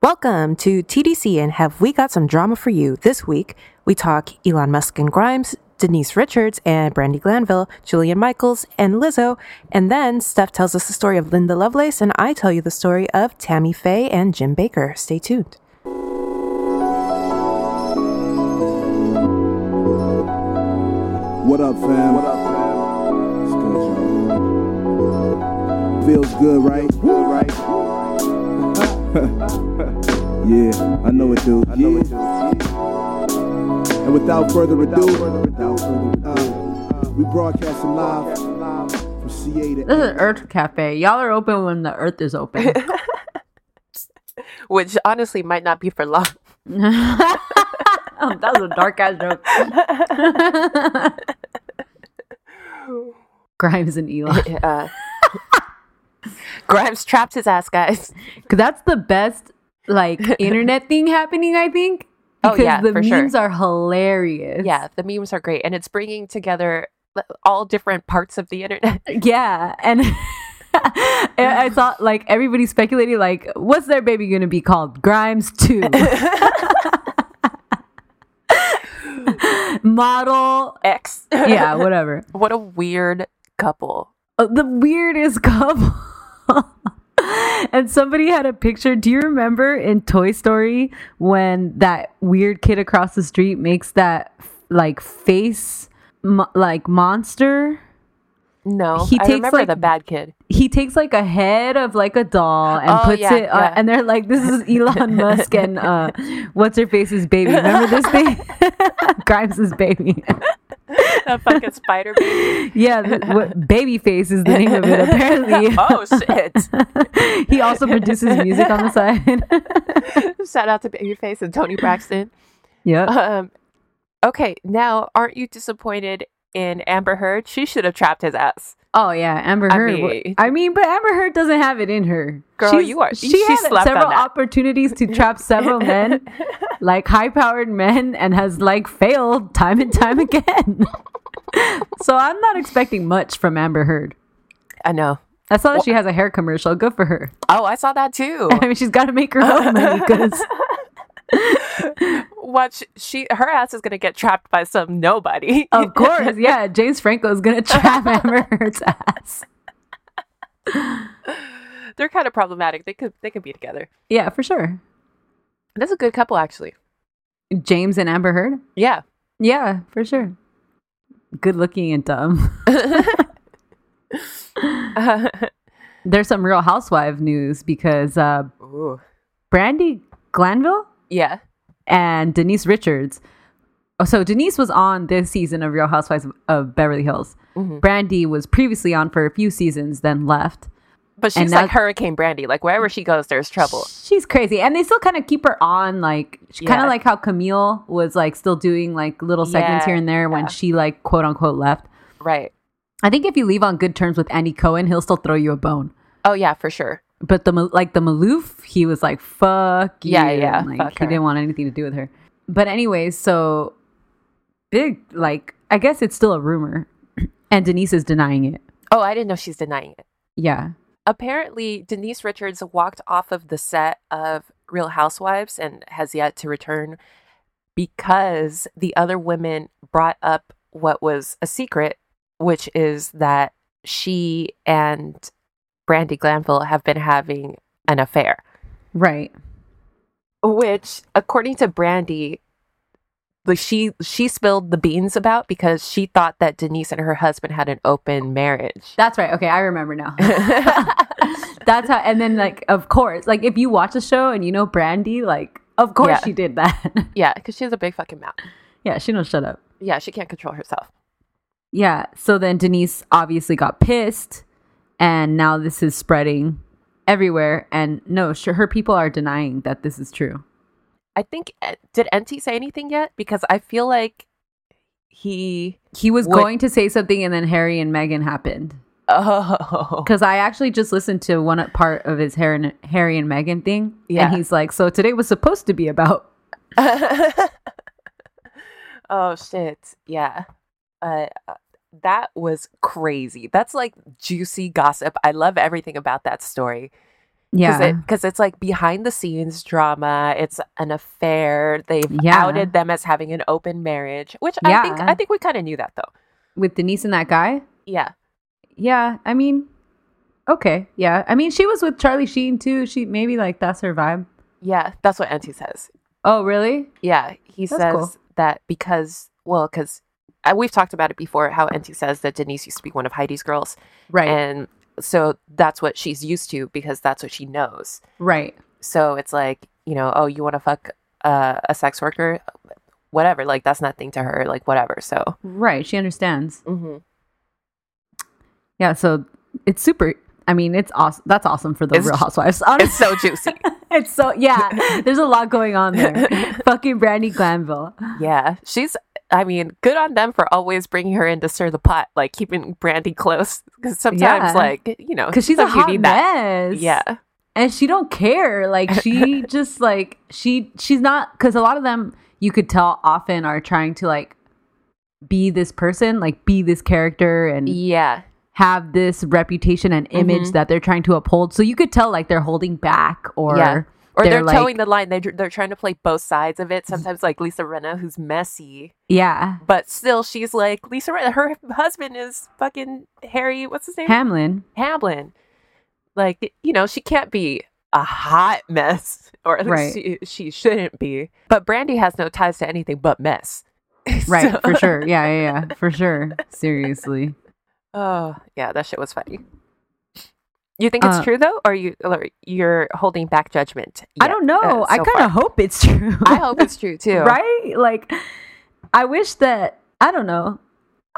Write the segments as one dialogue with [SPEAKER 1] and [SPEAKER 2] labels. [SPEAKER 1] Welcome to TDC and have we got some drama for you. This week, we talk Elon Musk and Grimes, Denise Richards and Brandy Glanville, Julian Michaels and Lizzo, and then Steph tells us the story of Linda Lovelace and I tell you the story of Tammy Faye and Jim Baker. Stay tuned.
[SPEAKER 2] What up, fam? What up, fam? It's good, y'all. Feels good, right? Good, right? yeah, I know it, do. I know it, do. And without further ado, uh, we broadcasting live from CA to
[SPEAKER 3] This is Earth Cafe. Y'all are open when the Earth is open.
[SPEAKER 4] which honestly might not be for long.
[SPEAKER 3] Oh, that was a dark ass joke. Grimes and Elon.
[SPEAKER 4] Uh, Grimes trapped his ass, guys.
[SPEAKER 3] 'Cause that's the best like internet thing happening. I think.
[SPEAKER 4] Oh,
[SPEAKER 3] Because
[SPEAKER 4] yeah,
[SPEAKER 3] the
[SPEAKER 4] for sure.
[SPEAKER 3] memes are hilarious.
[SPEAKER 4] Yeah, the memes are great, and it's bringing together like, all different parts of the internet.
[SPEAKER 3] yeah, and. I I saw like everybody speculating like what's their baby gonna be called Grimes two model
[SPEAKER 4] X.
[SPEAKER 3] yeah whatever
[SPEAKER 4] what a weird couple.
[SPEAKER 3] Uh, the weirdest couple. and somebody had a picture. Do you remember in Toy Story when that weird kid across the street makes that like face mo- like monster?
[SPEAKER 4] No,
[SPEAKER 3] He
[SPEAKER 4] I
[SPEAKER 3] takes,
[SPEAKER 4] remember
[SPEAKER 3] like,
[SPEAKER 4] the bad kid.
[SPEAKER 3] He takes like a head of like a doll and
[SPEAKER 4] Oh,
[SPEAKER 3] puts
[SPEAKER 4] yeah,
[SPEAKER 3] it on,
[SPEAKER 4] yeah.
[SPEAKER 3] and they're like, "This is Elon Musk and uh, what's her face's baby." Remember this thing, Grimes' baby.
[SPEAKER 4] That fucking spider baby.
[SPEAKER 3] yeah, th- what, Babyface is the name of it apparently.
[SPEAKER 4] Oh shit!
[SPEAKER 3] he also produces music on the side.
[SPEAKER 4] Shout out to Babyface and Tony Braxton.
[SPEAKER 3] yep.
[SPEAKER 4] Um, okay, now aren't you disappointed in Amber Heard? She should have trapped his ass.
[SPEAKER 3] Oh yeah, Amber
[SPEAKER 4] I
[SPEAKER 3] Heard. wa- I mean,
[SPEAKER 4] mean-
[SPEAKER 3] but Amber Heard doesn't have it in her.
[SPEAKER 4] Girl, you are-
[SPEAKER 3] She,
[SPEAKER 4] she
[SPEAKER 3] had
[SPEAKER 4] slept on
[SPEAKER 3] several
[SPEAKER 4] that.
[SPEAKER 3] opportunities to trap several men, like high-powered men, and has like failed time and time again. so I'm not expecting much from Amber Heard.
[SPEAKER 4] I know.
[SPEAKER 3] I saw that she has a hair commercial. Good for her.
[SPEAKER 4] Oh, I saw that too.
[SPEAKER 3] I mean, she's got to make her own money because
[SPEAKER 4] Watch, she her ass is gonna get trapped by some nobody.
[SPEAKER 3] Of course, yeah. James Franco is gonna trap Amber Heard's ass.
[SPEAKER 4] They're kind of problematic. They could they could be together.
[SPEAKER 3] Yeah, for sure.
[SPEAKER 4] That's a good couple, actually.
[SPEAKER 3] James and Amber Heard.
[SPEAKER 4] Yeah,
[SPEAKER 3] Yeah, for sure. Good looking and dumb. There's some Real Housewife news because uh,
[SPEAKER 4] Ooh.
[SPEAKER 3] Brandy Glanville
[SPEAKER 4] yeah.
[SPEAKER 3] and Denise Richards. Oh, so Denise was on this season of Real Housewives of- of Beverly Hills. Brandy was previously on for a few seasons, then left.
[SPEAKER 4] But
[SPEAKER 3] And
[SPEAKER 4] she's
[SPEAKER 3] now-
[SPEAKER 4] like Hurricane Brandy. Like wherever she goes, there's trouble.
[SPEAKER 3] She's crazy, and they still kind of keep her on, like kind
[SPEAKER 4] Yeah.
[SPEAKER 3] of like how Camille was like still doing like little segments
[SPEAKER 4] Yeah,
[SPEAKER 3] here and there when
[SPEAKER 4] yeah.
[SPEAKER 3] she like quote unquote left.
[SPEAKER 4] Right.
[SPEAKER 3] I think if you leave on good terms with Andy Cohen, he'll still throw you a bone.
[SPEAKER 4] Oh yeah, for sure.
[SPEAKER 3] But the Ma- like the Maloof, he was like fuck
[SPEAKER 4] Yeah,
[SPEAKER 3] you,"
[SPEAKER 4] yeah,
[SPEAKER 3] and, like
[SPEAKER 4] fuck
[SPEAKER 3] he
[SPEAKER 4] her.
[SPEAKER 3] didn't want anything to do with her. But anyways, so big like I guess it's still a rumor, and Denise is denying it.
[SPEAKER 4] Oh, I didn't know she's denying it.
[SPEAKER 3] Yeah,
[SPEAKER 4] Apparently, Denise Richards walked off of the set of Real Housewives and has yet to return because the other women brought up what was a secret, which is that she and Brandy Glanville have been having an affair.
[SPEAKER 3] right.
[SPEAKER 4] which according to brandy like she she spilled the beans about because she thought that denise and her husband had an open marriage
[SPEAKER 3] That's right. Okay, I remember now. That's how. And then, like, of course, like if you watch a show and you know Brandy, like, of course
[SPEAKER 4] Yeah.
[SPEAKER 3] she did that.
[SPEAKER 4] yeah because she has a big fucking mouth
[SPEAKER 3] yeah, she don't shut up.
[SPEAKER 4] yeah she can't control herself
[SPEAKER 3] Yeah. So then Denise obviously got pissed, and now this is spreading everywhere. And no, sure, her people are denying that this is true.
[SPEAKER 4] i think eh, did nt say anything yet because i feel like he
[SPEAKER 3] He was
[SPEAKER 4] What-
[SPEAKER 3] going to say something, and then Harry and Meghan happened.
[SPEAKER 4] oh
[SPEAKER 3] Because I actually just listened to one part of his Harry and, Harry and Meghan thing,
[SPEAKER 4] Yeah.
[SPEAKER 3] and he's like, "So today was supposed to be about
[SPEAKER 4] oh shit yeah uh that was crazy that's like juicy gossip i love everything about that story
[SPEAKER 3] Yeah.
[SPEAKER 4] Because it's like behind the scenes drama. It's an affair. They've
[SPEAKER 3] Yeah.
[SPEAKER 4] outed them as having an open marriage, which I think
[SPEAKER 3] Yeah.
[SPEAKER 4] I think we kind of knew that though.
[SPEAKER 3] With Denise and that guy?
[SPEAKER 4] Yeah.
[SPEAKER 3] Yeah. I mean, okay. Yeah. I mean, she was with Charlie Sheen too. She maybe like that's her vibe.
[SPEAKER 4] Yeah. That's what Auntie says.
[SPEAKER 3] Oh, really?
[SPEAKER 4] Yeah. He
[SPEAKER 3] That's
[SPEAKER 4] says
[SPEAKER 3] cool.
[SPEAKER 4] that because, well, because we've talked about it before how Auntie says that Denise used to be one of Heidi's girls.
[SPEAKER 3] Right.
[SPEAKER 4] And so that's what she's used to because that's what she knows.
[SPEAKER 3] right.
[SPEAKER 4] So it's like, you know, oh, you want to fuck uh, a sex worker? Whatever. Like, that's nothing to her. Like, whatever. So,
[SPEAKER 3] Right. She understands.
[SPEAKER 4] Mhm.
[SPEAKER 3] Yeah. So it's super. I mean, it's awesome. That's awesome for the
[SPEAKER 4] It's-
[SPEAKER 3] Real Housewives.
[SPEAKER 4] it's
[SPEAKER 3] Honestly,
[SPEAKER 4] so juicy.
[SPEAKER 3] it's so yeah. There's a lot going on there. Fucking Brandy Glanville.
[SPEAKER 4] Yeah, she's. I mean, good on them for always bringing her in to stir the pot, like keeping Brandy close. Because sometimes,
[SPEAKER 3] Yeah.
[SPEAKER 4] like you know,
[SPEAKER 3] because she's a
[SPEAKER 4] sometimes you
[SPEAKER 3] hot
[SPEAKER 4] need that.
[SPEAKER 3] mess.
[SPEAKER 4] Yeah,
[SPEAKER 3] and she don't care. Like she just like she she's not because a lot of them you could tell often are trying to like be this person, like be this character, and
[SPEAKER 4] yeah,
[SPEAKER 3] have this reputation and
[SPEAKER 4] Mm-hmm.
[SPEAKER 3] image that they're trying to uphold. So you could tell like they're holding back or
[SPEAKER 4] yeah. Or they're,
[SPEAKER 3] like, Mm-hmm.
[SPEAKER 4] towing the line. They they're trying to play both sides of it. Sometimes, like Lisa Renna, who's messy,
[SPEAKER 3] yeah
[SPEAKER 4] but still she's like Lisa Renna. Her husband is fucking Harry. What's his name?
[SPEAKER 3] Hamlin.
[SPEAKER 4] Hamlin. Like you know, she can't be a hot mess, or at least
[SPEAKER 3] Right.
[SPEAKER 4] she, she shouldn't be. But Brandy has no ties to anything but mess.
[SPEAKER 3] Right,
[SPEAKER 4] So-
[SPEAKER 3] for sure. Yeah, yeah, yeah, for sure. Seriously.
[SPEAKER 4] Oh yeah, that shit was funny. You think it's
[SPEAKER 3] Uh,
[SPEAKER 4] true though, or you or you're holding back judgment?
[SPEAKER 3] I
[SPEAKER 4] yet,
[SPEAKER 3] don't know.
[SPEAKER 4] uh,
[SPEAKER 3] I
[SPEAKER 4] so
[SPEAKER 3] kind
[SPEAKER 4] far?
[SPEAKER 3] of hope it's true.
[SPEAKER 4] I hope it's true too.
[SPEAKER 3] right? Like, I wish that I don't know.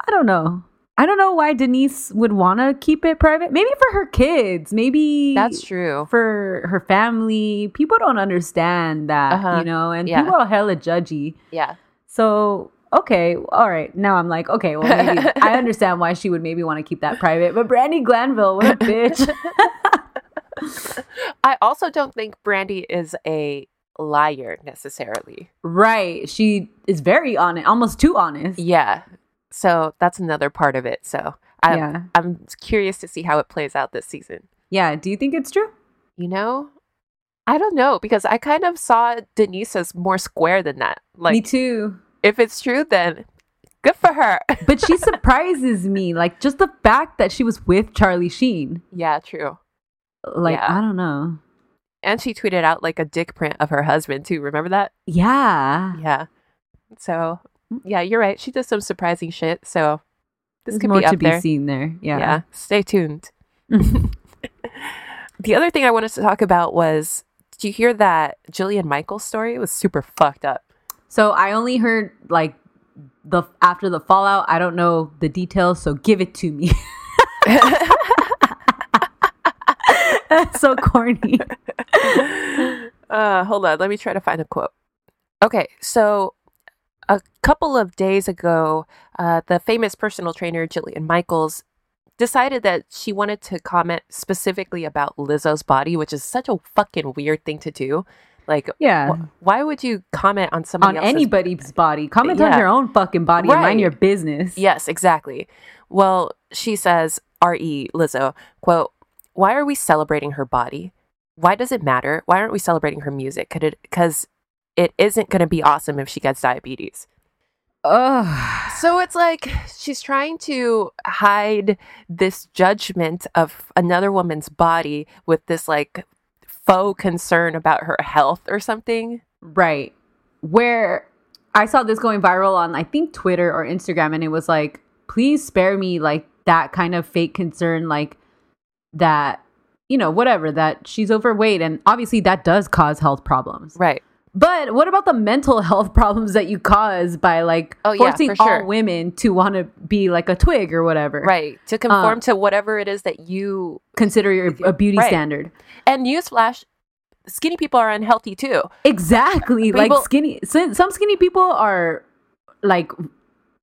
[SPEAKER 3] I don't know. I don't know why Denise would want to keep it private. Maybe for her kids. Maybe
[SPEAKER 4] That's true.
[SPEAKER 3] for her family. People don't understand that,
[SPEAKER 4] Uh-huh.
[SPEAKER 3] you know, and
[SPEAKER 4] Yeah.
[SPEAKER 3] people are hella judgy.
[SPEAKER 4] Yeah.
[SPEAKER 3] So okay, all right. Now I'm like, okay, well, maybe I understand why she would maybe want to keep that private. But Brandy Glanville, what a bitch.
[SPEAKER 4] I also don't think Brandy is a liar necessarily.
[SPEAKER 3] right? She is very honest, almost too honest.
[SPEAKER 4] Yeah. So that's another part of it. So I,
[SPEAKER 3] yeah,
[SPEAKER 4] I'm curious to see how it plays out this season.
[SPEAKER 3] yeah. Do you think it's true?
[SPEAKER 4] You know, I don't know because I kind of saw Denise as more square than that. Like,
[SPEAKER 3] Me too.
[SPEAKER 4] if it's true, then good for her.
[SPEAKER 3] but she surprises me like just the fact that she was with charlie sheen
[SPEAKER 4] yeah, true.
[SPEAKER 3] like
[SPEAKER 4] Yeah.
[SPEAKER 3] i don't know
[SPEAKER 4] And she tweeted out like a dick print of her husband too. Remember that?
[SPEAKER 3] yeah
[SPEAKER 4] Yeah. So yeah, you're right. She does some surprising shit. So this
[SPEAKER 3] There's
[SPEAKER 4] could
[SPEAKER 3] more
[SPEAKER 4] be up
[SPEAKER 3] to
[SPEAKER 4] there.
[SPEAKER 3] be seen there
[SPEAKER 4] yeah.
[SPEAKER 3] yeah Mm-hmm.
[SPEAKER 4] Stay tuned. the other thing I wanted to talk about was did you hear that Jillian Michaels story? It was super fucked up.
[SPEAKER 3] so i only heard like the after the fallout i don't know the details so give it to me That's so corny
[SPEAKER 4] uh, hold on. Let me try to find a quote. Okay. So, a couple of days ago, uh, the famous personal trainer, Jillian Michaels, decided that she wanted to comment specifically about Lizzo's body, which is such a fucking weird thing to do. Like,
[SPEAKER 3] yeah
[SPEAKER 4] wh- why would you comment on somebody
[SPEAKER 3] on
[SPEAKER 4] else's
[SPEAKER 3] anybody's body comment
[SPEAKER 4] Yeah.
[SPEAKER 3] on your own fucking body and
[SPEAKER 4] Right.
[SPEAKER 3] mind your business
[SPEAKER 4] Yes, exactly. Well, she says, R.E. Lizzo, quote, why are we celebrating her body? Why does it matter? Why aren't we celebrating her music? Could it, because it isn't going to be awesome if she gets diabetes.
[SPEAKER 3] Ugh.
[SPEAKER 4] So it's like she's trying to hide this judgment of another woman's body with this like faux concern about her health or something.
[SPEAKER 3] Right. Where I saw this going viral on, I think, Twitter or Instagram, and it was like, please spare me like that kind of fake concern, like that, you know, whatever, that she's overweight. And obviously that does cause health problems.
[SPEAKER 4] Right.
[SPEAKER 3] But what about the mental health problems that you cause by like
[SPEAKER 4] Oh, yeah,
[SPEAKER 3] forcing
[SPEAKER 4] for sure.
[SPEAKER 3] all women to want to be like a twig or whatever?
[SPEAKER 4] Right. To conform to whatever it is that you
[SPEAKER 3] Consider your a beauty
[SPEAKER 4] Right.
[SPEAKER 3] standard.
[SPEAKER 4] And newsflash, skinny people are unhealthy too.
[SPEAKER 3] Exactly.
[SPEAKER 4] People-
[SPEAKER 3] like skinny. sin- Some skinny people are like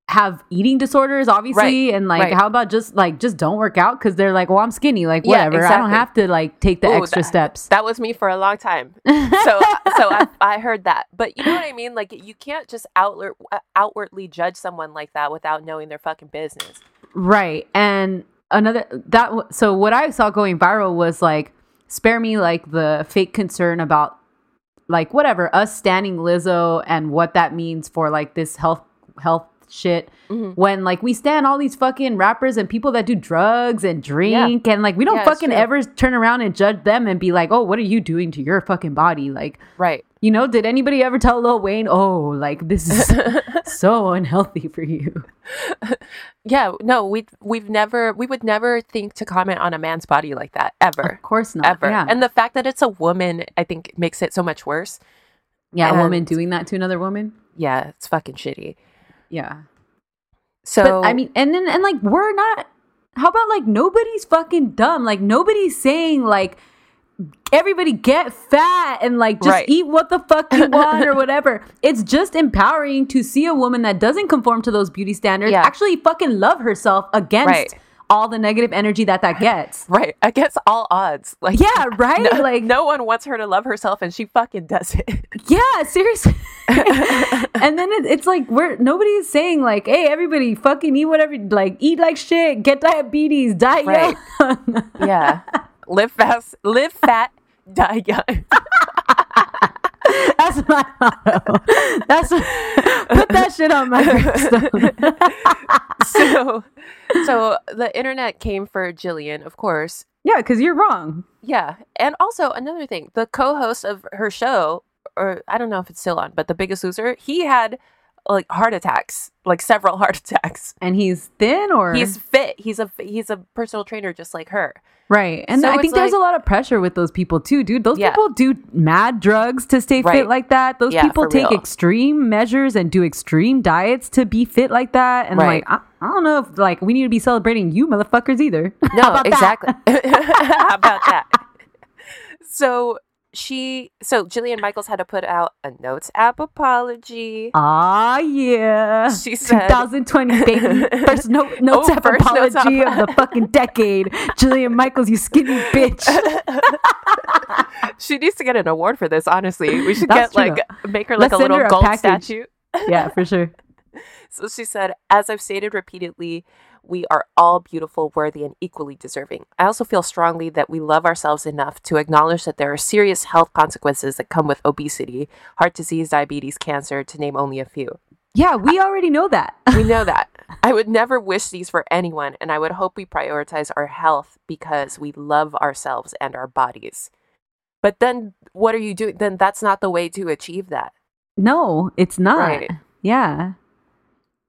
[SPEAKER 3] have eating disorders, obviously,
[SPEAKER 4] Right,
[SPEAKER 3] and like
[SPEAKER 4] right.
[SPEAKER 3] how about just like just don't work out because they're like, well, I'm skinny, like
[SPEAKER 4] Yeah,
[SPEAKER 3] whatever. I don't
[SPEAKER 4] exactly.
[SPEAKER 3] have to like take the
[SPEAKER 4] Ooh,
[SPEAKER 3] extra
[SPEAKER 4] that-
[SPEAKER 3] steps.
[SPEAKER 4] That was me for a long time. So, so I, I heard that. But you know what I mean? Like, you can't just outler, uh, outwardly judge someone like that without knowing their fucking business.
[SPEAKER 3] right. And another that w- so what I saw going viral was like spare me like the fake concern about like whatever us standing Lizzo and what that means for like this health health shit
[SPEAKER 4] Mhm.
[SPEAKER 3] when like we stand all these fucking rappers and people that do drugs and drink and like we don't
[SPEAKER 4] Yeah, it's
[SPEAKER 3] fucking
[SPEAKER 4] true.
[SPEAKER 3] ever turn around and judge them and be like, "Oh, what are you doing to your fucking body?" like
[SPEAKER 4] Right.
[SPEAKER 3] you know, did anybody ever tell Lil Wayne, "Oh, like this is so unhealthy for you"?
[SPEAKER 4] Yeah. No, we we've never we would never think to comment on a man's body like that ever.
[SPEAKER 3] Of course not.
[SPEAKER 4] Ever.
[SPEAKER 3] Yeah.
[SPEAKER 4] And the fact that it's a woman, I think, makes it so much worse.
[SPEAKER 3] yeah, a woman
[SPEAKER 4] and-
[SPEAKER 3] doing that to another woman.
[SPEAKER 4] Yeah, it's fucking shitty.
[SPEAKER 3] Yeah.
[SPEAKER 4] So
[SPEAKER 3] but I mean, and then and like we're not. How about like nobody's fucking dumb. Like nobody's saying like everybody get fat and like just
[SPEAKER 4] Right.
[SPEAKER 3] eat what the fuck you want or whatever. It's just empowering to see a woman that doesn't conform to those beauty standards
[SPEAKER 4] Yeah.
[SPEAKER 3] actually fucking love herself against
[SPEAKER 4] Right.
[SPEAKER 3] all the negative energy that that gets.
[SPEAKER 4] right against all odds, like
[SPEAKER 3] Yeah, right?
[SPEAKER 4] no-
[SPEAKER 3] Like-
[SPEAKER 4] no one wants her to love herself, and she fucking does it.
[SPEAKER 3] Yeah, seriously. and then it, it's like we're nobody's saying like, "Hey, everybody, fucking eat whatever, like eat like shit, get diabetes, die
[SPEAKER 4] Right.
[SPEAKER 3] young."
[SPEAKER 4] Yeah, live fast, live fat, die young.
[SPEAKER 3] That's my motto. That's put that shit on my gravestone.
[SPEAKER 4] so, so the internet came for Jillian, of course.
[SPEAKER 3] yeah, because you're wrong.
[SPEAKER 4] Yeah, and also another thing, the co-host of her show, or I don't know if it's still on, but The Biggest Loser, he had like heart attacks, like several heart attacks.
[SPEAKER 3] And he's thin, or
[SPEAKER 4] He's fit. He's a he's a personal trainer just like her.
[SPEAKER 3] right. And
[SPEAKER 4] So
[SPEAKER 3] I think
[SPEAKER 4] it's
[SPEAKER 3] there's a
[SPEAKER 4] like-
[SPEAKER 3] lot of pressure with those people too, dude. Those
[SPEAKER 4] Yeah.
[SPEAKER 3] people do mad drugs to stay
[SPEAKER 4] Right.
[SPEAKER 3] fit like that. Those
[SPEAKER 4] Yeah,
[SPEAKER 3] people
[SPEAKER 4] for
[SPEAKER 3] take
[SPEAKER 4] real.
[SPEAKER 3] extreme measures and do extreme diets to be fit like that. And
[SPEAKER 4] Right.
[SPEAKER 3] like, I, I don't know if like we need to be celebrating you motherfuckers either.
[SPEAKER 4] No,
[SPEAKER 3] How about that?
[SPEAKER 4] exactly. How about that? So she, so Jillian Michaels had to put out a notes app apology.
[SPEAKER 3] Ah yeah,
[SPEAKER 4] She said-
[SPEAKER 3] 2020 baby, first no notes
[SPEAKER 4] Oh,
[SPEAKER 3] app
[SPEAKER 4] first notes
[SPEAKER 3] apology
[SPEAKER 4] app.
[SPEAKER 3] of the fucking decade. Jillian Michaels, you skinny bitch.
[SPEAKER 4] She needs to get an award for this. Honestly, we should
[SPEAKER 3] That's
[SPEAKER 4] get
[SPEAKER 3] true.
[SPEAKER 4] like make her like
[SPEAKER 3] Let's
[SPEAKER 4] a
[SPEAKER 3] send
[SPEAKER 4] little
[SPEAKER 3] her a
[SPEAKER 4] gold
[SPEAKER 3] package.
[SPEAKER 4] statue.
[SPEAKER 3] yeah, for sure.
[SPEAKER 4] So she said, as I've stated repeatedly, we are all beautiful, worthy, and equally deserving. I also feel strongly that we love ourselves enough to acknowledge that there are serious health consequences that come with obesity, heart disease, diabetes, cancer, to name only a few.
[SPEAKER 3] Yeah, we already know that.
[SPEAKER 4] We know that. I would never wish these for anyone, and I would hope we prioritize our health because we love ourselves and our bodies. But then what are you doing? Then that's not the way to achieve that.
[SPEAKER 3] No, it's not.
[SPEAKER 4] Right.
[SPEAKER 3] Yeah,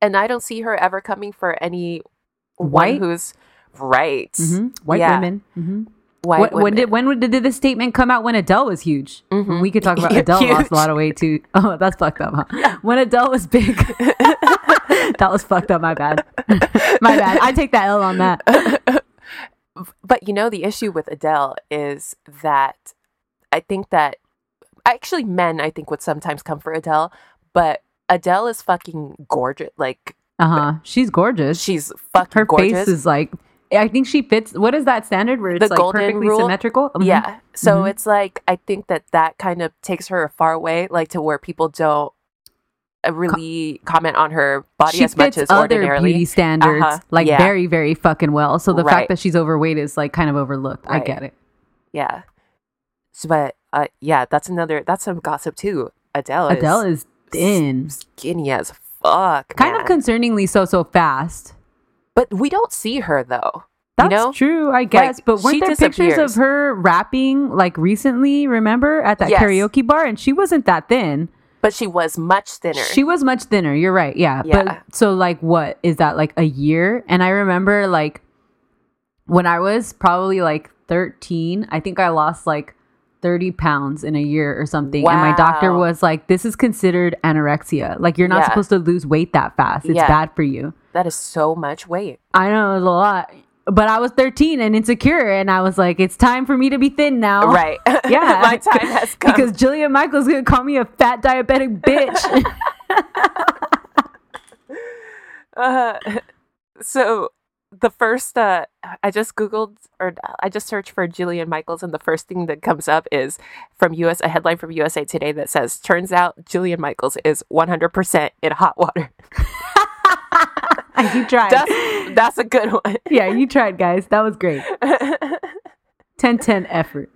[SPEAKER 4] And I don't see her ever coming for any
[SPEAKER 3] White?
[SPEAKER 4] white who's right.
[SPEAKER 3] Mhm. white
[SPEAKER 4] Yeah.
[SPEAKER 3] women. hmm
[SPEAKER 4] White
[SPEAKER 3] What, when
[SPEAKER 4] women.
[SPEAKER 3] did when would- did this statement come out? When Adele was huge.
[SPEAKER 4] Mhm.
[SPEAKER 3] We could talk about
[SPEAKER 4] Huge.
[SPEAKER 3] Adele lost a lot of weight too. Oh, that's fucked up. Huh? When Adele was big, that was fucked up. My bad. my bad. I take that L on that.
[SPEAKER 4] but you know, the issue with Adele is that I think that actually men, I think, would sometimes come for Adele, but Adele is fucking gorgeous. Like,
[SPEAKER 3] Uh huh. She's gorgeous.
[SPEAKER 4] she's fucking
[SPEAKER 3] her
[SPEAKER 4] gorgeous.
[SPEAKER 3] face is like I think she fits. What is that standard where it's
[SPEAKER 4] The
[SPEAKER 3] like
[SPEAKER 4] golden
[SPEAKER 3] perfectly
[SPEAKER 4] rule?
[SPEAKER 3] symmetrical? Mhm.
[SPEAKER 4] Yeah. So
[SPEAKER 3] Mhm.
[SPEAKER 4] it's like I think that that kind of takes her far away, like to where people don't uh, really comment on her body
[SPEAKER 3] she
[SPEAKER 4] as much
[SPEAKER 3] fits
[SPEAKER 4] as
[SPEAKER 3] other
[SPEAKER 4] ordinarily.
[SPEAKER 3] beauty standards
[SPEAKER 4] Uh-huh.
[SPEAKER 3] like
[SPEAKER 4] Yeah.
[SPEAKER 3] very very fucking well. So the fact
[SPEAKER 4] Right.
[SPEAKER 3] that she's overweight is like kind of overlooked. I
[SPEAKER 4] Right.
[SPEAKER 3] get it.
[SPEAKER 4] Yeah. So, but uh, yeah, that's another. That's some gossip too. Adele. Is
[SPEAKER 3] Adele is thin,
[SPEAKER 4] skinny as fuck.
[SPEAKER 3] kind of
[SPEAKER 4] man.
[SPEAKER 3] concerningly so so fast.
[SPEAKER 4] but we don't see her though.
[SPEAKER 3] That's
[SPEAKER 4] you know?
[SPEAKER 3] true, I guess. but
[SPEAKER 4] she
[SPEAKER 3] weren't there pictures of
[SPEAKER 4] disappears.
[SPEAKER 3] her rapping like recently? Remember at that
[SPEAKER 4] Yes.
[SPEAKER 3] karaoke bar, and she wasn't that thin.
[SPEAKER 4] But she was much thinner.
[SPEAKER 3] She was much thinner. You're right. Yeah.
[SPEAKER 4] Yeah.
[SPEAKER 3] But so like what is that like a year? And I remember like when I was probably like 13, I think I lost like 30 pounds in a year or something. And my doctor
[SPEAKER 4] Wow.
[SPEAKER 3] was like, this is considered anorexia. Like you're not
[SPEAKER 4] Yeah.
[SPEAKER 3] supposed to lose weight that fast. It's
[SPEAKER 4] Yeah.
[SPEAKER 3] bad for you.
[SPEAKER 4] that is so much weight.
[SPEAKER 3] I know it was a lot. But I was 13 and insecure and I was like, it's time for me to be thin now.
[SPEAKER 4] Right.
[SPEAKER 3] Oh, Yeah.
[SPEAKER 4] My time has come.
[SPEAKER 3] Because Jillian Michaels gonna call me a fat diabetic bitch.
[SPEAKER 4] Uh, so the first uh, I just googled or I just searched for Jillian Michaels and the first thing that comes up is from US a headline from USA Today that says turns out Jillian Michaels is 100% in hot water.
[SPEAKER 3] I keep trying.
[SPEAKER 4] That's that's a good one.
[SPEAKER 3] yeah, you tried, guys. That was great. 10 10 effort.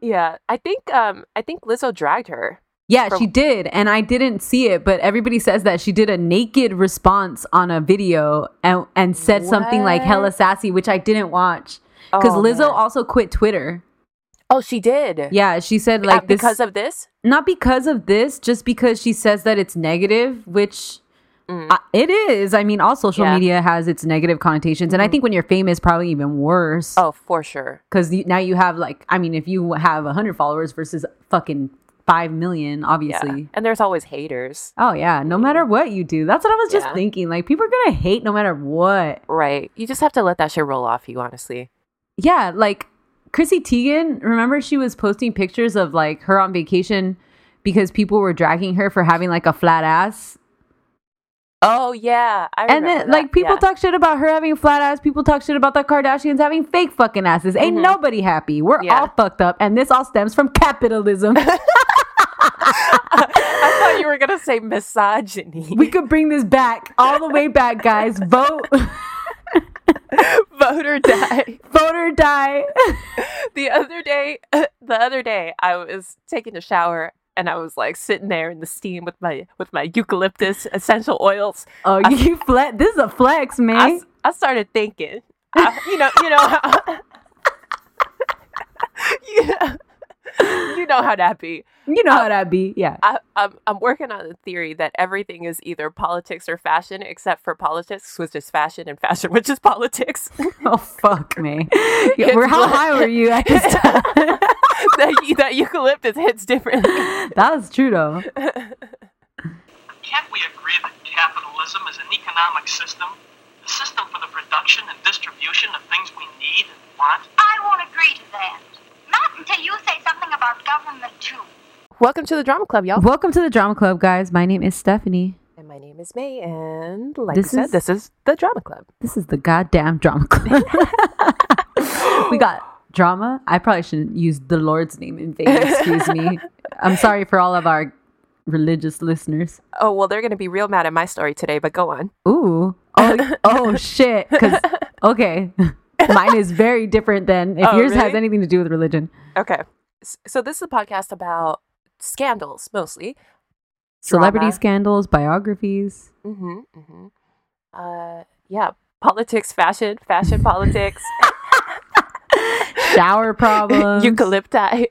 [SPEAKER 4] Yeah, I think um I think Lizzo dragged her.
[SPEAKER 3] Yeah,
[SPEAKER 4] From-
[SPEAKER 3] she did, and I didn't see it, but everybody says that she did a naked response on a video and and said something like
[SPEAKER 4] What?
[SPEAKER 3] hella sassy, which I didn't watch because
[SPEAKER 4] Oh,
[SPEAKER 3] Lizzo
[SPEAKER 4] man.
[SPEAKER 3] also quit Twitter.
[SPEAKER 4] Oh, she did.
[SPEAKER 3] Yeah, she said
[SPEAKER 4] like
[SPEAKER 3] like this,
[SPEAKER 4] Uh, because of this.
[SPEAKER 3] not because of this, just because she says that it's negative, which uh, it is. I mean, all social
[SPEAKER 4] Mm. Yeah. Mm-hmm.
[SPEAKER 3] media has its negative connotations, and I think when you're famous, probably even worse.
[SPEAKER 4] Oh, for sure.
[SPEAKER 3] because now you have like, I mean, if you have hundred followers versus fucking five million,
[SPEAKER 4] Yeah.
[SPEAKER 3] obviously.
[SPEAKER 4] And there's always haters.
[SPEAKER 3] Oh yeah, no matter what you do. That's what I was just
[SPEAKER 4] Yeah.
[SPEAKER 3] thinking. Like people are going to hate no matter what.
[SPEAKER 4] Right. You just have to let that shit roll off you, honestly.
[SPEAKER 3] Yeah, like Chrissy Teigen, remember she was posting pictures of like her on vacation because people were dragging her for having like a flat ass.
[SPEAKER 4] Oh yeah. I
[SPEAKER 3] And
[SPEAKER 4] remember
[SPEAKER 3] then
[SPEAKER 4] that.
[SPEAKER 3] like people
[SPEAKER 4] Yeah.
[SPEAKER 3] talk shit about her having a flat ass, people talk shit about the Kardashians having fake fucking asses. Ain't nobody happy. We're
[SPEAKER 4] Mm-hmm. Yeah.
[SPEAKER 3] all fucked up and this all stems from capitalism.
[SPEAKER 4] I thought you were gonna say misogyny.
[SPEAKER 3] we could bring this back all the way back, guys. Vote
[SPEAKER 4] vote or die.
[SPEAKER 3] vote or die.
[SPEAKER 4] the other day the other day i was taking a shower and i was like sitting there in the steam with my with my eucalyptus essential oils
[SPEAKER 3] Oh, you flex. This is a flex, man.
[SPEAKER 4] i, s- I started thinking I- you know you know how, you, you know how that be
[SPEAKER 3] You know how that be. Yeah.
[SPEAKER 4] I, I'm, I'm working on the theory that everything is either politics or fashion except for politics which is fashion and fashion which is politics
[SPEAKER 3] Oh, fuck me. We're, how
[SPEAKER 4] what-
[SPEAKER 3] high were you at this time?
[SPEAKER 4] that, eu- that eucalyptus hits differently
[SPEAKER 3] that was true, though.
[SPEAKER 5] Can't we agree that capitalism is an economic system? A system for the production and distribution of things we need and want?
[SPEAKER 6] I won't agree to that. Not until you say something about government, too.
[SPEAKER 4] welcome to the drama club y'all
[SPEAKER 3] Welcome to the Drama Club, guys. My name is Stephanie.
[SPEAKER 4] And my name is May, and like
[SPEAKER 3] This
[SPEAKER 4] I said,
[SPEAKER 3] is-
[SPEAKER 4] this is the drama club.
[SPEAKER 3] This is the goddamn Drama Club. we got drama. I probably shouldn't use the Lord's name in vain. Excuse me. I'm sorry for all of our religious listeners.
[SPEAKER 4] Oh well, they're gonna be real mad at my story today, but go on.
[SPEAKER 3] Ooh. Oh, oh shit. 'Cause- okay. Mine is very different than if
[SPEAKER 4] Oh,
[SPEAKER 3] yours has
[SPEAKER 4] really?
[SPEAKER 3] anything to do with religion.
[SPEAKER 4] Okay, S- so this is a podcast about scandals mostly.
[SPEAKER 3] Celebrity
[SPEAKER 4] Drama.
[SPEAKER 3] scandals, biographies.
[SPEAKER 4] Mm-hmm. mm-hmm. Uh, yeah, politics, fashion, fashion, politics,
[SPEAKER 3] shower problems.
[SPEAKER 4] eucalypti.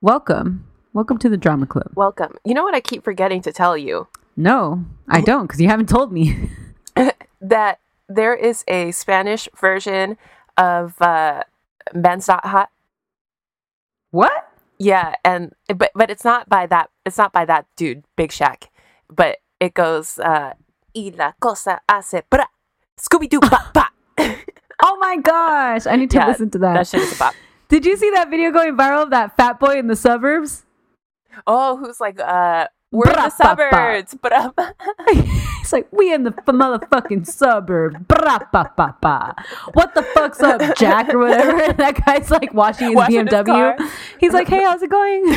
[SPEAKER 3] Welcome. Welcome to the drama club.
[SPEAKER 4] Welcome. You know what I keep forgetting to tell you
[SPEAKER 3] No, I don't because you haven't told me.
[SPEAKER 4] that there is a Spanish version of uh, Men's Not Hot.
[SPEAKER 3] what?
[SPEAKER 4] Yeah, and but but it's not by that it's not by that dude, Big Shaq. But it goes uh y la cosa hace pra Scooby Doo pa pa.
[SPEAKER 3] Oh my gosh. I need to
[SPEAKER 4] Yeah,
[SPEAKER 3] listen to that.
[SPEAKER 4] That shit is a bop.
[SPEAKER 3] Did you see that video going viral of that fat boy in the suburbs?
[SPEAKER 4] Oh, who's like uh we're in the
[SPEAKER 3] Bra, pa, pa.
[SPEAKER 4] suburbs, but
[SPEAKER 3] It's like, we in the f- motherfucking suburbs. Bra, ba, ba, ba. What the fuck's up, Jack, or whatever? And that guy's like washing his
[SPEAKER 4] Washing his
[SPEAKER 3] BMW.
[SPEAKER 4] car.
[SPEAKER 3] He's like, hey, how's it going?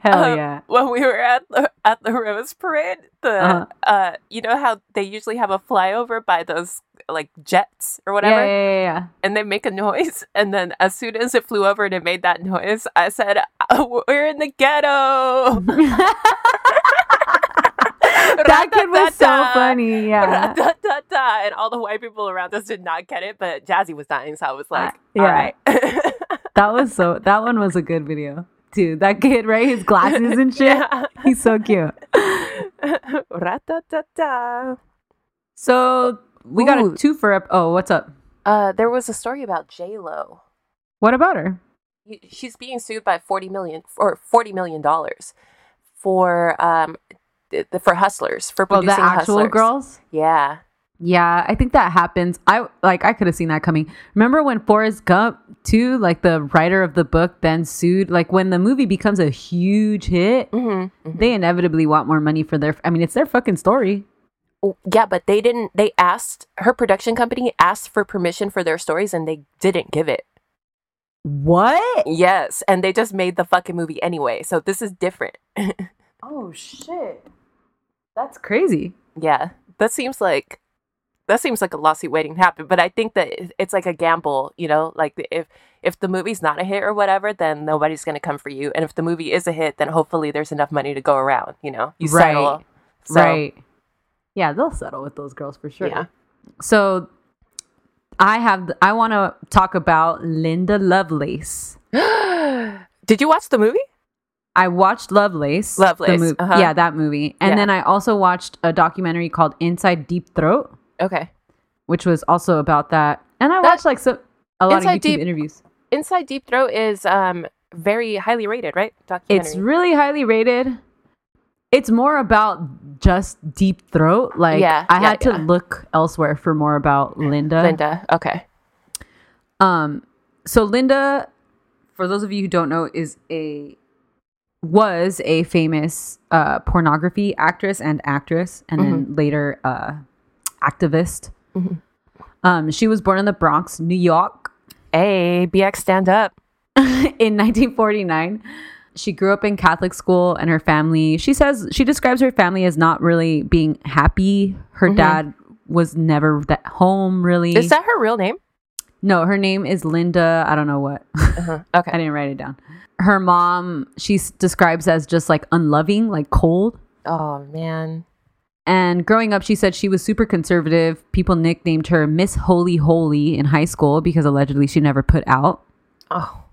[SPEAKER 3] Hell
[SPEAKER 4] Uh,
[SPEAKER 3] yeah.
[SPEAKER 4] when we were at the at the Rose Parade, the
[SPEAKER 3] Uh-huh.
[SPEAKER 4] uh you know how they usually have a flyover by those like jets or
[SPEAKER 3] Yeah,
[SPEAKER 4] whatever,
[SPEAKER 3] yeah, yeah, yeah.
[SPEAKER 4] and they make a noise, and then as soon as it flew over and it made that noise, I said, "Oh, "We're in the ghetto."
[SPEAKER 3] that kid was so
[SPEAKER 4] Ra-ta-ta-ta.
[SPEAKER 3] funny. Yeah.
[SPEAKER 4] Ra-ta-ta-ta. And all the white people around us did not get it, but Jazzy was dying, so I was like,
[SPEAKER 3] Uh,
[SPEAKER 4] all
[SPEAKER 3] yeah.
[SPEAKER 4] right.
[SPEAKER 3] That was so that one was a good video. Dude, that kid, right? His glasses and shit. He's so cute.
[SPEAKER 4] Ra-ta-ta-ta.
[SPEAKER 3] So we got
[SPEAKER 4] Ooh.
[SPEAKER 3] a two for up. Oh, what's up?
[SPEAKER 4] Uh, there was a story about J Lo.
[SPEAKER 3] What about her?
[SPEAKER 4] She's being sued by forty million or forty million dollars for um th- th- for hustlers for
[SPEAKER 3] Well,
[SPEAKER 4] producing
[SPEAKER 3] Oh, the actual
[SPEAKER 4] Hustlers.
[SPEAKER 3] girls.
[SPEAKER 4] Yeah.
[SPEAKER 3] Yeah, I think that happens. I like I could have seen that coming. Remember when Forrest Gump, too, like the writer of the book, then sued. Like when the movie becomes a huge hit,
[SPEAKER 4] Mm-hmm.
[SPEAKER 3] they inevitably want more money for their. I mean, it's their fucking story.
[SPEAKER 4] Oh, Yeah, but they didn't. They asked her production company asked for permission for their stories, and they didn't give it.
[SPEAKER 3] What?
[SPEAKER 4] Yes, and they just made the fucking movie anyway. So this is different.
[SPEAKER 3] Oh shit, that's crazy.
[SPEAKER 4] Yeah, that seems like that seems like a lawsuit waiting to happen. But I think that it- it's like a gamble, you know. Like if if the movie's not a hit or whatever, then nobody's going to come for you. And if the movie is a hit, then hopefully there's enough money to go around. You know, you
[SPEAKER 3] Right.
[SPEAKER 4] settle. So,
[SPEAKER 3] Right. Yeah, they'll settle with those girls for sure.
[SPEAKER 4] Yeah.
[SPEAKER 3] So I have I want to talk about Linda Lovelace.
[SPEAKER 4] Did you watch the movie?
[SPEAKER 3] I watched Lovelace. the
[SPEAKER 4] Lovelace,
[SPEAKER 3] mov-
[SPEAKER 4] uh-huh.
[SPEAKER 3] Yeah, that movie. And
[SPEAKER 4] Yeah.
[SPEAKER 3] then I also watched a documentary called Inside Deep Throat,
[SPEAKER 4] Okay.
[SPEAKER 3] which was also about that. And I
[SPEAKER 4] That-
[SPEAKER 3] watched like some a lot of
[SPEAKER 4] Inside
[SPEAKER 3] YouTube
[SPEAKER 4] Deep-
[SPEAKER 3] interviews.
[SPEAKER 4] Inside Deep Throat is um very highly rated, right? Documentary.
[SPEAKER 3] It's really highly rated. It's more about just deep throat. Like
[SPEAKER 4] Yeah,
[SPEAKER 3] I
[SPEAKER 4] yeah,
[SPEAKER 3] had to
[SPEAKER 4] yeah.
[SPEAKER 3] look elsewhere for more about
[SPEAKER 4] Linda. Okay.
[SPEAKER 3] Um, so Linda, for those of you who don't know, is a was a famous uh, pornography actress and actress, and then later uh, activist. Um, she was born in the Bronx, New York,
[SPEAKER 4] Hey, BX stand up.
[SPEAKER 3] in 1949. She grew up in Catholic school and her family, she says, she describes her family as not really being happy. Her dad was never that home, really.
[SPEAKER 4] Is that her real name?
[SPEAKER 3] no, her name is Linda. I don't know what. I
[SPEAKER 4] Okay.
[SPEAKER 3] didn't write it down. Her mom, she s- describes as just like unloving, like cold.
[SPEAKER 4] Oh man.
[SPEAKER 3] And growing up, she said she was super conservative. People nicknamed her Miss Holy Holy in high school because allegedly she never put out.
[SPEAKER 4] Oh.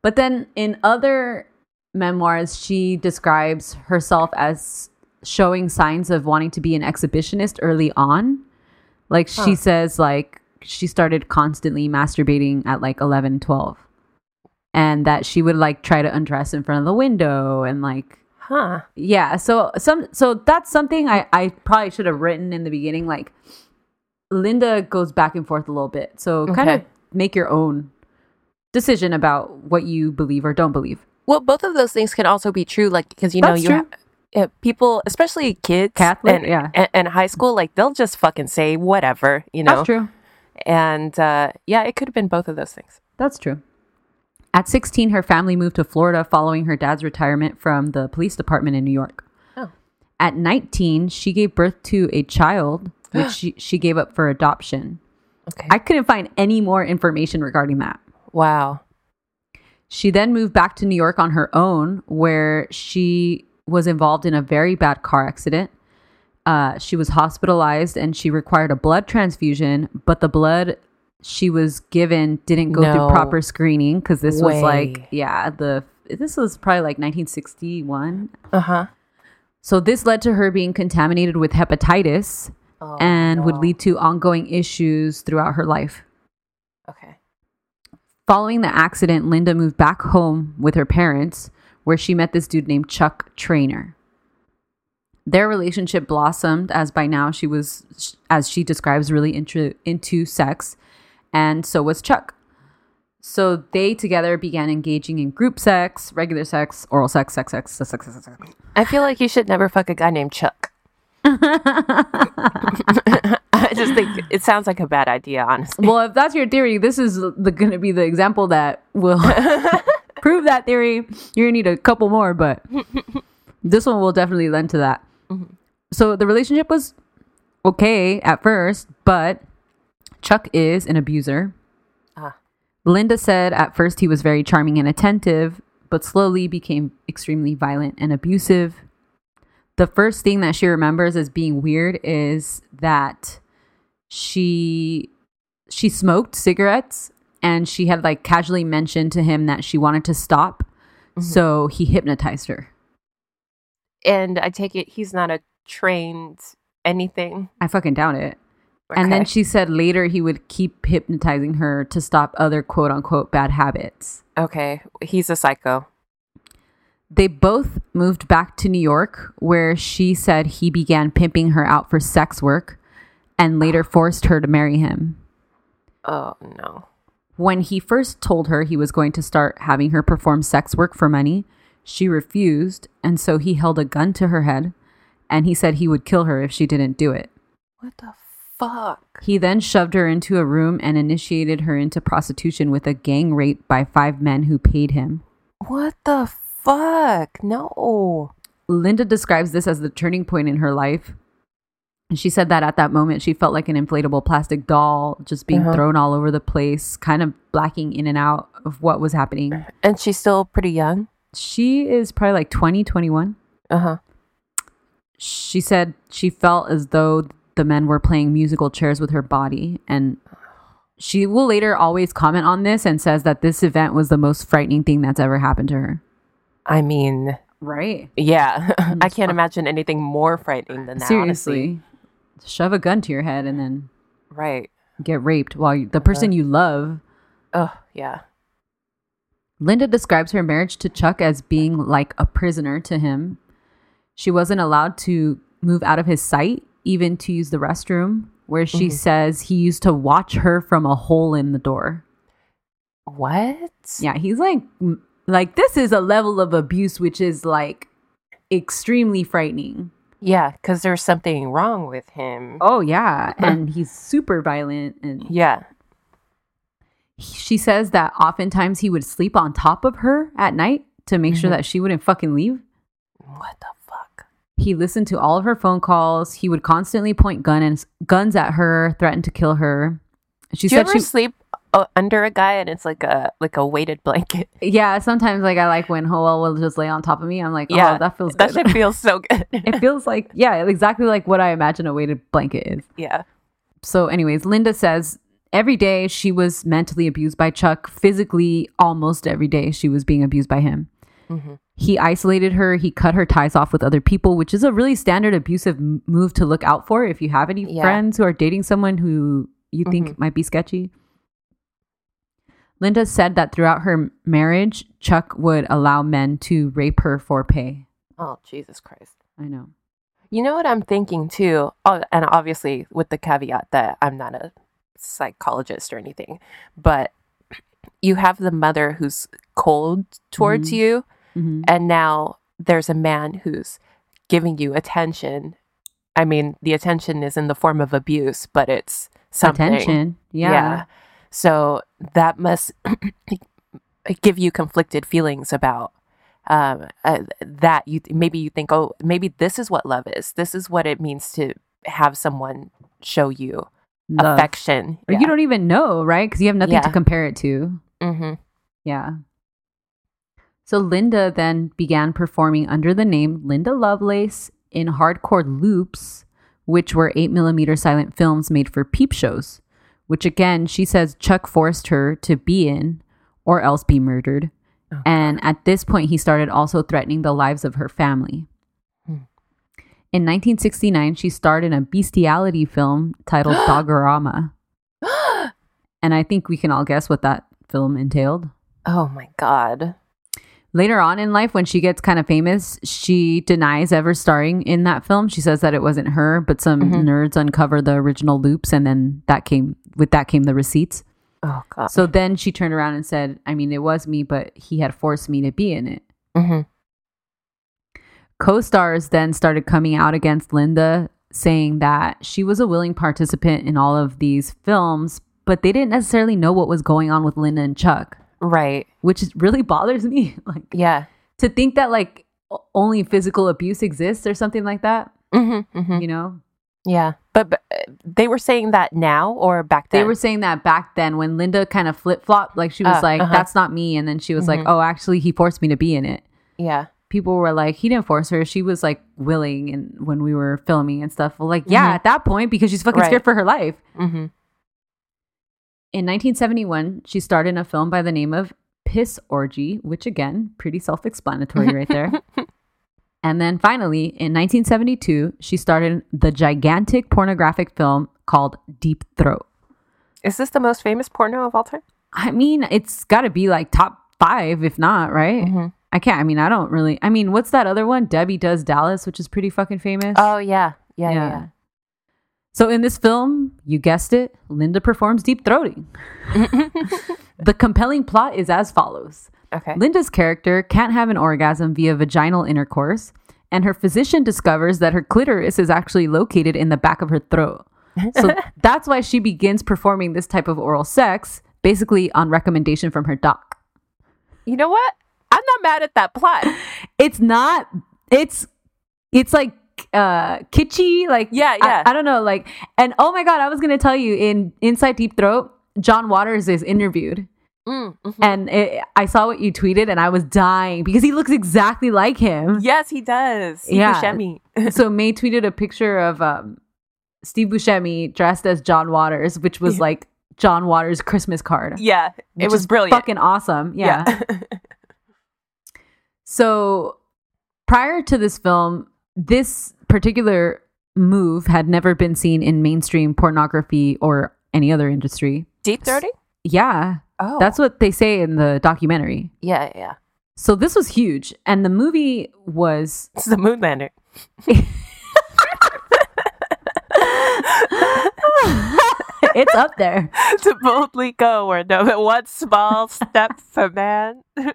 [SPEAKER 3] But then in other memoirs, she describes herself as showing signs of wanting to be an exhibitionist early on. Like she says, like she started constantly masturbating at like 11, 12. And that she would like try to undress in front of the window and like,
[SPEAKER 4] Huh.
[SPEAKER 3] yeah. So some, so that's something I, I probably should have written in the beginning. Like Linda goes back and forth a little bit. So kind of
[SPEAKER 4] Okay.
[SPEAKER 3] make your own decision about what you believe or don't believe.
[SPEAKER 4] Well, both of those things can also be true, like because you know
[SPEAKER 3] That's
[SPEAKER 4] you
[SPEAKER 3] true.
[SPEAKER 4] ha- yeah, people, especially kids,
[SPEAKER 3] Catholic,
[SPEAKER 4] and,
[SPEAKER 3] yeah.
[SPEAKER 4] and, and high school, like they'll just fucking say whatever, you know.
[SPEAKER 3] That's true.
[SPEAKER 4] And uh, yeah, it could have been both of those things.
[SPEAKER 3] That's true. At 16, her family moved to Florida following her dad's retirement from the police department in New York.
[SPEAKER 4] Oh.
[SPEAKER 3] At 19, she gave birth to a child, which she, she gave up for adoption.
[SPEAKER 4] Okay.
[SPEAKER 3] I couldn't find any more information regarding that.
[SPEAKER 4] wow.
[SPEAKER 3] She then moved back to New York on her own, where she was involved in a very bad car accident. Uh, she was hospitalized and she required a blood transfusion, but the blood she was given didn't go
[SPEAKER 4] No
[SPEAKER 3] through proper screening because this was
[SPEAKER 4] way.
[SPEAKER 3] like, yeah, the this was probably like 1961.
[SPEAKER 4] Uh
[SPEAKER 3] Uh-huh.
[SPEAKER 4] huh.
[SPEAKER 3] So this led to her being contaminated with hepatitis
[SPEAKER 4] Oh,
[SPEAKER 3] and would lead to ongoing issues throughout her life.
[SPEAKER 4] Okay.
[SPEAKER 3] Following the accident, Linda moved back home with her parents, where she met this dude named Chuck Trainer. Their relationship blossomed as by now she was, as she describes, really into, into sex, and so was Chuck. So they together began engaging in group sex, regular sex, oral sex, sex, sex, sex, sex, sex, sex.
[SPEAKER 4] I feel like you should never fuck a guy named Chuck. I just think it sounds like a bad idea, honestly.
[SPEAKER 3] Well, if that's your theory, this is the, gonna be the example that will prove that theory. You're gonna need a couple more, but this one will definitely lend to that. So the relationship was okay at first, but Chuck is an abuser.
[SPEAKER 4] Ah.
[SPEAKER 3] Linda said at first he was very charming and attentive, but slowly became extremely violent and abusive. The first thing that she remembers as being weird is that she she smoked cigarettes and she had like casually mentioned to him that she wanted to stop. So he hypnotized her.
[SPEAKER 4] And I take it he's not a trained anything.
[SPEAKER 3] I fucking doubt it. And then
[SPEAKER 4] Okay.
[SPEAKER 3] she said later he would keep hypnotizing her to stop other quote unquote bad habits.
[SPEAKER 4] okay, he's a psycho.
[SPEAKER 3] They both moved back to New York, where she said he began pimping her out for sex work and later forced her to marry him.
[SPEAKER 4] Oh no.
[SPEAKER 3] When he first told her he was going to start having her perform sex work for money, she refused, and so he held a gun to her head and he said he would kill her if she didn't do it.
[SPEAKER 4] What the fuck?
[SPEAKER 3] He then shoved her into a room and initiated her into prostitution with a gang rape by five men who paid him.
[SPEAKER 4] What the fuck? No.
[SPEAKER 3] Linda describes this as the turning point in her life. And she said that at that moment, she felt like an inflatable plastic doll just being thrown all over the place, kind of blacking in and out of what was happening.
[SPEAKER 4] And she's still pretty young.
[SPEAKER 3] She is probably like 20, 21.
[SPEAKER 4] Uh
[SPEAKER 3] Uh-huh.
[SPEAKER 4] huh.
[SPEAKER 3] She said she felt as though the men were playing musical chairs with her body. And she will later always comment on this and says that this event was the most frightening thing that's ever happened to her.
[SPEAKER 4] I mean,
[SPEAKER 3] Right.
[SPEAKER 4] yeah, I
[SPEAKER 3] it's
[SPEAKER 4] can't
[SPEAKER 3] fu-
[SPEAKER 4] imagine anything more frightening than that. honestly.
[SPEAKER 3] Seriously. Shove a gun to your head and then
[SPEAKER 4] Right.
[SPEAKER 3] get raped while you, the person you love
[SPEAKER 4] Oh, yeah.
[SPEAKER 3] Linda describes her marriage to Chuck as being like a prisoner to him. She wasn't allowed to move out of his sight, even to use the restroom, where she
[SPEAKER 4] Mm-hmm.
[SPEAKER 3] says he used to watch her from a hole in the door.
[SPEAKER 4] What?
[SPEAKER 3] Yeah, he's like, m- like this is a level of abuse which is like extremely frightening.
[SPEAKER 4] Yeah, because there's something wrong with him.
[SPEAKER 3] Oh yeah, and he's super violent and
[SPEAKER 4] Yeah.
[SPEAKER 3] she says that oftentimes he would sleep on top of her at night to make sure that she wouldn't fucking leave.
[SPEAKER 4] What the fuck?
[SPEAKER 3] He listened to all of her phone calls. He would constantly point gun and, guns at her, threaten to kill her. She
[SPEAKER 4] Do you
[SPEAKER 3] said
[SPEAKER 4] ever
[SPEAKER 3] she,
[SPEAKER 4] sleep uh, under a guy and it's like a like a weighted blanket?
[SPEAKER 3] yeah, sometimes like I like when Howell will just lay on top of me. I'm like, yeah, oh, that feels
[SPEAKER 4] that
[SPEAKER 3] good.
[SPEAKER 4] shit feels so good.
[SPEAKER 3] it feels like, yeah, exactly like what I imagine a weighted blanket is.
[SPEAKER 4] yeah.
[SPEAKER 3] So, anyways, Linda says every day she was mentally abused by Chuck, physically, almost every day she was being abused by him.
[SPEAKER 4] Mm-hmm.
[SPEAKER 3] He isolated her. He cut her ties off with other people, which is a really standard abusive m- move to look out for if you have any
[SPEAKER 4] Yeah. Mm-hmm.
[SPEAKER 3] friends who are dating someone who you think might be sketchy. Linda said that throughout her m- marriage, Chuck would allow men to rape her for pay.
[SPEAKER 4] Oh, Jesus Christ.
[SPEAKER 3] I know.
[SPEAKER 4] You know what I'm thinking too? Oh, and obviously, with the caveat that I'm not a psychologist or anything, but you have the mother who's cold towards you,
[SPEAKER 3] Mhm.
[SPEAKER 4] and now there's a man who's giving you attention. I mean, the attention is in the form of abuse, but it's something.
[SPEAKER 3] Attention. Yeah.
[SPEAKER 4] So that must give you conflicted feelings about um, uh, that. You maybe you think, oh, maybe this is what love is. This is what it means to have someone show you
[SPEAKER 3] Love.
[SPEAKER 4] affection.
[SPEAKER 3] Or you don't even know, right? Because you have nothing to
[SPEAKER 4] Yeah.
[SPEAKER 3] compare it to.
[SPEAKER 4] hmm
[SPEAKER 3] Yeah. So Linda then began performing under the name Linda Lovelace in hardcore loops, which were 8mm silent films made for peep shows, which again, she says Chuck forced her to be in or else be murdered. And at this point, he started also threatening the lives of her family. In 1969, she starred in a bestiality film titled Dogorama. and I think we can all guess what that film entailed.
[SPEAKER 4] Oh my god.
[SPEAKER 3] Later on in life, when she gets kind of famous, she denies ever starring in that film. She says that it wasn't her, but some nerds uncover the original loops, and then that came with that came the receipts.
[SPEAKER 4] Oh god.
[SPEAKER 3] So then she turned around and said, "I mean, it was me, but he had forced me to be in it."
[SPEAKER 4] hmm
[SPEAKER 3] Co-stars then started coming out against Linda, saying that she was a willing participant in all of these films, but they didn't necessarily know what was going on with Linda and Chuck,
[SPEAKER 4] Right.
[SPEAKER 3] which is- really bothers me. like,
[SPEAKER 4] Yeah.
[SPEAKER 3] to think that like o- only physical abuse exists or something like that,
[SPEAKER 4] hmm hmm
[SPEAKER 3] you know?
[SPEAKER 4] Yeah. But, but uh, they were saying that now or back then.
[SPEAKER 3] They were saying that back then when Linda kind of flip flopped, like she was
[SPEAKER 4] Uh,
[SPEAKER 3] like,
[SPEAKER 4] uh-huh. Mm-hmm.
[SPEAKER 3] that's not me. And then she was like, oh, actually, he forced me to be in it.
[SPEAKER 4] Yeah.
[SPEAKER 3] People were like, he didn't force her. She was like willing. And when we were filming and stuff, well, like, yeah, at that point, because she's fucking
[SPEAKER 4] Mm-hmm. Right.
[SPEAKER 3] scared for her life.
[SPEAKER 4] hmm
[SPEAKER 3] In 1971, she starred in a film by the name of Piss Orgy, which again, pretty self explanatory right there. and then finally, in 1972, she starred in the gigantic pornographic film called Deep Throat.
[SPEAKER 4] Is this the most famous porno of all time?
[SPEAKER 3] I mean, it's got to be like top five, if not, right? I can't, I mean, I don't really, I mean, what's that other one? Debbie Does Dallas, which is pretty fucking famous.
[SPEAKER 4] Oh yeah. Yeah. Yeah. yeah.
[SPEAKER 3] So in this film, you guessed it, Linda performs deep throating. the compelling plot is as follows.
[SPEAKER 4] Okay.
[SPEAKER 3] Linda's character can't have an orgasm via vaginal intercourse, and her physician discovers that her clitoris is actually located in the back of her throat. So that's why she begins performing this type of oral sex, basically on recommendation from her doc.
[SPEAKER 4] You know what? I'm not mad at that plot.
[SPEAKER 3] It's not it's it's like uh kitschy like
[SPEAKER 4] Yeah,
[SPEAKER 3] I-
[SPEAKER 4] yeah.
[SPEAKER 3] I, don't know like and oh my god i was gonna tell you in inside deep throat john waters is interviewed
[SPEAKER 4] Mm, mhm.
[SPEAKER 3] and it, i saw what you tweeted and i was dying because he looks exactly like him
[SPEAKER 4] Yes, he does. Steve
[SPEAKER 3] Yeah.
[SPEAKER 4] Buscemi.
[SPEAKER 3] so May tweeted a picture of um, Steve Buscemi dressed as John Waters, which was like John Waters' Christmas card.
[SPEAKER 4] Yeah,
[SPEAKER 3] which
[SPEAKER 4] it was
[SPEAKER 3] is
[SPEAKER 4] brilliant.
[SPEAKER 3] Fucking awesome. Yeah. so prior to this film, this particular move had never been seen in mainstream pornography or any other industry.
[SPEAKER 4] Deep throating?
[SPEAKER 3] Yeah.
[SPEAKER 4] Oh,
[SPEAKER 3] That's what they say in the documentary.
[SPEAKER 4] yeah, yeah.
[SPEAKER 3] So this was huge. And the movie was
[SPEAKER 4] This is a moonlander.
[SPEAKER 3] it's up there.
[SPEAKER 4] to boldly go where no but one small step for man, one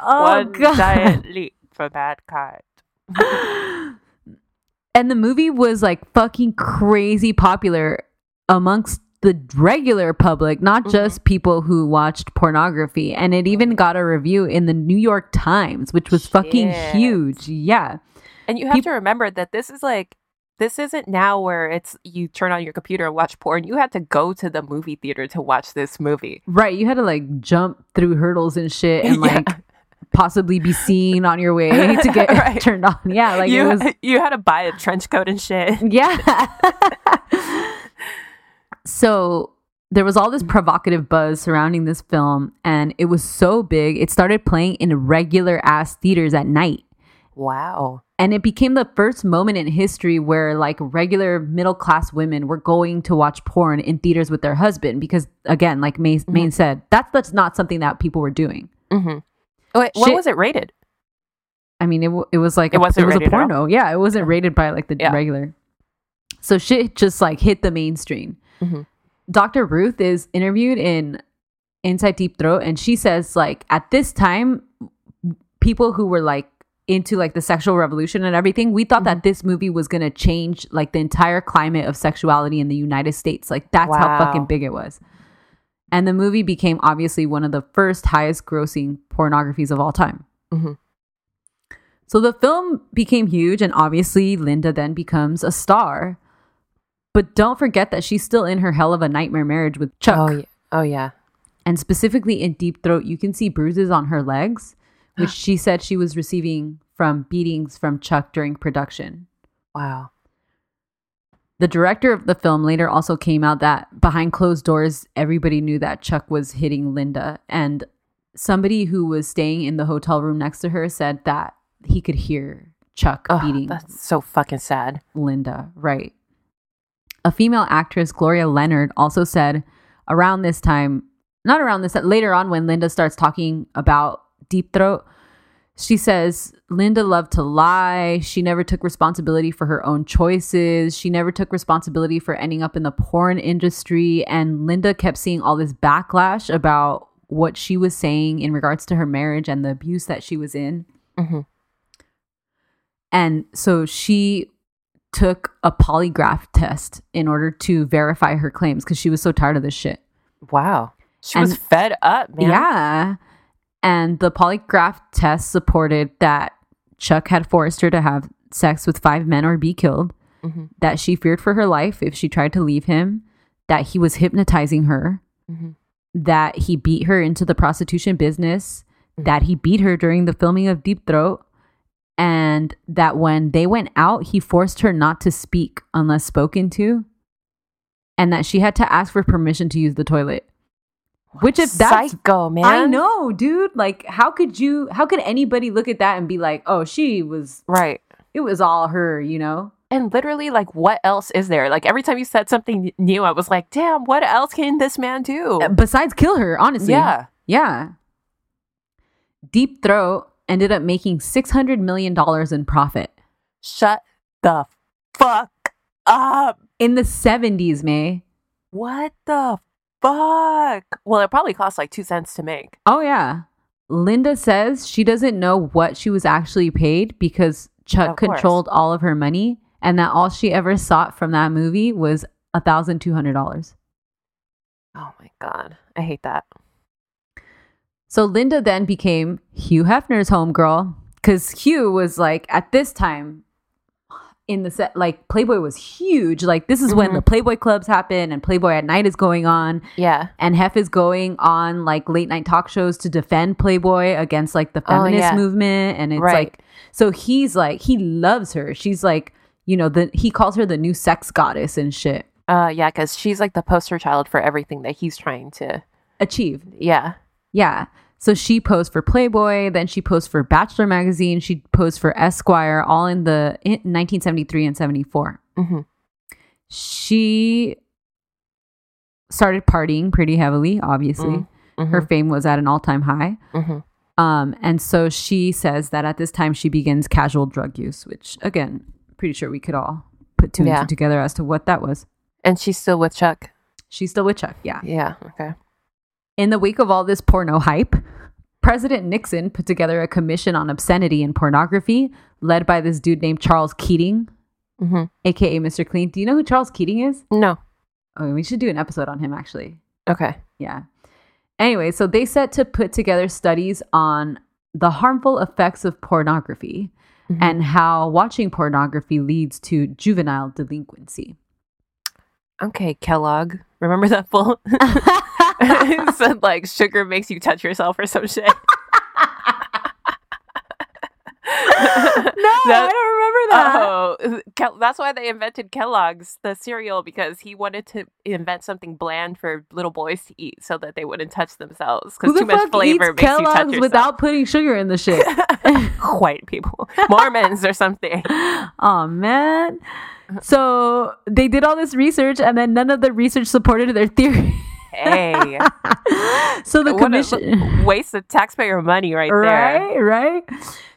[SPEAKER 3] Oh God.
[SPEAKER 4] giant leap for mankind.
[SPEAKER 3] and the movie was like fucking crazy popular amongst the regular public,
[SPEAKER 4] Mm-hmm.
[SPEAKER 3] not just people who watched pornography. And it even got a review in the New York Times, which was fucking
[SPEAKER 4] Shit.
[SPEAKER 3] huge. Yeah.
[SPEAKER 4] And you have
[SPEAKER 3] Peop-
[SPEAKER 4] to remember that this is like this isn't now where it's you turn on your computer and watch porn. You had to go to the movie theater to watch this movie.
[SPEAKER 3] Right. You had to like jump through hurdles and shit and
[SPEAKER 4] Yeah.
[SPEAKER 3] like possibly be seen on your way to get
[SPEAKER 4] Right.
[SPEAKER 3] turned on. Yeah. Like
[SPEAKER 4] you
[SPEAKER 3] it was
[SPEAKER 4] you had to buy a trench coat and shit.
[SPEAKER 3] Yeah. so there was all this provocative buzz surrounding this film, and it was so big, it started playing in regular ass theaters at night.
[SPEAKER 4] Wow.
[SPEAKER 3] And it became the first moment in history where, like, regular middle class women were going to watch porn in theaters with their husband because, again, like May, Maine said, that's, that's not something that people were doing.
[SPEAKER 4] Mm-hmm. Wait, what
[SPEAKER 3] Shit.
[SPEAKER 4] was it rated?
[SPEAKER 3] I mean, it, w- it was like
[SPEAKER 4] It
[SPEAKER 3] a,
[SPEAKER 4] wasn't
[SPEAKER 3] it was a
[SPEAKER 4] rated at all?
[SPEAKER 3] porno. Yeah, it wasn't rated by like the
[SPEAKER 4] Yeah.
[SPEAKER 3] regular. So shit just like hit the mainstream.
[SPEAKER 4] Mhm.
[SPEAKER 3] Dr. Ruth is interviewed in Inside Deep Throat, and she says like at this time, people who were like into like the sexual revolution and everything, we thought
[SPEAKER 4] Mm-hmm.
[SPEAKER 3] that this movie was gonna change like the entire climate of sexuality in the United States. Like that's how
[SPEAKER 4] Wow.
[SPEAKER 3] fucking big it was. And the movie became obviously one of the first highest grossing pornographies of all time.
[SPEAKER 4] Mm-hmm.
[SPEAKER 3] So the film became huge, and obviously Linda then becomes a star. But don't forget that she's still in her hell of a nightmare marriage with Chuck.
[SPEAKER 4] Oh yeah. Oh yeah.
[SPEAKER 3] And specifically in Deep Throat, you can see bruises on her legs, which she said she was receiving from beatings from Chuck during production.
[SPEAKER 4] Wow.
[SPEAKER 3] The director of the film later also came out that behind closed doors, everybody knew that Chuck was hitting Linda. And somebody who was staying in the hotel room next to her said that he could hear Chuck
[SPEAKER 4] Oh,
[SPEAKER 3] beating
[SPEAKER 4] that's so fucking sad.
[SPEAKER 3] Linda, right. A female actress, Gloria Leonard, also said around this time, not around this, later on when Linda starts talking about Deep Throat, she says, Linda loved to lie. She never took responsibility for her own choices. She never took responsibility for ending up in the porn industry. And Linda kept seeing all this backlash about what she was saying in regards to her marriage and the abuse that she was in.
[SPEAKER 4] Mhm.
[SPEAKER 3] And so she took a polygraph test in order to verify her claims because she was so tired of this shit.
[SPEAKER 4] Wow. She was
[SPEAKER 3] And-
[SPEAKER 4] fed up, man.
[SPEAKER 3] Yeah. And the polygraph test supported that Chuck had forced her to have sex with five men or be killed,
[SPEAKER 4] Mhm.
[SPEAKER 3] that she feared for her life if she tried to leave him, that he was hypnotizing her,
[SPEAKER 4] Mhm.
[SPEAKER 3] that he beat her into the prostitution business, that he beat her during the filming of Deep Throat, and that when they went out, he forced her not to speak unless spoken to, and that she had to ask for permission to use the toilet. Which, if that's
[SPEAKER 4] psycho, man.
[SPEAKER 3] I know, dude. Like, how could you? How could anybody look at that and be like, "Oh, she was.
[SPEAKER 4] Right.
[SPEAKER 3] It was all her," you know?
[SPEAKER 4] And literally, like, what else is there? Like, every time you said something new, I was like, damn, what else can this man do?
[SPEAKER 3] Besides, kill her. Honestly,
[SPEAKER 4] Oh. Yeah.
[SPEAKER 3] yeah. Deep Throat ended up making six hundred million dollars in profit
[SPEAKER 4] Shut the fuck up.
[SPEAKER 3] in the seventies. May
[SPEAKER 4] What the fuck? Well, it probably cost like two cents to make.
[SPEAKER 3] oh yeah. Linda says she doesn't know what she was actually paid because Chuck
[SPEAKER 4] Of course.
[SPEAKER 3] controlled all of her money, and that all she ever sought from that movie was thousand two hundred dollars.
[SPEAKER 4] Oh my God. I hate that.
[SPEAKER 3] So Linda then became Hugh Hefner's homegirl because Hugh was like, at this time, in the set like Playboy was huge. Like this is
[SPEAKER 4] Mm-hmm.
[SPEAKER 3] when the Playboy clubs happen and Playboy at night is going on
[SPEAKER 4] Yeah.
[SPEAKER 3] and Hef is going on like late night talk shows to defend Playboy against like the
[SPEAKER 4] Oh,
[SPEAKER 3] feminist
[SPEAKER 4] yeah.
[SPEAKER 3] movement and it's
[SPEAKER 4] Right.
[SPEAKER 3] like so he's like he loves her. She's like, you know, the he calls her the new sex goddess and shit.
[SPEAKER 4] Uh, yeah, because she's like the poster child for everything that he's trying to.
[SPEAKER 3] Achieve.
[SPEAKER 4] Yeah.
[SPEAKER 3] Yeah. So she posed for Playboy, then she posed for Bachelor magazine, she posed for Esquire, all in the in 1973 and 74.
[SPEAKER 4] Mhm.
[SPEAKER 3] She started partying pretty heavily, obviously. Her fame was at an all time high.
[SPEAKER 4] Mhm.
[SPEAKER 3] Um, and so she says that at this time she begins casual drug use, which again, pretty sure we could all put two
[SPEAKER 4] Yeah.
[SPEAKER 3] and two together as to what that was.
[SPEAKER 4] And she's still with Chuck.
[SPEAKER 3] She's still with Chuck, yeah.
[SPEAKER 4] Yeah. Okay.
[SPEAKER 3] In the wake of all this porno hype, President Nixon put together a commission on obscenity and pornography led by this dude named Charles Keating,
[SPEAKER 4] Mhm.
[SPEAKER 3] aka Mr. Clean. Do you know who Charles Keating is?
[SPEAKER 4] No.
[SPEAKER 3] Oh, we should do an episode on him actually.
[SPEAKER 4] Okay.
[SPEAKER 3] Yeah. Anyway, so they set to put together studies on the harmful effects of pornography and how watching pornography leads to juvenile delinquency.
[SPEAKER 4] Okay, Kellogg. Remember that full? it said like sugar makes you touch yourself or some shit.
[SPEAKER 3] No, I
[SPEAKER 4] That-
[SPEAKER 3] don't remember that.
[SPEAKER 4] Oh, Kel- that's why they invented Kellogg's the cereal because he wanted to invent something bland for little boys to eat so that they wouldn't touch themselves
[SPEAKER 3] Who
[SPEAKER 4] because
[SPEAKER 3] the
[SPEAKER 4] too much
[SPEAKER 3] fuck
[SPEAKER 4] flavor
[SPEAKER 3] eats
[SPEAKER 4] makes you touch
[SPEAKER 3] Kellogg's
[SPEAKER 4] yourself.
[SPEAKER 3] without putting sugar in the shit?
[SPEAKER 4] white people, Mormons or something.
[SPEAKER 3] oh man. So they did all this research, and then none of the research supported their theory.
[SPEAKER 4] Hey,
[SPEAKER 3] so the
[SPEAKER 4] what
[SPEAKER 3] commission.
[SPEAKER 4] a waste of taxpayer money right, there.
[SPEAKER 3] Right, right.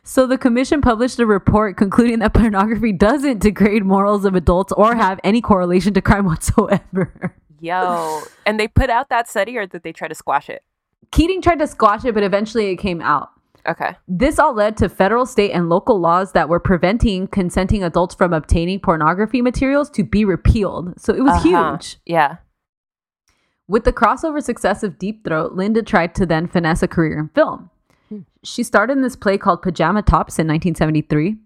[SPEAKER 3] So the commission published a report concluding that pornography doesn't degrade morals of adults or have any correlation to crime whatsoever.
[SPEAKER 4] Yo, and they put out that study or did they try to squash it?
[SPEAKER 3] Keating tried to squash it, but eventually it came out.
[SPEAKER 4] Okay.
[SPEAKER 3] This all led to federal, state, and local laws that were preventing consenting adults from obtaining pornography materials to be repealed. So it was
[SPEAKER 4] Uh-huh.
[SPEAKER 3] huge.
[SPEAKER 4] Yeah.
[SPEAKER 3] With the crossover success of Deep Throat, Linda tried to then finesse a career in film. She starred in this play called Pajama Tops in 1973,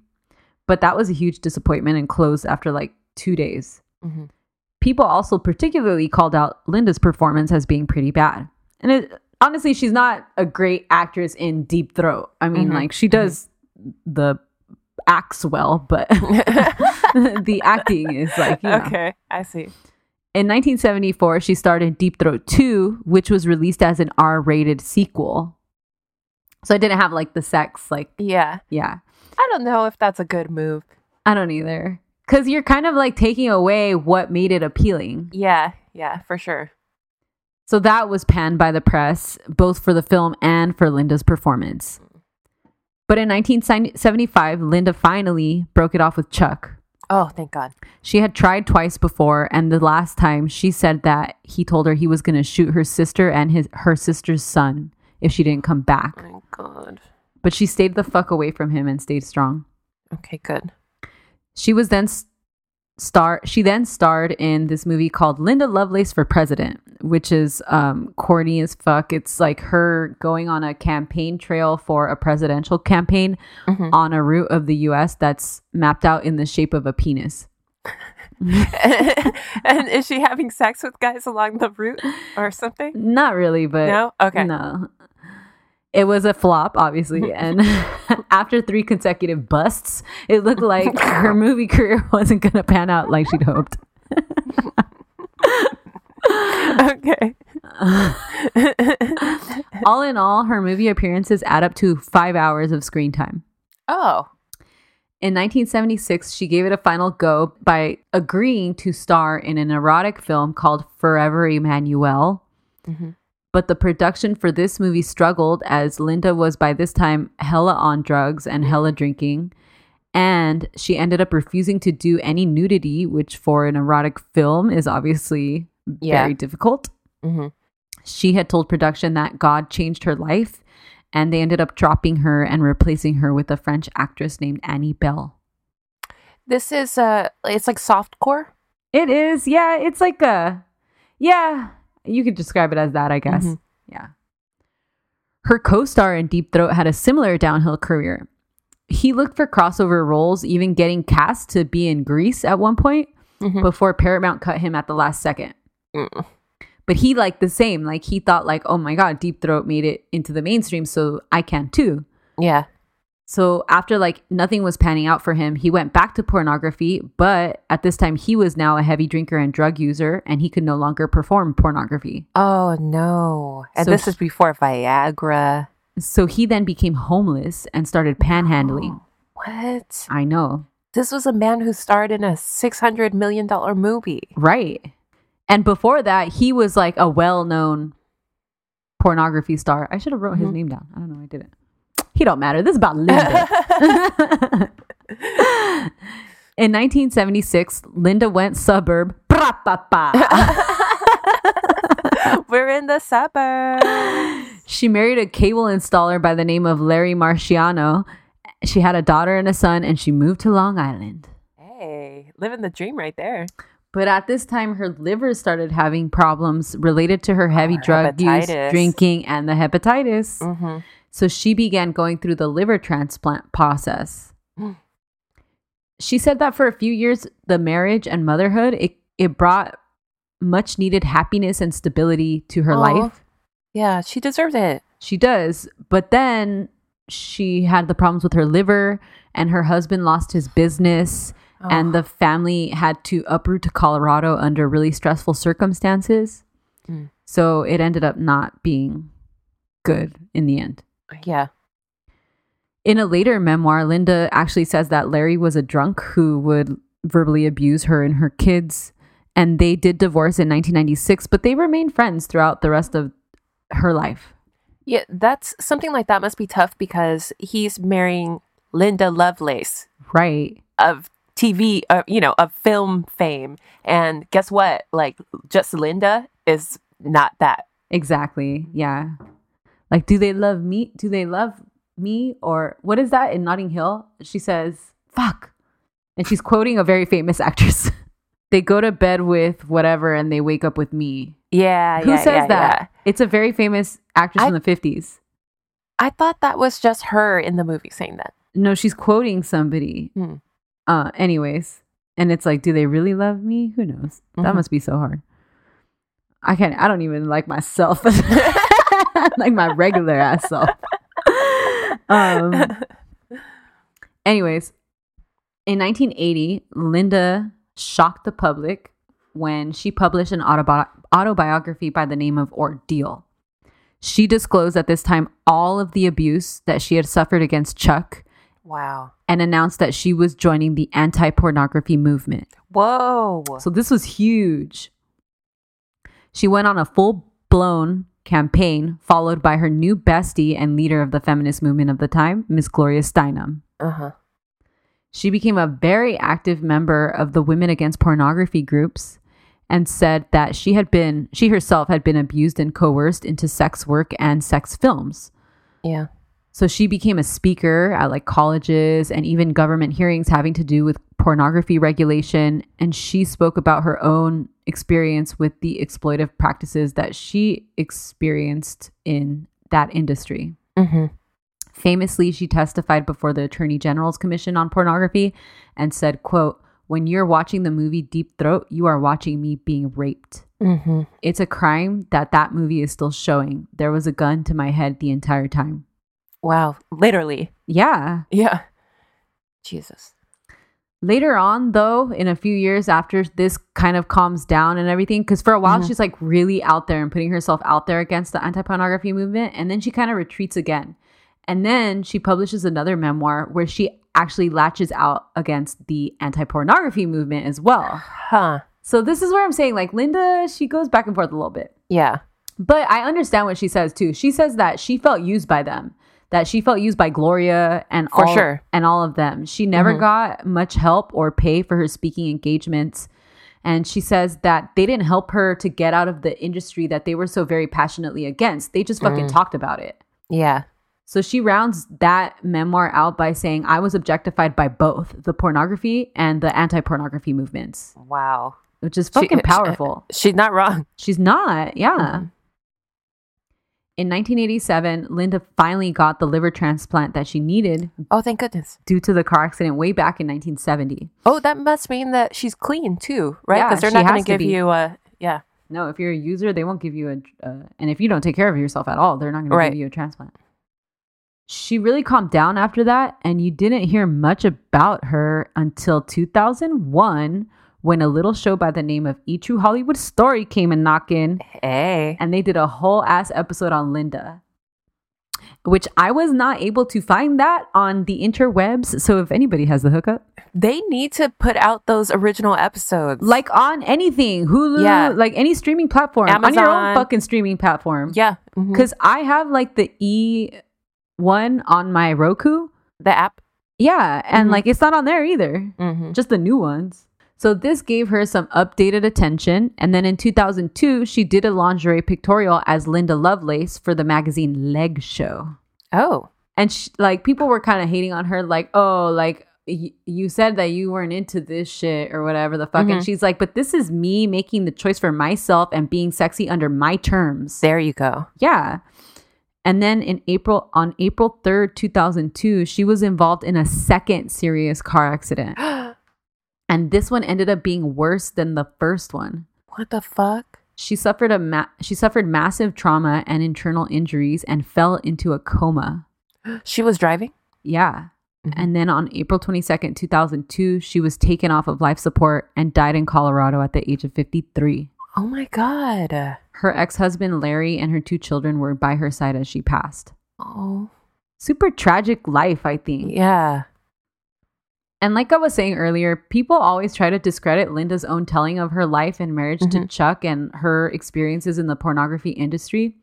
[SPEAKER 3] but that was a huge disappointment and closed after like two days.
[SPEAKER 4] Mhm.
[SPEAKER 3] People also particularly called out Linda's performance as being pretty bad. And it, honestly, she's not a great actress in Deep Throat. I mean, like, she does the acts well, but the acting is like, you know.
[SPEAKER 4] Okay. I see.
[SPEAKER 3] In 1974, she starred in Deep Throat 2, which was released as an R rated sequel. So I didn't have like the sex, like,
[SPEAKER 4] Yeah.
[SPEAKER 3] yeah,
[SPEAKER 4] I don't know if that's a good move.
[SPEAKER 3] I don't either. Cause you're kind of like taking away what made it appealing.
[SPEAKER 4] Yeah. Yeah, for sure.
[SPEAKER 3] So that was panned by the press, both for the film and for Linda's performance. But in 1975, Linda finally broke it off with Chuck.
[SPEAKER 4] Oh, thank God.
[SPEAKER 3] She had tried twice before, and the last time she said that he told her he was going to shoot her sister and his her sister's son if she didn't come back.
[SPEAKER 4] Thank God.
[SPEAKER 3] But she stayed the fuck away from him and stayed strong.
[SPEAKER 4] Okay, good.
[SPEAKER 3] She was then s- star she then starred in this movie called Linda Lovelace for President, which is um corny as fuck. It's like her going on a campaign trail for a presidential campaign on a route of the US that's mapped out in the shape of a penis.
[SPEAKER 4] and is she having sex with guys along the route or something?
[SPEAKER 3] Not really, but
[SPEAKER 4] No? Okay.
[SPEAKER 3] No. It was a flop, obviously. and after three consecutive busts, it looked like her movie career wasn't going to pan out like she'd hoped.
[SPEAKER 4] Okay.
[SPEAKER 3] All in all, her movie appearances add up to five hours of screen time.
[SPEAKER 4] Oh.
[SPEAKER 3] In 1976, she gave it a final go by agreeing to star in an erotic film called Forever Emmanuel. But the production for this movie struggled as Linda was by this time hella on drugs and hella drinking. And she ended up refusing to do any nudity, which for an erotic film is obviously
[SPEAKER 4] Yeah.
[SPEAKER 3] very difficult.
[SPEAKER 4] Mhm.
[SPEAKER 3] She had told production that God changed her life, and they ended up dropping her and replacing her with a French actress named Annie Bell.
[SPEAKER 4] This is uh it's like softcore.
[SPEAKER 3] It is, yeah, it's like a, yeah, you could describe it as that, I guess.
[SPEAKER 4] Mhm.
[SPEAKER 3] Yeah. Her co star in Deep Throat had a similar downhill career. he looked for crossover roles, even getting cast to be in Greece at one point
[SPEAKER 4] Mhm.
[SPEAKER 3] before Paramount cut him at the last second.
[SPEAKER 4] Mm.
[SPEAKER 3] But he liked the same. Like he thought like, "Oh my god, Deep Throat made it into the mainstream, so I can too."
[SPEAKER 4] Yeah.
[SPEAKER 3] So after like nothing was panning out for him, he went back to pornography, but at this time he was now a heavy drinker and drug user and he could no longer perform pornography.
[SPEAKER 4] Oh no. And
[SPEAKER 3] So
[SPEAKER 4] this
[SPEAKER 3] he-
[SPEAKER 4] is before Viagra.
[SPEAKER 3] So he then became homeless and started panhandling.
[SPEAKER 4] What?
[SPEAKER 3] I know.
[SPEAKER 4] This was a man who starred in a six hundred million dollar movie.
[SPEAKER 3] Right. And before that, he was like a well-known pornography star. I should have wrote his
[SPEAKER 4] Mhm.
[SPEAKER 3] name down. I don't know, I didn't. He don't matter. This is about Linda. In 1976, Linda went suburb. Pra-pa-pa.
[SPEAKER 4] We're in the suburbs.
[SPEAKER 3] She married a cable installer by the name of Larry Marciano. She had a daughter and a son, and she moved to Long Island.
[SPEAKER 4] hey, living the dream right there.
[SPEAKER 3] But at this time, her liver started having problems related to her heavy
[SPEAKER 4] Oh, Her
[SPEAKER 3] drug
[SPEAKER 4] hepatitis.
[SPEAKER 3] use, drinking, and the hepatitis.
[SPEAKER 4] Mm-hmm.
[SPEAKER 3] So she began going through the liver transplant process.
[SPEAKER 4] Mm.
[SPEAKER 3] she said that for a few years, the marriage and motherhood, it, it brought much needed happiness and stability to her
[SPEAKER 4] Aw.
[SPEAKER 3] life.
[SPEAKER 4] Yeah, she deserved it.
[SPEAKER 3] She does. But then she had the problems with her liver, and her husband lost his business, and the family had to uproot to Colorado under really stressful circumstances.
[SPEAKER 4] Mm.
[SPEAKER 3] So it ended up not being good in the end.
[SPEAKER 4] Yeah.
[SPEAKER 3] In a later memoir, Linda actually says that Larry was a drunk who would verbally abuse her and her kids. And they did divorce in 1996, but they remained friends throughout the rest of her life.
[SPEAKER 4] Yeah, that's something like that must be tough because he's marrying Linda Lovelace
[SPEAKER 3] Right.
[SPEAKER 4] of TV, uh, you know, of film fame. And guess what? Like, just Linda is not that.
[SPEAKER 3] Exactly. Yeah. Like, do they love me? Do they love me? Or what is that in Notting Hill? She says, fuck. And she's quoting a very famous actress. they go to bed with whatever and they wake up with me.
[SPEAKER 4] Yeah.
[SPEAKER 3] Who
[SPEAKER 4] yeah,
[SPEAKER 3] says
[SPEAKER 4] yeah,
[SPEAKER 3] that?
[SPEAKER 4] yeah.
[SPEAKER 3] It's a very famous actress
[SPEAKER 4] I-
[SPEAKER 3] from the 50s.
[SPEAKER 4] I thought that was just her in the movie saying that.
[SPEAKER 3] No, she's quoting somebody.
[SPEAKER 4] Hmm.
[SPEAKER 3] Uh, anyways, and it's like, do they really love me? Who knows? That
[SPEAKER 4] Mhm.
[SPEAKER 3] must be so hard. I can't. I don't even like myself, like my regular ass self. Um. Anyways, in 1980, Linda shocked the public when she published an autobi- autobiography by the name of Ordeal. She disclosed at this time all of the abuse that she had suffered against Chuck
[SPEAKER 4] Wow.
[SPEAKER 3] and announced that she was joining the anti pornography movement.
[SPEAKER 4] Whoa.
[SPEAKER 3] So this was huge. She went on a full blown campaign, followed by her new bestie and leader of the feminist movement of the time, Miss Gloria Steinem.
[SPEAKER 4] Uh huh.
[SPEAKER 3] She became a very active member of the Women Against Pornography groups and said that she had been, she herself had been abused and coerced into sex work and sex films.
[SPEAKER 4] Yeah.
[SPEAKER 3] So she became a speaker at like colleges and even government hearings having to do with pornography regulation. And she spoke about her own experience with the exploitive practices that she experienced in that industry.
[SPEAKER 4] Mm-hmm.
[SPEAKER 3] Famously, she testified before the Attorney General's Commission on Pornography and said, quote, when you're watching the movie Deep Throat, you are watching me being raped.
[SPEAKER 4] Mm-hmm.
[SPEAKER 3] It's a crime that that movie is still showing. There was a gun to my head the entire time.
[SPEAKER 4] Wow. Literally.
[SPEAKER 3] Yeah.
[SPEAKER 4] Yeah. Jesus.
[SPEAKER 3] Later on, though, in a few years after this kind of calms down and everything, because for a while she's like really out there and putting herself out there against the anti pornography movement, and then she kind of retreats again. And then she publishes another memoir where she actually latches out against the anti pornography movement as well.
[SPEAKER 4] Huh.
[SPEAKER 3] So, this is where I'm saying like Linda, she goes back and forth a little bit.
[SPEAKER 4] Yeah.
[SPEAKER 3] But I understand what she says too. She says that she felt used by them, that she felt used by Gloria and
[SPEAKER 4] For
[SPEAKER 3] all,
[SPEAKER 4] sure. Mm-hmm.
[SPEAKER 3] and all of them. She never got much help or pay for her speaking engagements. And she says that they didn't help her to get out of the industry that they were so very passionately against. They just
[SPEAKER 4] Mm.
[SPEAKER 3] fucking talked about it.
[SPEAKER 4] Yeah.
[SPEAKER 3] So she rounds that memoir out by saying, I was objectified by both the pornography and the anti pornography movements,
[SPEAKER 4] Wow.
[SPEAKER 3] which is
[SPEAKER 4] She- uh,
[SPEAKER 3] fucking powerful.
[SPEAKER 4] She's not wrong.
[SPEAKER 3] She's not. Yeah. In 1987, Linda finally got the liver transplant that she needed
[SPEAKER 4] Oh, thank goodness.
[SPEAKER 3] due to the car accident way back in 1970.
[SPEAKER 4] Oh, that must mean that she's clean too, right?
[SPEAKER 3] Yeah,
[SPEAKER 4] Because they're
[SPEAKER 3] she
[SPEAKER 4] not going
[SPEAKER 3] has
[SPEAKER 4] to
[SPEAKER 3] to
[SPEAKER 4] give
[SPEAKER 3] be.
[SPEAKER 4] you a yeah.
[SPEAKER 3] No, if you're a user, they won't give you a. Uh, and if you don't take care of yourself at all, they're not going to
[SPEAKER 4] Right.
[SPEAKER 3] give you a transplant. She really calmed down after that, and you didn't hear much about her until 2001 when a little show by the name of E True Hollywood Story came and knocked in,
[SPEAKER 4] Hey,
[SPEAKER 3] and they did a whole ass episode on Linda, which I was not able to find that on the interwebs. So if anybody has the hookup,
[SPEAKER 4] they need to put out those original episodes.
[SPEAKER 3] like on anything, Hulu,
[SPEAKER 4] Yeah.
[SPEAKER 3] like any streaming platform, on your own
[SPEAKER 4] Amazon.
[SPEAKER 3] fucking streaming platform.
[SPEAKER 4] yeah, mhm.
[SPEAKER 3] because I have like the E one on my Roku.
[SPEAKER 4] the app.
[SPEAKER 3] Yeah, and
[SPEAKER 4] Mhm.
[SPEAKER 3] like it's not on there either.
[SPEAKER 4] Mm-hmm.
[SPEAKER 3] Just the new ones. So this gave her some updated attention, and then in 2002, she did a lingerie pictorial as Linda Lovelace for the magazine Leg Show.
[SPEAKER 4] Oh,
[SPEAKER 3] And sh like people were kind of hating on her, like, "Oh, like y- you said that you weren't into this shit or whatever the fuck." And she's like, "But this is me making the choice for myself and being sexy under my terms."
[SPEAKER 4] there you go.
[SPEAKER 3] Yeah. And then in April, on April 3rd, 2002, she was involved in a second serious car accident. and this one ended up being worse than the first one.
[SPEAKER 4] What the fuck?
[SPEAKER 3] She suffered a ma- she suffered massive trauma and internal injuries and fell into a coma.
[SPEAKER 4] She was driving.
[SPEAKER 3] Yeah.
[SPEAKER 4] Mhm.
[SPEAKER 3] And then on April 22nd, 2002, she was taken off of life support and died in Colorado at the age of 53.
[SPEAKER 4] Oh my god.
[SPEAKER 3] Her ex-husband Larry and her two children were by her side as she passed.
[SPEAKER 4] Oh
[SPEAKER 3] Super tragic life, I think.
[SPEAKER 4] yeah.
[SPEAKER 3] And like I was saying earlier, people always try to discredit Linda's own telling of her life and marriage to
[SPEAKER 4] Mhm.
[SPEAKER 3] Chuck and her experiences in the pornography industry.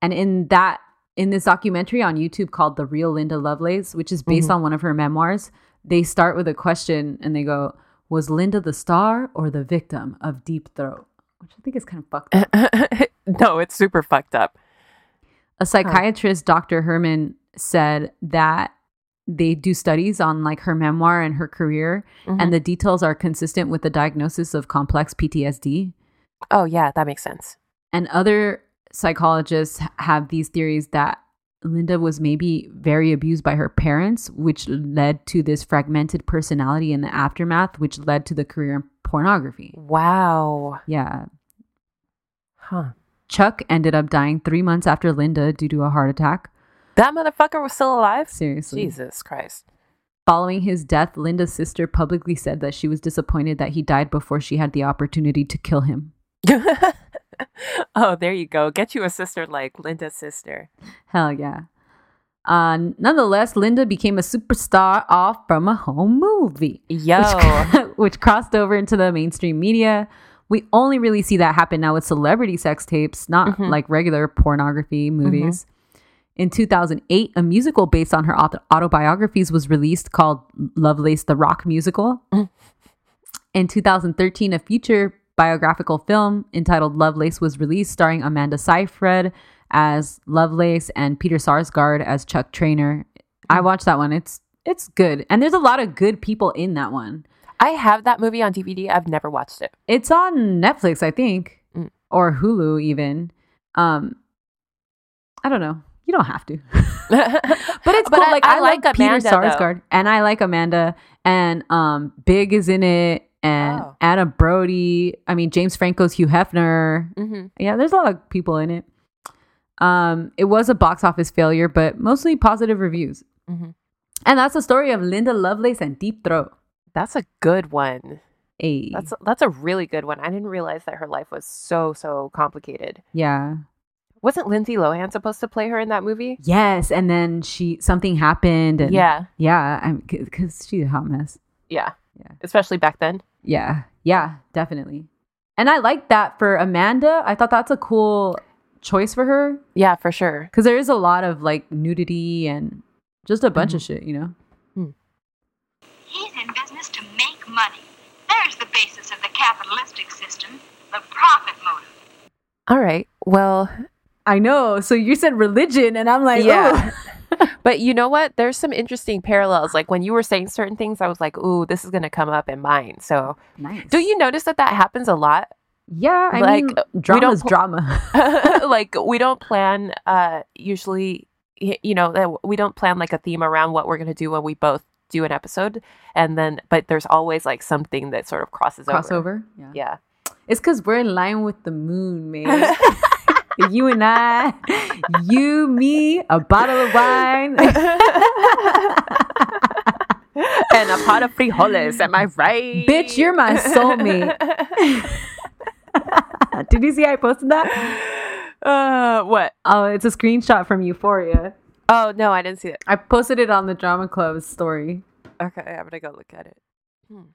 [SPEAKER 3] And in that in this documentary on YouTube called The Real Linda Lovelace, which is based on one of her memoirs, they start with a question and they go, "Was Linda the star or the victim of Deep Throat?" Which I think is kind of fucked up.
[SPEAKER 4] no, it's super fucked up.
[SPEAKER 3] A psychiatrist, Dr. Herman, said that they do studies on like her memoir and her career, and the details are consistent with the diagnosis of complex PTSD.
[SPEAKER 4] Oh yeah, that makes sense.
[SPEAKER 3] And other psychologists h- have these theories that Linda was maybe very abused by her parents, which led to this fragmented personality in the aftermath, which led to the career in pornography.
[SPEAKER 4] Wow.
[SPEAKER 3] Yeah.
[SPEAKER 4] Huh.
[SPEAKER 3] Chuck ended up dying three months after Linda due to a heart attack.
[SPEAKER 4] That motherfucker was still alive.
[SPEAKER 3] Seriously.
[SPEAKER 4] Jesus Christ.
[SPEAKER 3] Following his death, Linda's sister publicly said that she was disappointed that he died before she had the opportunity to kill him.
[SPEAKER 4] oh, there you go. Get you a sister like Linda's sister.
[SPEAKER 3] Hell yeah. Uh, nonetheless, Linda became a superstar off from a home movie,
[SPEAKER 4] Yo.
[SPEAKER 3] which, which crossed over into the mainstream media. We only really see that happen now with celebrity sex tapes, not like regular pornography movies. In 2008, a musical based on her auto- autobiographies was released called Lovelace the Rock Musical. In 2013, a feature biographical film entitled Lovelace was released, starring Amanda Seyfried as Lovelace and Peter Sarsgaard as Chuck Trainer. I watched that one. It's it's good, and there's a lot of good people in that one.
[SPEAKER 4] I have that movie on DVD. I've never watched it.
[SPEAKER 3] It's on Netflix, I think,
[SPEAKER 4] Mm.
[SPEAKER 3] or Hulu even. Um, I don't know. You don't have to. But it's cool. like I, like, Peter
[SPEAKER 4] though.
[SPEAKER 3] Sarsgaard, and I like Amanda, and um, Big is in it, and
[SPEAKER 4] Oh.
[SPEAKER 3] Anna Brody. I mean, James Franco's Hugh Hefner.
[SPEAKER 4] Mhm.
[SPEAKER 3] Yeah, there's a lot of people in it. Um, it was a box office failure, but mostly positive reviews.
[SPEAKER 4] Mhm.
[SPEAKER 3] And that's the story of Linda Lovelace and Deep Throat.
[SPEAKER 4] That's a good one.
[SPEAKER 3] Hey,
[SPEAKER 4] That's that's a really good one. I didn't realize that her life was so so complicated.
[SPEAKER 3] yeah,
[SPEAKER 4] Wasn't Lindsay Lohan supposed to play her in that movie?
[SPEAKER 3] yes. And then she something happened. And
[SPEAKER 4] Yeah.
[SPEAKER 3] yeah. I'm because she's a hot mess.
[SPEAKER 4] Yeah.
[SPEAKER 3] Yeah.
[SPEAKER 4] Especially back then.
[SPEAKER 3] Yeah, yeah, definitely. And I like that for Amanda. I thought that's a cool choice for her
[SPEAKER 4] Yeah, for sure.
[SPEAKER 3] because there is a lot of like nudity and just a bunch of
[SPEAKER 4] Mm-hmm.
[SPEAKER 3] shit, you know?
[SPEAKER 6] He's in business to make money. There's the basis of the capitalistic system, the profit motive.
[SPEAKER 4] All right. Well,
[SPEAKER 3] I know. So you said religion, and I'm like, "Oh."
[SPEAKER 4] Yeah.
[SPEAKER 3] yeah,
[SPEAKER 4] But you know what? There's some interesting parallels. Like when you were saying certain things, I was like, ooh, this is going to come up in mine. So,
[SPEAKER 3] nice.
[SPEAKER 4] do you notice that that happens a lot
[SPEAKER 3] Yeah, I
[SPEAKER 4] Like,
[SPEAKER 3] mean,
[SPEAKER 4] uh, we
[SPEAKER 3] drama's
[SPEAKER 4] don't pl-
[SPEAKER 3] drama.
[SPEAKER 4] like we don't plan uh usually y- you know that we don't plan like a theme around what we're going to do when we both do an episode and then but there's always like something that sort of crosses over
[SPEAKER 3] Crossover. Yeah.
[SPEAKER 4] yeah
[SPEAKER 3] It's because we're in line with the moon, man. you and I, you, me, a bottle of wine.
[SPEAKER 4] and a pot of frijoles am i right
[SPEAKER 3] Bitch, you're my soulmate. Did you see I posted that?
[SPEAKER 4] uh what
[SPEAKER 3] Oh, it's a screenshot from Euphoria.
[SPEAKER 4] oh no i didn't see it
[SPEAKER 3] I posted it on the Drama Club story.
[SPEAKER 4] okay i'm going to go look at it Hmm.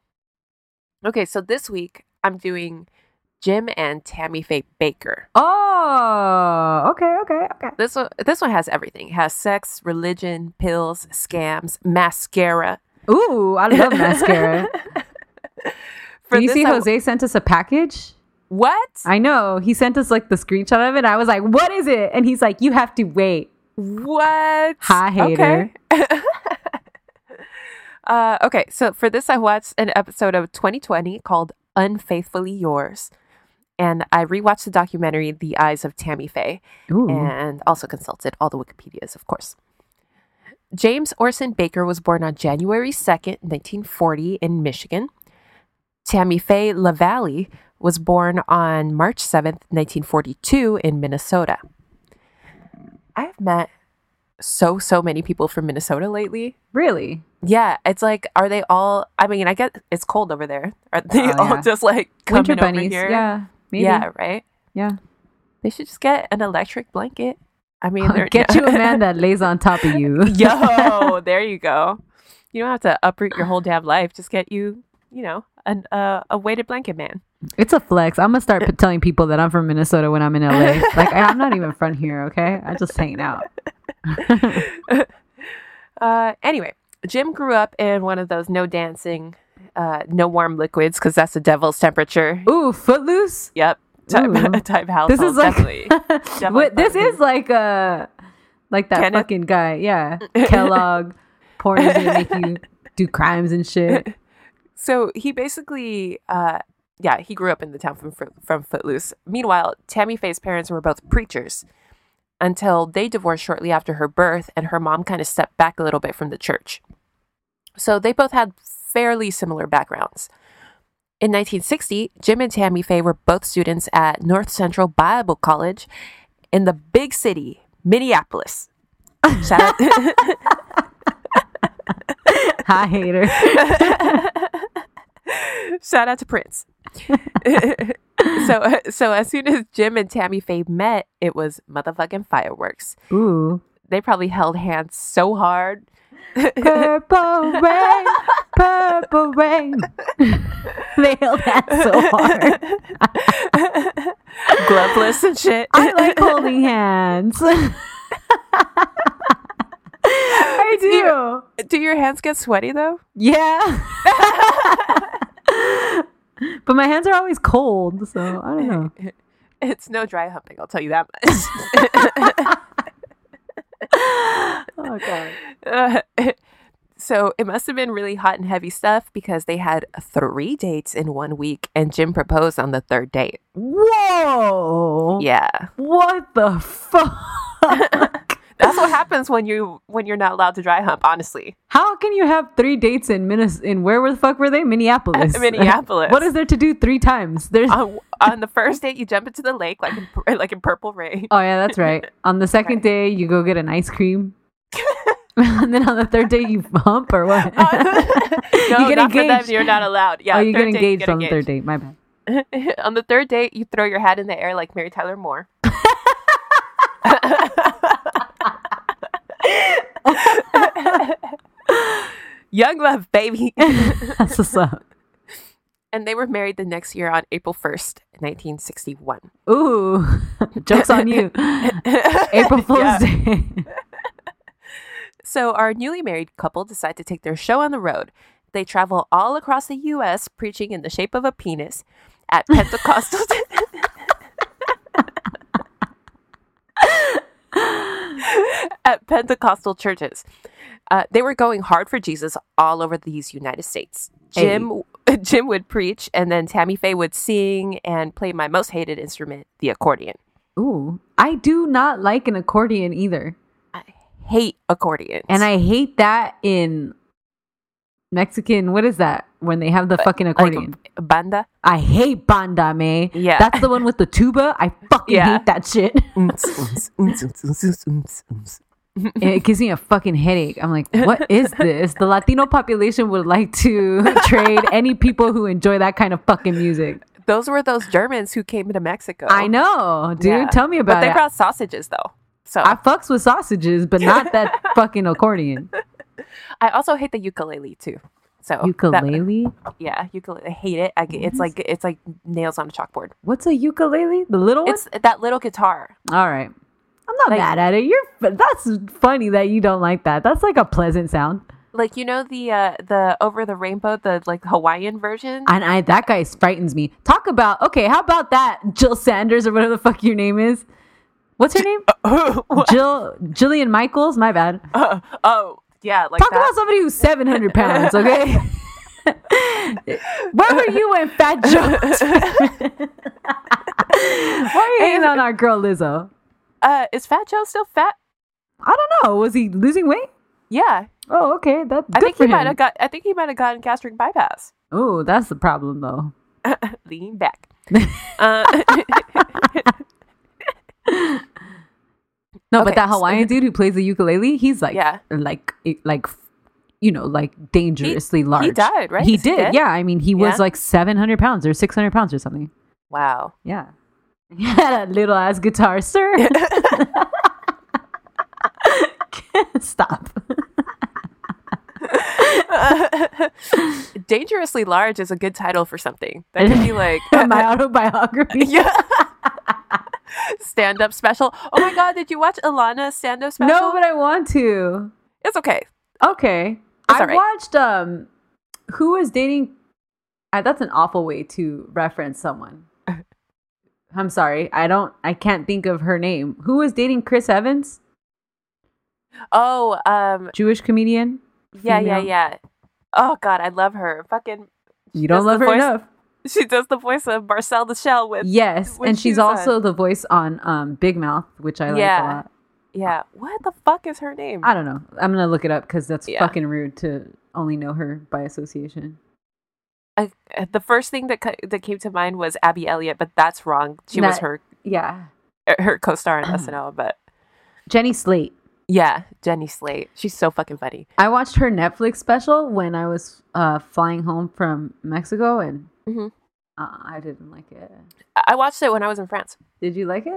[SPEAKER 4] okay so this week i'm doing jim and tammy faye baker
[SPEAKER 3] Oh, okay, okay, okay.
[SPEAKER 4] This one, this one has everything. It has sex, religion, pills, scams, mascara.
[SPEAKER 3] Ooh, I love mascara.
[SPEAKER 4] For
[SPEAKER 3] Did you
[SPEAKER 4] this,
[SPEAKER 3] see
[SPEAKER 4] I-
[SPEAKER 3] Jose sent us a package?
[SPEAKER 4] What?
[SPEAKER 3] I know. He sent us like the screenshot of it. I was like, what is it? And he's like, you have to wait.
[SPEAKER 4] What?
[SPEAKER 3] Hi, hater.
[SPEAKER 4] Okay. uh, okay, so for this, I watched an episode of 2020 called Unfaithfully Yours. And I rewatched the documentary The Eyes of Tammy Faye
[SPEAKER 3] Ooh.
[SPEAKER 4] and also consulted all the Wikipedias, of course. James Orson Baker was born on January 2nd, 1940, in Michigan. Tammy Faye LaValle was born on March 7th, 1942, in Minnesota. I've met so, so many people from Minnesota lately.
[SPEAKER 3] Really?
[SPEAKER 4] Yeah, it's like, are they all? I mean, I get it's cold over there. Are they
[SPEAKER 3] Oh,
[SPEAKER 4] all
[SPEAKER 3] yeah.
[SPEAKER 4] just like coming
[SPEAKER 3] Winter
[SPEAKER 4] over
[SPEAKER 3] bunnies.
[SPEAKER 4] here?
[SPEAKER 3] Yeah. Maybe.
[SPEAKER 4] yeah, right.
[SPEAKER 3] Yeah.
[SPEAKER 4] They should just get an electric blanket. I mean, they're-
[SPEAKER 3] Get you a man that lays on top of you.
[SPEAKER 4] Yo, there you go. You don't have to uproot your whole damn life. Just get you, you know, an, uh, a weighted blanket man.
[SPEAKER 3] It's a flex. I'm gonna start p- telling people that I'm from Minnesota when I'm in LA. Like I- I'm not even from here, okay? I just hang out.
[SPEAKER 4] Uh, anyway, Jim grew up in one of those no dancing, uh, no warm liquids because that's the devil's temperature.
[SPEAKER 3] Ooh, Footloose.
[SPEAKER 4] Yep, type,
[SPEAKER 3] Ooh.
[SPEAKER 4] type household.
[SPEAKER 3] This is like
[SPEAKER 4] definitely.
[SPEAKER 3] what, this
[SPEAKER 4] Definitely.
[SPEAKER 3] is like uh like that
[SPEAKER 4] Kenneth.
[SPEAKER 3] fucking guy, yeah. Kellogg porn is gonna make you do crimes and shit.
[SPEAKER 4] so he basically uh yeah he grew up in the town from from footloose meanwhile tammy faye's parents were both preachers until they divorced shortly after her birth and her mom kind of stepped back a little bit from the church so they both had fairly similar backgrounds in 1960 jim and tammy faye were both students at north central bible college in the big city minneapolis Shout out-
[SPEAKER 3] Hi hater.
[SPEAKER 4] Shout out to Prince. so, so as soon as Jim and Tammy Faye met, it was motherfucking fireworks.
[SPEAKER 3] Ooh.
[SPEAKER 4] They probably held hands so hard.
[SPEAKER 3] Purple rain, purple rain. they held that so hard.
[SPEAKER 4] Gloveless and shit.
[SPEAKER 3] I like holding hands. I do.
[SPEAKER 4] Do your hands get sweaty though?
[SPEAKER 3] Yeah. but my hands are always cold, so I don't know.
[SPEAKER 4] It's no dry humping, I'll tell you that much.
[SPEAKER 3] Oh god.
[SPEAKER 4] Uh, so it must have been really hot and heavy stuff because they had three dates in one week and Jim proposed on the third date.
[SPEAKER 3] Whoa.
[SPEAKER 4] Yeah.
[SPEAKER 3] What the fuck?
[SPEAKER 4] That's what happens when you when you're not allowed to dry hump, honestly.
[SPEAKER 3] How can you have three dates in Minnes in where the fuck were they? Minneapolis. Oh.
[SPEAKER 4] Minneapolis.
[SPEAKER 3] what is there to do three times? There's
[SPEAKER 4] on, on the first date you jump into the lake like in, pur- like in purple rain
[SPEAKER 3] Oh yeah, that's right. On the second day you go get an ice cream. and then on the third day you hump or what?
[SPEAKER 4] no,
[SPEAKER 3] get
[SPEAKER 4] not for them.
[SPEAKER 3] engaged.
[SPEAKER 4] You're not allowed. Yeah,
[SPEAKER 3] oh, you get
[SPEAKER 4] third date,
[SPEAKER 3] engaged on the third date. My bad.
[SPEAKER 4] engaged. on the third date, you throw your hat in the air like Mary Tyler Moore. Young love, baby.
[SPEAKER 3] That's what's up.
[SPEAKER 4] and they were married the next year on April 1st, 1961.
[SPEAKER 3] Ooh, jokes on you. April Fool's
[SPEAKER 4] Yeah.
[SPEAKER 3] Day.
[SPEAKER 4] So, our newly married couple decide to take their show on the road. They travel all across the U.S. preaching in the shape of a penis at Pentecostal. at Pentecostal churches. Uh, they were going hard for Jesus all over these United States. Jim Jim would preach, and then Tammy Faye would sing and play my most hated instrument, the accordion.
[SPEAKER 3] Ooh, I do not like an accordion either.
[SPEAKER 4] Hate accordions.
[SPEAKER 3] And I hate that in Mexican, what is that? When they have the fucking accordion.
[SPEAKER 4] like banda.
[SPEAKER 3] I hate banda, me.
[SPEAKER 4] Yeah.
[SPEAKER 3] That's the one with the tuba. I fucking
[SPEAKER 4] Yeah. Mm.
[SPEAKER 3] hate that shit. it gives me a fucking headache. I'm like, what is this? The Latino population would like to trade any people who enjoy that kind of fucking music.
[SPEAKER 4] Those were those Germans who came into Mexico.
[SPEAKER 3] I know, dude.
[SPEAKER 4] Oh. Yeah.
[SPEAKER 3] Tell me about
[SPEAKER 4] But they
[SPEAKER 3] it.
[SPEAKER 4] brought sausages though. So
[SPEAKER 3] I
[SPEAKER 4] I,
[SPEAKER 3] fucks with sausages, but not that fucking accordion.
[SPEAKER 4] also hate the ukulele too. So Oh, that-
[SPEAKER 3] Ukulele?
[SPEAKER 4] yeah, ukulele. I hate it. I, It's like it's like nails on a chalkboard.
[SPEAKER 3] What's a ukulele? The little one?
[SPEAKER 4] It's that little guitar.
[SPEAKER 3] All right. I'm not
[SPEAKER 4] Like-
[SPEAKER 3] mad at it. You're f- that's funny that you don't like that. That's like a pleasant sound.
[SPEAKER 4] Like you know the uh the over the rainbow, the like Hawaiian version.
[SPEAKER 3] And I that guy frightens me. Talk about okay, how about that Jill Sanders or whatever the fuck your name is? What's her name? Jill Jillian Michaels. My bad.
[SPEAKER 4] oh yeah, like
[SPEAKER 3] Talk
[SPEAKER 4] that.
[SPEAKER 3] about somebody who's seven hundred pounds. Okay. Where were you when Fat Joe? was- Why are you hating on our girl Lizzo?
[SPEAKER 4] uh, is Fat Joe still fat?
[SPEAKER 3] I don't know. Was he losing weight?
[SPEAKER 4] Yeah,
[SPEAKER 3] Oh, okay. That's good
[SPEAKER 4] I think
[SPEAKER 3] for
[SPEAKER 4] he might
[SPEAKER 3] him.
[SPEAKER 4] have got. I think he might have gotten gastric bypass.
[SPEAKER 3] Oh, that's the problem though.
[SPEAKER 4] Lean back. uh,
[SPEAKER 3] No,
[SPEAKER 4] Okay,
[SPEAKER 3] but that
[SPEAKER 4] so-
[SPEAKER 3] Hawaiian dude who plays the ukulele, he's like,
[SPEAKER 4] Yeah.
[SPEAKER 3] like, like, you know, like dangerously
[SPEAKER 4] He- he
[SPEAKER 3] large.
[SPEAKER 4] died, right?
[SPEAKER 3] He
[SPEAKER 4] Is he
[SPEAKER 3] did.
[SPEAKER 4] dead?
[SPEAKER 3] Yeah, I mean, he was
[SPEAKER 4] Yeah.
[SPEAKER 3] like seven hundred pounds or six hundred pounds or something.
[SPEAKER 4] wow.
[SPEAKER 3] Yeah, he had a little ass guitar, sir. Stop.
[SPEAKER 4] Dangerously large is a good title for something. That could be like
[SPEAKER 3] My autobiography.
[SPEAKER 4] yeah. stand up special. Oh my god, did you watch Alana's stand up special?
[SPEAKER 3] No, but I want to.
[SPEAKER 4] it's okay.
[SPEAKER 3] Okay,
[SPEAKER 4] It's
[SPEAKER 3] I
[SPEAKER 4] all right.
[SPEAKER 3] watched um, who was dating. Uh, that's an awful way to reference someone. I'm sorry, I don't, I can't think of her name. Who was dating Chris Evans,
[SPEAKER 4] Oh, um
[SPEAKER 3] Jewish comedian?
[SPEAKER 4] yeah, yeah,
[SPEAKER 3] Female.
[SPEAKER 4] yeah. Oh god, I love her. Fucking
[SPEAKER 3] You don't
[SPEAKER 4] does
[SPEAKER 3] love
[SPEAKER 4] the
[SPEAKER 3] her
[SPEAKER 4] voice-
[SPEAKER 3] enough.
[SPEAKER 4] she does the voice of Marcel the Shell with
[SPEAKER 3] Yes,
[SPEAKER 4] when
[SPEAKER 3] and she's
[SPEAKER 4] she's on-
[SPEAKER 3] also the voice on um Big Mouth, which I like
[SPEAKER 4] Yeah.
[SPEAKER 3] a lot.
[SPEAKER 4] Yeah. What the fuck is her name?
[SPEAKER 3] I don't know. I'm gonna look it up because that's
[SPEAKER 4] Yeah.
[SPEAKER 3] fucking rude to only know her by association.
[SPEAKER 4] I, uh, the first thing that ca- that came to mind was Abby Elliott, but that's wrong. She was
[SPEAKER 3] That-
[SPEAKER 4] her
[SPEAKER 3] Yeah,
[SPEAKER 4] uh, her co-star in SNL, but
[SPEAKER 3] Jenny Slate.
[SPEAKER 4] yeah, Jenny Slate. She's so fucking funny.
[SPEAKER 3] I watched her Netflix special when I was uh, flying home from Mexico, and
[SPEAKER 4] Mhm.
[SPEAKER 3] uh, I didn't like it.
[SPEAKER 4] I-, I watched it when I was in France.
[SPEAKER 3] Did you like it?
[SPEAKER 4] It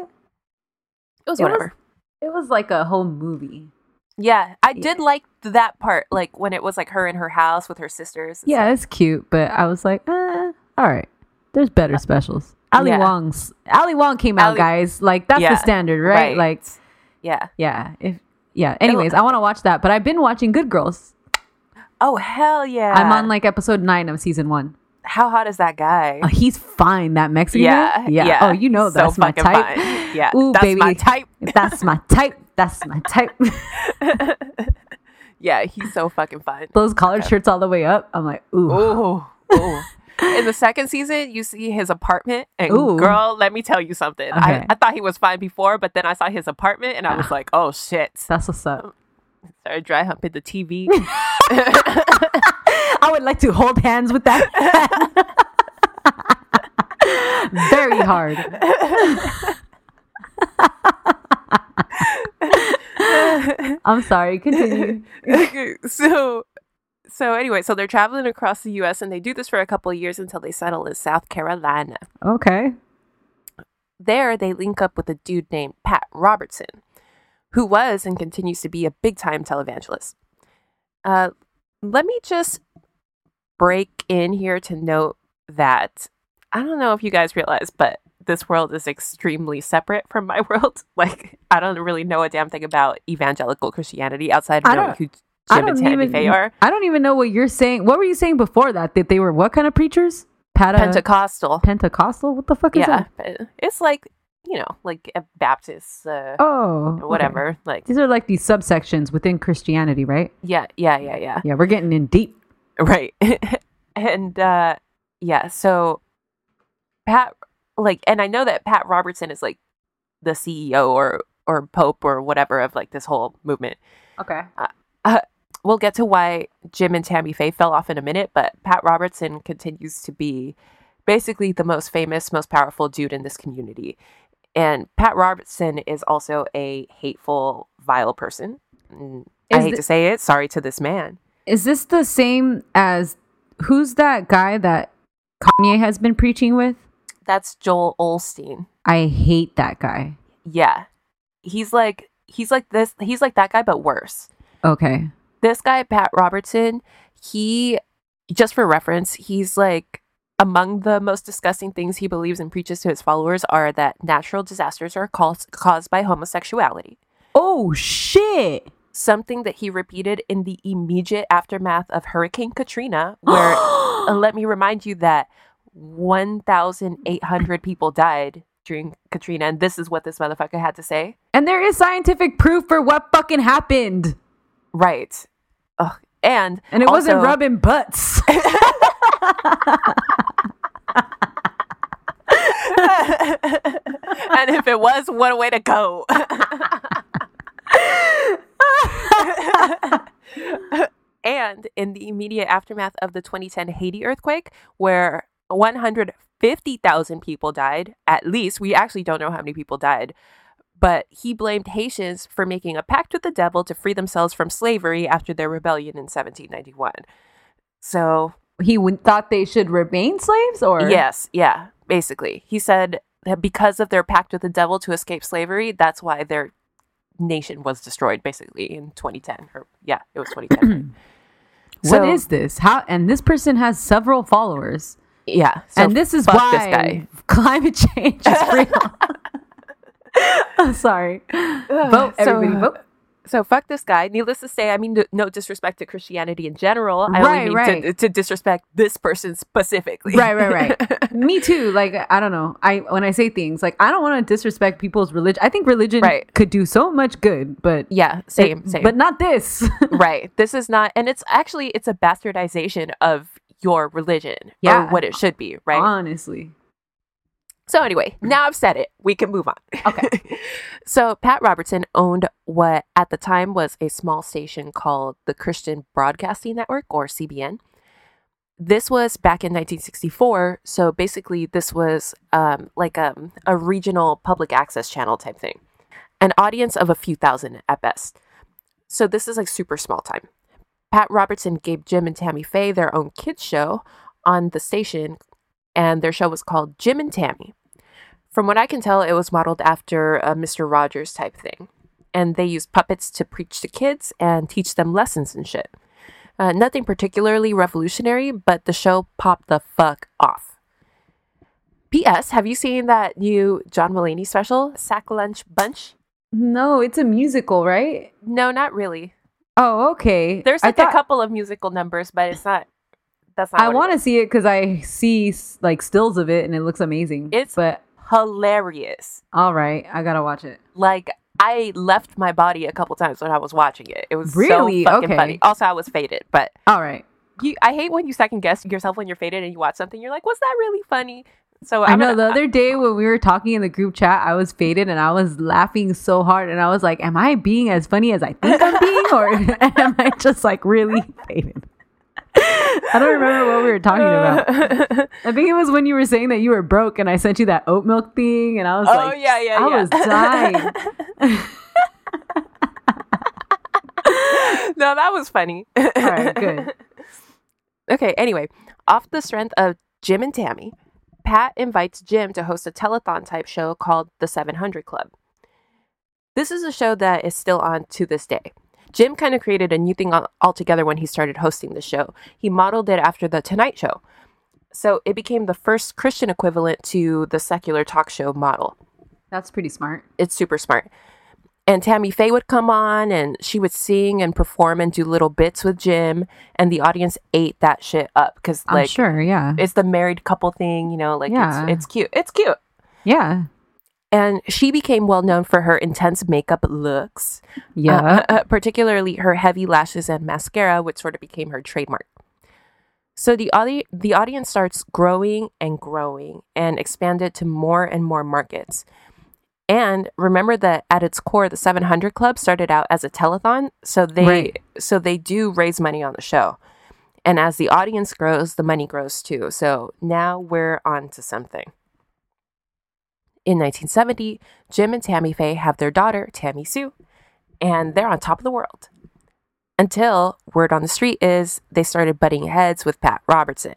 [SPEAKER 4] was
[SPEAKER 3] It was-
[SPEAKER 4] whatever.
[SPEAKER 3] It was like a whole movie.
[SPEAKER 4] Yeah, I
[SPEAKER 3] Yeah.
[SPEAKER 4] did like that part, like when it was like her in her house with her sisters. and
[SPEAKER 3] Yeah, it's cute, but I was like, eh, all right. There's better specials. Ali
[SPEAKER 4] yeah.
[SPEAKER 3] Wong's Uh, Ali Wong came out,
[SPEAKER 4] Ali-
[SPEAKER 3] guys. Like that's
[SPEAKER 4] Yeah,
[SPEAKER 3] the standard, right?
[SPEAKER 4] right.
[SPEAKER 3] Like,
[SPEAKER 4] stuff. Yeah.
[SPEAKER 3] yeah, if yeah. Anyways, I want to watch that, but I've been watching Good Girls.
[SPEAKER 4] Oh hell yeah!
[SPEAKER 3] I'm on like episode nine of season one.
[SPEAKER 4] how hot is that guy?
[SPEAKER 3] Oh, he's fine. That Mexican
[SPEAKER 4] Yeah,
[SPEAKER 3] guy. Yeah.
[SPEAKER 4] yeah.
[SPEAKER 3] Oh, you know
[SPEAKER 4] So
[SPEAKER 3] that's my
[SPEAKER 4] fucking
[SPEAKER 3] type.
[SPEAKER 4] fine. Yeah, that's my type.
[SPEAKER 3] that's my type. That's my type.
[SPEAKER 4] Yeah, he's so fucking fun.
[SPEAKER 3] Those collared shirts all the way up. I'm like, ooh,
[SPEAKER 4] Oh, oh. In the second season, you see his apartment, and
[SPEAKER 3] Ooh.
[SPEAKER 4] girl, let me tell you something.
[SPEAKER 3] Okay.
[SPEAKER 4] I, I thought he was fine before, but then I saw his apartment, and I was like, "Oh shit!"
[SPEAKER 3] that's what's up.
[SPEAKER 4] Started dry humping the TV.
[SPEAKER 3] I would like to hold hands with that. man. Very hard. I'm sorry. Continue.
[SPEAKER 4] Okay, so so anyway, so they're traveling across the US and they do this for a couple of years until they settle in South Carolina.
[SPEAKER 3] Okay.
[SPEAKER 4] There they link up with a dude named Pat Robertson, who was and continues to be a big time televangelist. Uh let me just break in here to note that I don't know if you guys realize, but this world is extremely separate from my world. Like, I don't really know a damn thing about evangelical Christianity outside of
[SPEAKER 3] I
[SPEAKER 4] knowing
[SPEAKER 3] don't-
[SPEAKER 4] who Jim
[SPEAKER 3] I
[SPEAKER 4] and
[SPEAKER 3] don't
[SPEAKER 4] Tammy
[SPEAKER 3] even.
[SPEAKER 4] Faye are.
[SPEAKER 3] I don't even know what you're saying. What were you saying before that? That they were what kind of preachers? Pata-
[SPEAKER 4] Pentecostal.
[SPEAKER 3] uh, Pentecostal. What the fuck is
[SPEAKER 4] yeah,
[SPEAKER 3] that?
[SPEAKER 4] but it's like you know, like a Baptist, uh,
[SPEAKER 3] Oh, okay.
[SPEAKER 4] whatever. Like,
[SPEAKER 3] These are like these subsections within Christianity, right?
[SPEAKER 4] yeah, yeah, yeah, yeah.
[SPEAKER 3] Yeah, we're getting in deep.
[SPEAKER 4] Right. and uh yeah, so Pat like and I know that Pat Robertson is like the CEO or or pope or whatever of like this whole movement.
[SPEAKER 3] Okay.
[SPEAKER 4] We'll get to why Jim and Tammy Faye fell off in a minute, but Pat Robertson continues to be basically the most famous, most powerful dude in this community. And Pat Robertson is also a hateful, vile person. Mm, I
[SPEAKER 3] Is
[SPEAKER 4] hate
[SPEAKER 3] thi-
[SPEAKER 4] to say it, sorry to this man.
[SPEAKER 3] Is this the same as who's that guy that Kanye has been preaching with?
[SPEAKER 4] That's Joel Olstein.
[SPEAKER 3] I hate that guy.
[SPEAKER 4] Yeah. He's like he's like this he's like that guy but worse.
[SPEAKER 3] Okay.
[SPEAKER 4] this guy pat robertson he just for reference he's like among the most disgusting things he believes and preaches to his followers are that natural disasters are caused, caused by homosexuality
[SPEAKER 3] Oh shit.
[SPEAKER 4] something that he repeated in the immediate aftermath of hurricane katrina where uh, let me remind you that 1800 people died during katrina and this is what this motherfucker had to say
[SPEAKER 3] And there is scientific proof for what fucking happened.
[SPEAKER 4] right Ugh. and
[SPEAKER 3] And it wasn't
[SPEAKER 4] also-
[SPEAKER 3] rubbing butts.
[SPEAKER 4] and if it was, what a way to go. and in the immediate aftermath of the 2010 Haiti earthquake, where 150,000 people died, at least, we actually don't know how many people died. But he blamed Haitians for making a pact with the devil to free themselves from slavery after their rebellion in 1791. So,
[SPEAKER 3] he would- thought they should remain slaves or
[SPEAKER 4] Yes, yeah, basically. He said that because of their pact with the devil to escape slavery, that's why their nation was destroyed basically in 2010 or yeah, it was 2010.
[SPEAKER 3] What
[SPEAKER 4] So-
[SPEAKER 3] is this? How and this person has several followers.
[SPEAKER 4] yeah. so
[SPEAKER 3] and this is
[SPEAKER 4] fuck
[SPEAKER 3] why
[SPEAKER 4] this guy.
[SPEAKER 3] climate change is real. I'm sorry. Vote
[SPEAKER 4] So-
[SPEAKER 3] everybody vote.
[SPEAKER 4] So fuck this guy. Needless to say, I mean th- no disrespect to Christianity in general. I
[SPEAKER 3] Right,
[SPEAKER 4] only mean to,
[SPEAKER 3] right.
[SPEAKER 4] to disrespect this person specifically.
[SPEAKER 3] Right, right, right. Me too. Like I don't know. I when I say things like I don't want to disrespect people's religion. I think religion
[SPEAKER 4] Right.
[SPEAKER 3] could do so much good, but
[SPEAKER 4] yeah, same, same.
[SPEAKER 3] But not this.
[SPEAKER 4] right this is not and it's actually it's a bastardization of your religion
[SPEAKER 3] Yeah.
[SPEAKER 4] or what it should be right
[SPEAKER 3] Honestly.
[SPEAKER 4] So anyway, now I've said it. We can move on.
[SPEAKER 3] Okay.
[SPEAKER 4] so Pat Robertson owned what at the time was a small station called the Christian Broadcasting Network or CBN. This was back in 1964, so basically this was um, like um, a regional public access channel type thing, an audience of a few thousand at best. So this is like super small time. Pat Robertson gave Jim and Tammy Faye their own kids show on the station, and their show was called Jim and Tammy. From what I can tell, it was modeled after a Mr. Rogers type thing. And they used puppets to preach to kids and teach them lessons and shit. Uh, nothing particularly revolutionary, but the show popped the fuck off. P.S. Have you seen that new John Mulaney special, Sack Lunch Bunch?
[SPEAKER 3] No, it's a musical, right?
[SPEAKER 4] No, not really.
[SPEAKER 3] Oh, okay.
[SPEAKER 4] There's
[SPEAKER 3] I
[SPEAKER 4] like
[SPEAKER 3] thought-
[SPEAKER 4] a couple of musical numbers, but it's not. That's not.
[SPEAKER 3] I
[SPEAKER 4] want
[SPEAKER 3] want to see it because I see s- like stills of it and it looks amazing.
[SPEAKER 4] It's-
[SPEAKER 3] but
[SPEAKER 4] hilarious.
[SPEAKER 3] all right, I gotta watch it.
[SPEAKER 4] Like I left my body a couple times when I was watching it. It was
[SPEAKER 3] Really?
[SPEAKER 4] so fucking
[SPEAKER 3] Okay.
[SPEAKER 4] funny. Also, I was faded, but
[SPEAKER 3] All right,
[SPEAKER 4] you I hate when you second guess yourself when you're faded and you watch something. You're like, was that really funny? So
[SPEAKER 3] i
[SPEAKER 4] I'm
[SPEAKER 3] know
[SPEAKER 4] gonna-
[SPEAKER 3] the other day when we were talking in the group chat, I was faded and I was laughing so hard and I was like, "Am I being as funny as I think I'm being, or am I just like really faded?" I don't remember what we were talking about. I think it was when you were saying that you were broke and I sent you that oat milk thing and I was
[SPEAKER 4] Oh,
[SPEAKER 3] like,
[SPEAKER 4] yeah, yeah,
[SPEAKER 3] I
[SPEAKER 4] yeah."
[SPEAKER 3] was dying.
[SPEAKER 4] no, that was funny.
[SPEAKER 3] All right, good.
[SPEAKER 4] Okay, anyway, off the strength of Jim and Tammy, Pat invites Jim to host a telethon type show called The 700 Club. This is a show that is still on to this day. Jim kind of created a new thing al- altogether when he started hosting the show. He modeled it after The Tonight Show. So it became the first Christian equivalent to the secular talk show model
[SPEAKER 3] That's pretty smart.
[SPEAKER 4] it's super smart. And Tammy Faye would come on and she would sing and perform and do little bits with Jim and the audience ate that shit up because
[SPEAKER 3] I'm
[SPEAKER 4] like
[SPEAKER 3] sure. Yeah.
[SPEAKER 4] it's the married couple thing, you know, like
[SPEAKER 3] Yeah.
[SPEAKER 4] it's, it's cute. It's cute. Uh,
[SPEAKER 3] yeah.
[SPEAKER 4] And she became well known for her intense makeup looks,
[SPEAKER 3] Yeah.
[SPEAKER 4] uh, particularly her heavy lashes and mascara, which sort of became her trademark. So the audi- the audience starts growing and growing and expanded to more and more markets. And remember that at its core, the 700 Club started out as a telethon, so they
[SPEAKER 3] Right.
[SPEAKER 4] so they do raise money on the show. And as the audience grows, the money grows too. So now we're on to something. In 1970, Jim and Tammy Faye have their daughter, Tammy Sue, and they're on top of the world. Until word on the street is they started butting heads with Pat Robertson.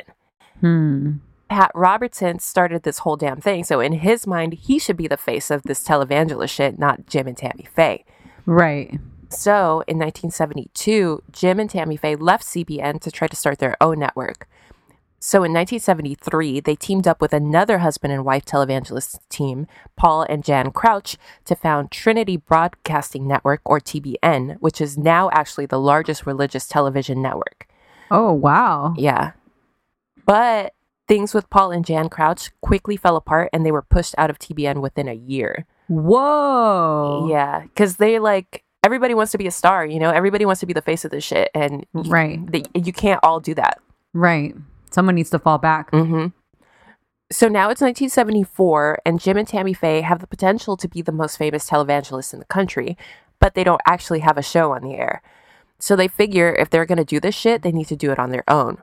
[SPEAKER 3] Hmm.
[SPEAKER 4] Pat Robertson started this whole damn thing, so in his mind, he should be the face of this televangelist shit, not Jim and Tammy Faye.
[SPEAKER 3] Right.
[SPEAKER 4] So in 1972, Jim and Tammy Faye left CBN to try to start their own network. So in 1973, they teamed up with another husband and wife televangelist team, Paul and Jan Crouch, to found Trinity Broadcasting Network, or TBN, which is now actually the largest religious television network.
[SPEAKER 3] Oh wow.
[SPEAKER 4] Yeah. But things with Paul and Jan Crouch quickly fell apart and they were pushed out of TBN within a year.
[SPEAKER 3] Whoa.
[SPEAKER 4] Yeah. Cause they like, everybody wants to be a star, you know? Everybody wants to be the face of this shit. And y-
[SPEAKER 3] Right.
[SPEAKER 4] they, you can't all do that.
[SPEAKER 3] Right. Someone needs to fall back.
[SPEAKER 4] Mm-hmm. So now it's 1974, and Jim and Tammy Faye have the potential to be the most famous televangelists in the country, but they don't actually have a show on the air. So they figure if they're going to do this shit, they need to do it on their own.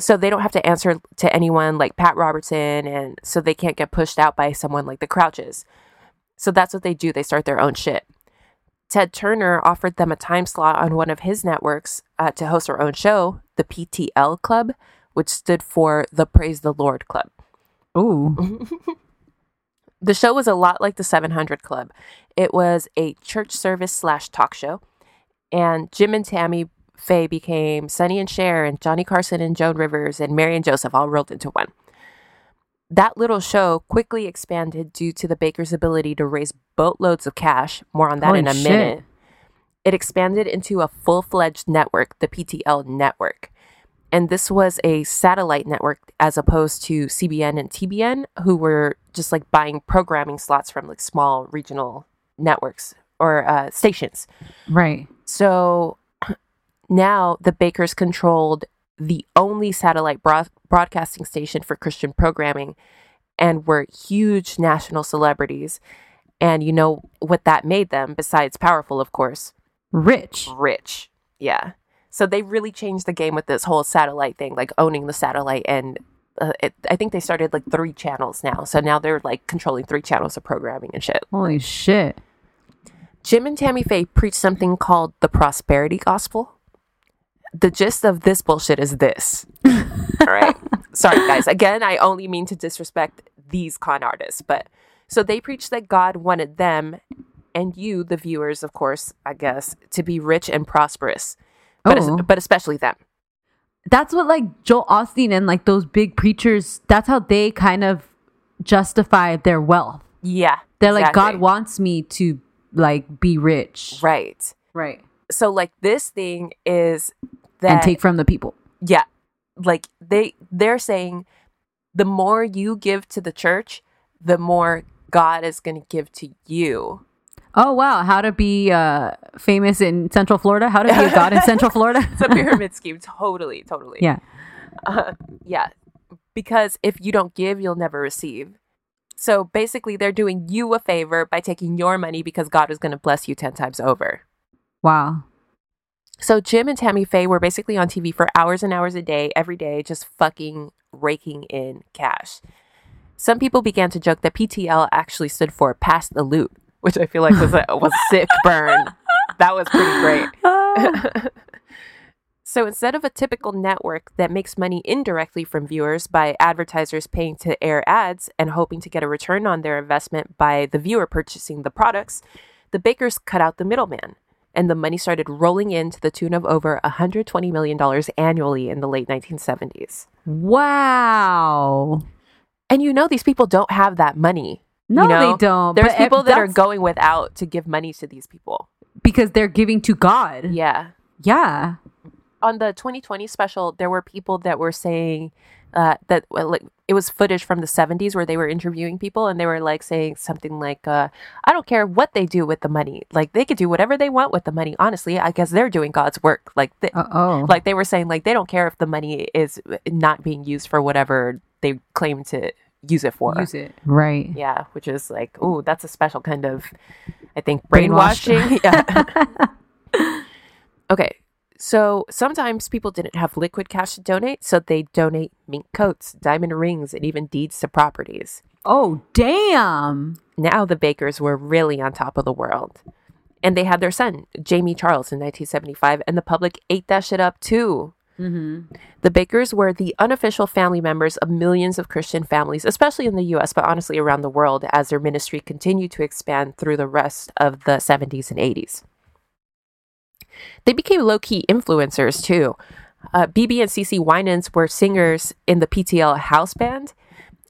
[SPEAKER 4] So they don't have to answer to anyone like Pat Robertson, and so they can't get pushed out by someone like the Crouches. So that's what they do. They start their own shit. Ted Turner offered them a time slot on one of his networks uh, to host their own show, the PTL Club, which stood for the Praise the Lord Club.
[SPEAKER 3] Ooh.
[SPEAKER 4] The show was a lot like the 700 Club. It was a church service slash talk show, and Jim and Tammy Faye became Sonny and Cher and Johnny Carson and Joan Rivers and Mary and Joseph all rolled into one. That little show quickly expanded due to the Bakers' ability to raise boatloads of cash. More on that
[SPEAKER 3] Holy
[SPEAKER 4] in a
[SPEAKER 3] shit.
[SPEAKER 4] minute. It expanded into a full fledged network, the PTL network. And this was a satellite network as opposed to CBN and TBN, who were just like buying programming slots from like small regional networks or uh, stations.
[SPEAKER 3] Right.
[SPEAKER 4] So now the Bakers controlled the only satellite broad- broadcasting station for Christian programming and were huge national celebrities. And you know what that made them, besides powerful, of course,
[SPEAKER 3] Rich.
[SPEAKER 4] rich. Yeah. So they really changed the game with this whole satellite thing, like owning the satellite. And uh, it, I think they started like three channels now. So now they're like controlling three channels of programming and shit.
[SPEAKER 3] Holy shit.
[SPEAKER 4] Jim and Tammy Faye preach something called the prosperity gospel. The gist of this bullshit is this. All right. Sorry, guys. Again, I only mean to disrespect these con artists, but so they preach that God wanted them and you, the viewers, of course, I guess, to be rich and prosperous, but,
[SPEAKER 3] Oh.
[SPEAKER 4] but especially them.
[SPEAKER 3] That's what like Joel Austin and like those big preachers, that's how they kind of justify their wealth.
[SPEAKER 4] Yeah.
[SPEAKER 3] They're like, God
[SPEAKER 4] exactly.
[SPEAKER 3] wants me to like be rich.
[SPEAKER 4] Right.
[SPEAKER 3] Right.
[SPEAKER 4] So, like, this thing is that.
[SPEAKER 3] And take from the people.
[SPEAKER 4] yeah like they they're saying the more you give to the church the more god is going to give to you
[SPEAKER 3] Oh wow, how to be uh famous in Central Florida? How to be a god in Central Florida?
[SPEAKER 4] it's a pyramid scheme totally totally Uh-huh.
[SPEAKER 3] yeah.
[SPEAKER 4] yeah because if you don't give you'll never receive so basically they're doing you a favor by taking your money because god is going to bless you 10 times over
[SPEAKER 3] Wow.
[SPEAKER 4] So Jim and Tammy Faye were basically on TV for hours and hours a day, every day, just fucking raking in cash. Some people began to joke that PTL actually stood for "Pass the Loot," which I feel like was a was a sick burn. That was pretty great. So instead of a typical network that makes money indirectly from viewers by advertisers paying to air ads and hoping to get a return on their investment by the viewer purchasing the products, the bakers cut out the middleman. And the money started rolling in to the tune of over $120 million annually in the late 1970s.
[SPEAKER 3] Wow.
[SPEAKER 4] And you know, these people don't have that money. you
[SPEAKER 3] No, they
[SPEAKER 4] know?
[SPEAKER 3] don't,
[SPEAKER 4] There's
[SPEAKER 3] but ev-
[SPEAKER 4] people that are
[SPEAKER 3] that's-
[SPEAKER 4] going without to give money to these people.
[SPEAKER 3] Because they're giving to God.
[SPEAKER 4] Yeah.
[SPEAKER 3] Yeah.
[SPEAKER 4] on the 2020 special, there were people that were saying uh, that well, like it was footage from the 70s where they were interviewing people and they were like saying something like uh, i don't care what they do with the money like they could do whatever they want with the money honestly i guess they're doing god's work like th-
[SPEAKER 3] Uh-oh.
[SPEAKER 4] like they were saying like they don't care if the money is uh, not being used for whatever they claim to use it for
[SPEAKER 1] Use it.
[SPEAKER 3] right.
[SPEAKER 4] yeah which is like oh that's a special kind of i think
[SPEAKER 3] Brainwashed.
[SPEAKER 4] brainwashing yeah okay so sometimes people didn't have liquid cash to donate so they donate mink coats diamond rings and even deeds to properties
[SPEAKER 3] Oh, damn.
[SPEAKER 4] now the bakers were really on top of the world and they had their son jamie charles in 1975 and the public ate that shit up too the Bakers were the unofficial family members of millions of Christian families, especially in the US, but honestly around the world, as their ministry continued to expand through the rest of the 70s and 80s. They became low key influencers too. Uh, BB and CC Winans were singers in the PTL house band,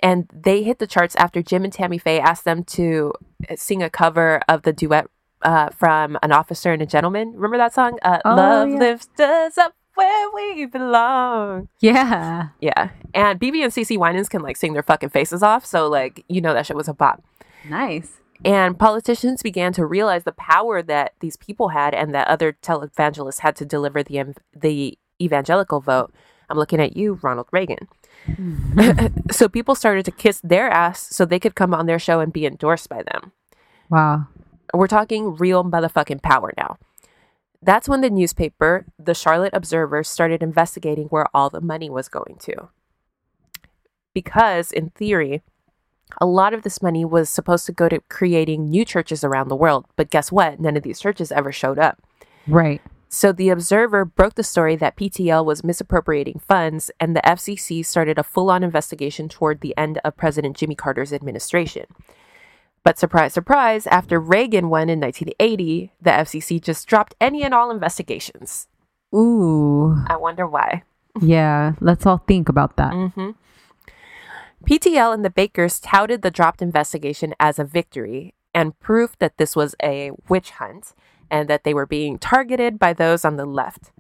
[SPEAKER 4] and they hit the charts after Jim and Tammy Faye asked them to uh, sing a cover of the duet uh, from An Officer and a Gentleman. Remember that song? Uh,
[SPEAKER 3] Oh,
[SPEAKER 4] Love
[SPEAKER 3] yeah.
[SPEAKER 4] lifts us up where we belong.
[SPEAKER 3] Yeah.
[SPEAKER 4] Yeah. And BB and CC Winans can like sing their fucking faces off. So, like, you know, that shit was a bop.
[SPEAKER 3] Nice.
[SPEAKER 4] And politicians began to realize the power that these people had and that other televangelists had to deliver the, ev- the evangelical vote. I'm looking at you, Ronald Reagan. so, people started to kiss their ass so they could come on their show and be endorsed by them.
[SPEAKER 3] Wow.
[SPEAKER 4] We're talking real motherfucking power now. That's when the newspaper, the Charlotte Observer, started investigating where all the money was going to. Because, in theory, a lot of this money was supposed to go to creating new churches around the world. But guess what? None of these churches ever showed up.
[SPEAKER 3] Right.
[SPEAKER 4] So the Observer broke the story that PTL was misappropriating funds, and the FCC started a full on investigation toward the end of President Jimmy Carter's administration. But surprise, surprise, after Reagan won in 1980, the FCC just dropped any and all investigations.
[SPEAKER 3] Ooh.
[SPEAKER 4] I wonder why.
[SPEAKER 3] Yeah. Let's all think about that.
[SPEAKER 4] PTL and the Bakers touted the dropped investigation as a victory and proof that this was a witch hunt and that they were being targeted by those on the left.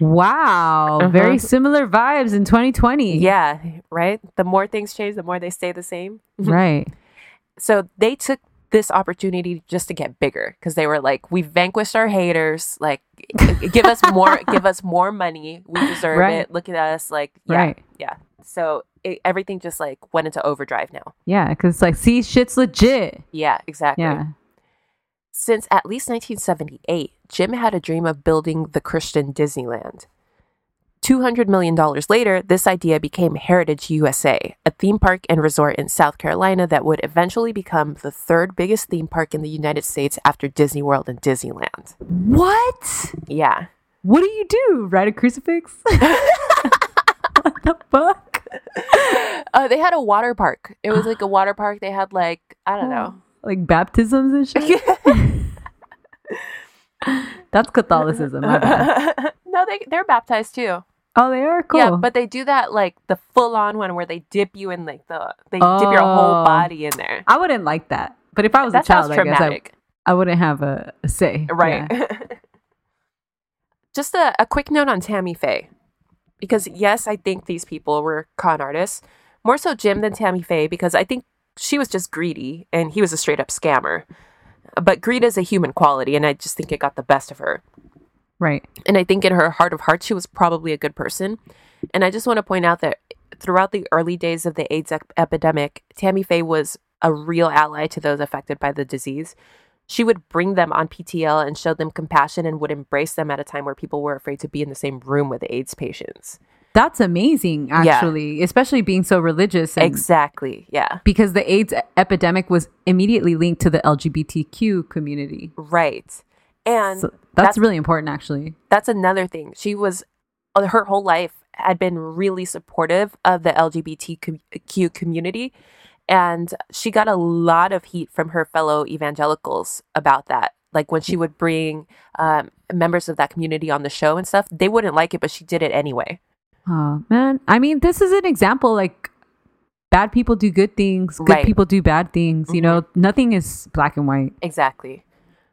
[SPEAKER 3] Wow.
[SPEAKER 4] Uh-huh.
[SPEAKER 3] Very similar vibes in 2020.
[SPEAKER 4] Yeah, right? The more things change, the more they stay the same.
[SPEAKER 3] Right.
[SPEAKER 4] so they took this opportunity just to get bigger because they were like we vanquished our haters like give us more give us more money we deserve
[SPEAKER 3] Right.
[SPEAKER 4] it look at us like yeah
[SPEAKER 3] Right.
[SPEAKER 4] yeah so it, everything just like went into overdrive now
[SPEAKER 3] Yeah. Because it's like, see, shit's legit.
[SPEAKER 4] yeah exactly
[SPEAKER 3] Yeah.
[SPEAKER 4] since at least 1978 jim had a dream of building the christian disneyland $200 million later, this idea became Heritage USA, a theme park and resort in South Carolina that would eventually become the third biggest theme park in the United States after Disney World and Disneyland.
[SPEAKER 3] What?
[SPEAKER 4] Yeah.
[SPEAKER 3] What do you do? Write a crucifix? what the fuck?
[SPEAKER 4] Uh, they had a water park. It was like a water park. They had like, I don't know.
[SPEAKER 3] Like baptisms and shit? That's Catholicism. my bad.
[SPEAKER 4] Hmm. no, they, they're baptized too.
[SPEAKER 3] Oh, they are cool.
[SPEAKER 4] Yeah, but they do that like the full on one where they dip you in like the, they dip your whole
[SPEAKER 3] Oh.
[SPEAKER 4] body in there.
[SPEAKER 3] I wouldn't like that. But if I was
[SPEAKER 4] That
[SPEAKER 3] a child,
[SPEAKER 4] sounds
[SPEAKER 3] I guess I,
[SPEAKER 4] traumatic.
[SPEAKER 3] I wouldn't have a, a say.
[SPEAKER 4] Right.
[SPEAKER 3] Yeah.
[SPEAKER 4] Just a, a quick note on Tammy Faye. Because, yes, I think these people were con artists. More so Jim than Tammy Faye, because I think she was just greedy and he was a straight up scammer. But greed is a human quality, and I just think it got the best of her.
[SPEAKER 3] Right.
[SPEAKER 4] And I think in her heart of hearts, she was probably a good person. And I just want to point out that throughout the early days of the AIDS ep- epidemic, Tammy Faye was a real ally to those affected by the disease. She would bring them on PTL and show them compassion and would embrace them at a time where people were afraid to be in the same room with AIDS patients.
[SPEAKER 3] That's amazing, actually, especially being so religious. And,
[SPEAKER 4] Exactly. Yeah.
[SPEAKER 3] because the AIDS e-, epidemic was immediately linked to the LGBTQ community.
[SPEAKER 4] Right. And
[SPEAKER 3] So that's really important, actually.
[SPEAKER 4] that's another thing. She was uh, her whole life had been really supportive of the LGBTQ community, and she got a lot of heat from her fellow evangelicals about that. Like when she would bring um, members of that community on the show and stuff, they wouldn't like it, but she did it anyway.
[SPEAKER 3] Oh, man. I mean, this is an example like bad people do good things, good
[SPEAKER 4] Right. Mm-hmm.
[SPEAKER 3] people do bad things. You know, nothing is black and white.
[SPEAKER 4] Exactly.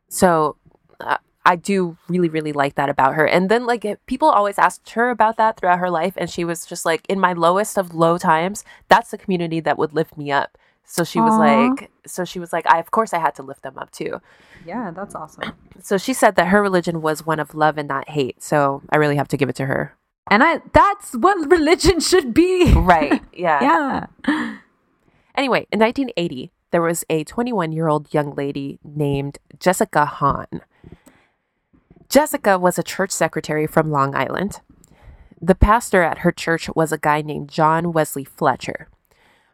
[SPEAKER 4] So uh, I do really, really like that about her. And then, like, it- people always asked her about that throughout her life. And she was just like, in my lowest of low times, that's the community that would lift me up. So she was
[SPEAKER 3] Aw.
[SPEAKER 4] like, so she was like, I, of course, I had to lift them up too.
[SPEAKER 3] Yeah, that's awesome.
[SPEAKER 4] So she said that her religion was one of love and not hate. So I really have to give it to her.
[SPEAKER 3] And I that's what religion should be.
[SPEAKER 4] Right. Yeah.
[SPEAKER 3] yeah.
[SPEAKER 4] Anyway, in 1980, there was a 21 year old young lady named Jessica Hahn. Jessica was a church secretary from Long Island. The pastor at her church was a guy named John Wesley Fletcher.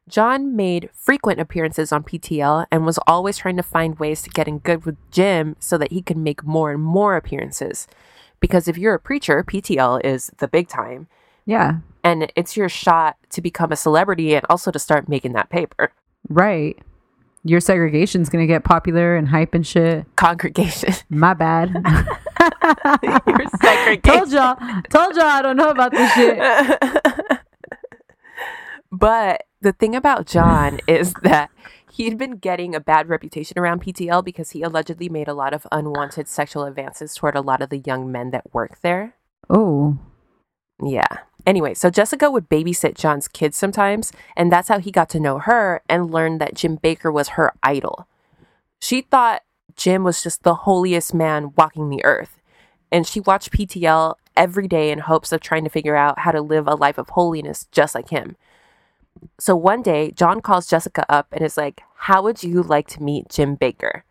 [SPEAKER 4] John made frequent appearances on PTL and was always trying to find ways to get in good with Jim so that he could make more and more appearances. Because if you're a preacher, PTL is the big time,
[SPEAKER 3] Yeah.
[SPEAKER 4] and it's your shot to become a celebrity and also to start making that paper.
[SPEAKER 3] Right. Your segregation's gonna get popular and hype and shit.
[SPEAKER 4] congregation.
[SPEAKER 3] My bad.
[SPEAKER 4] You're
[SPEAKER 3] told
[SPEAKER 4] segregated.
[SPEAKER 3] y'all. Told y'all I don't know about this shit.
[SPEAKER 4] But the thing about John is that he'd been getting a bad reputation around PTL because he allegedly made a lot of unwanted sexual advances toward a lot of the young men that work there.
[SPEAKER 3] Oh.
[SPEAKER 4] Yeah. Anyway, so Jessica would babysit John's kids sometimes, and that's how he got to know her and learned that Jim Baker was her idol. She thought Jim was just the holiest man walking the earth, and she watched PTL every day in hopes of trying to figure out how to live a life of holiness just like him. So one day, John calls Jessica up and is like, How would you like to meet Jim Baker?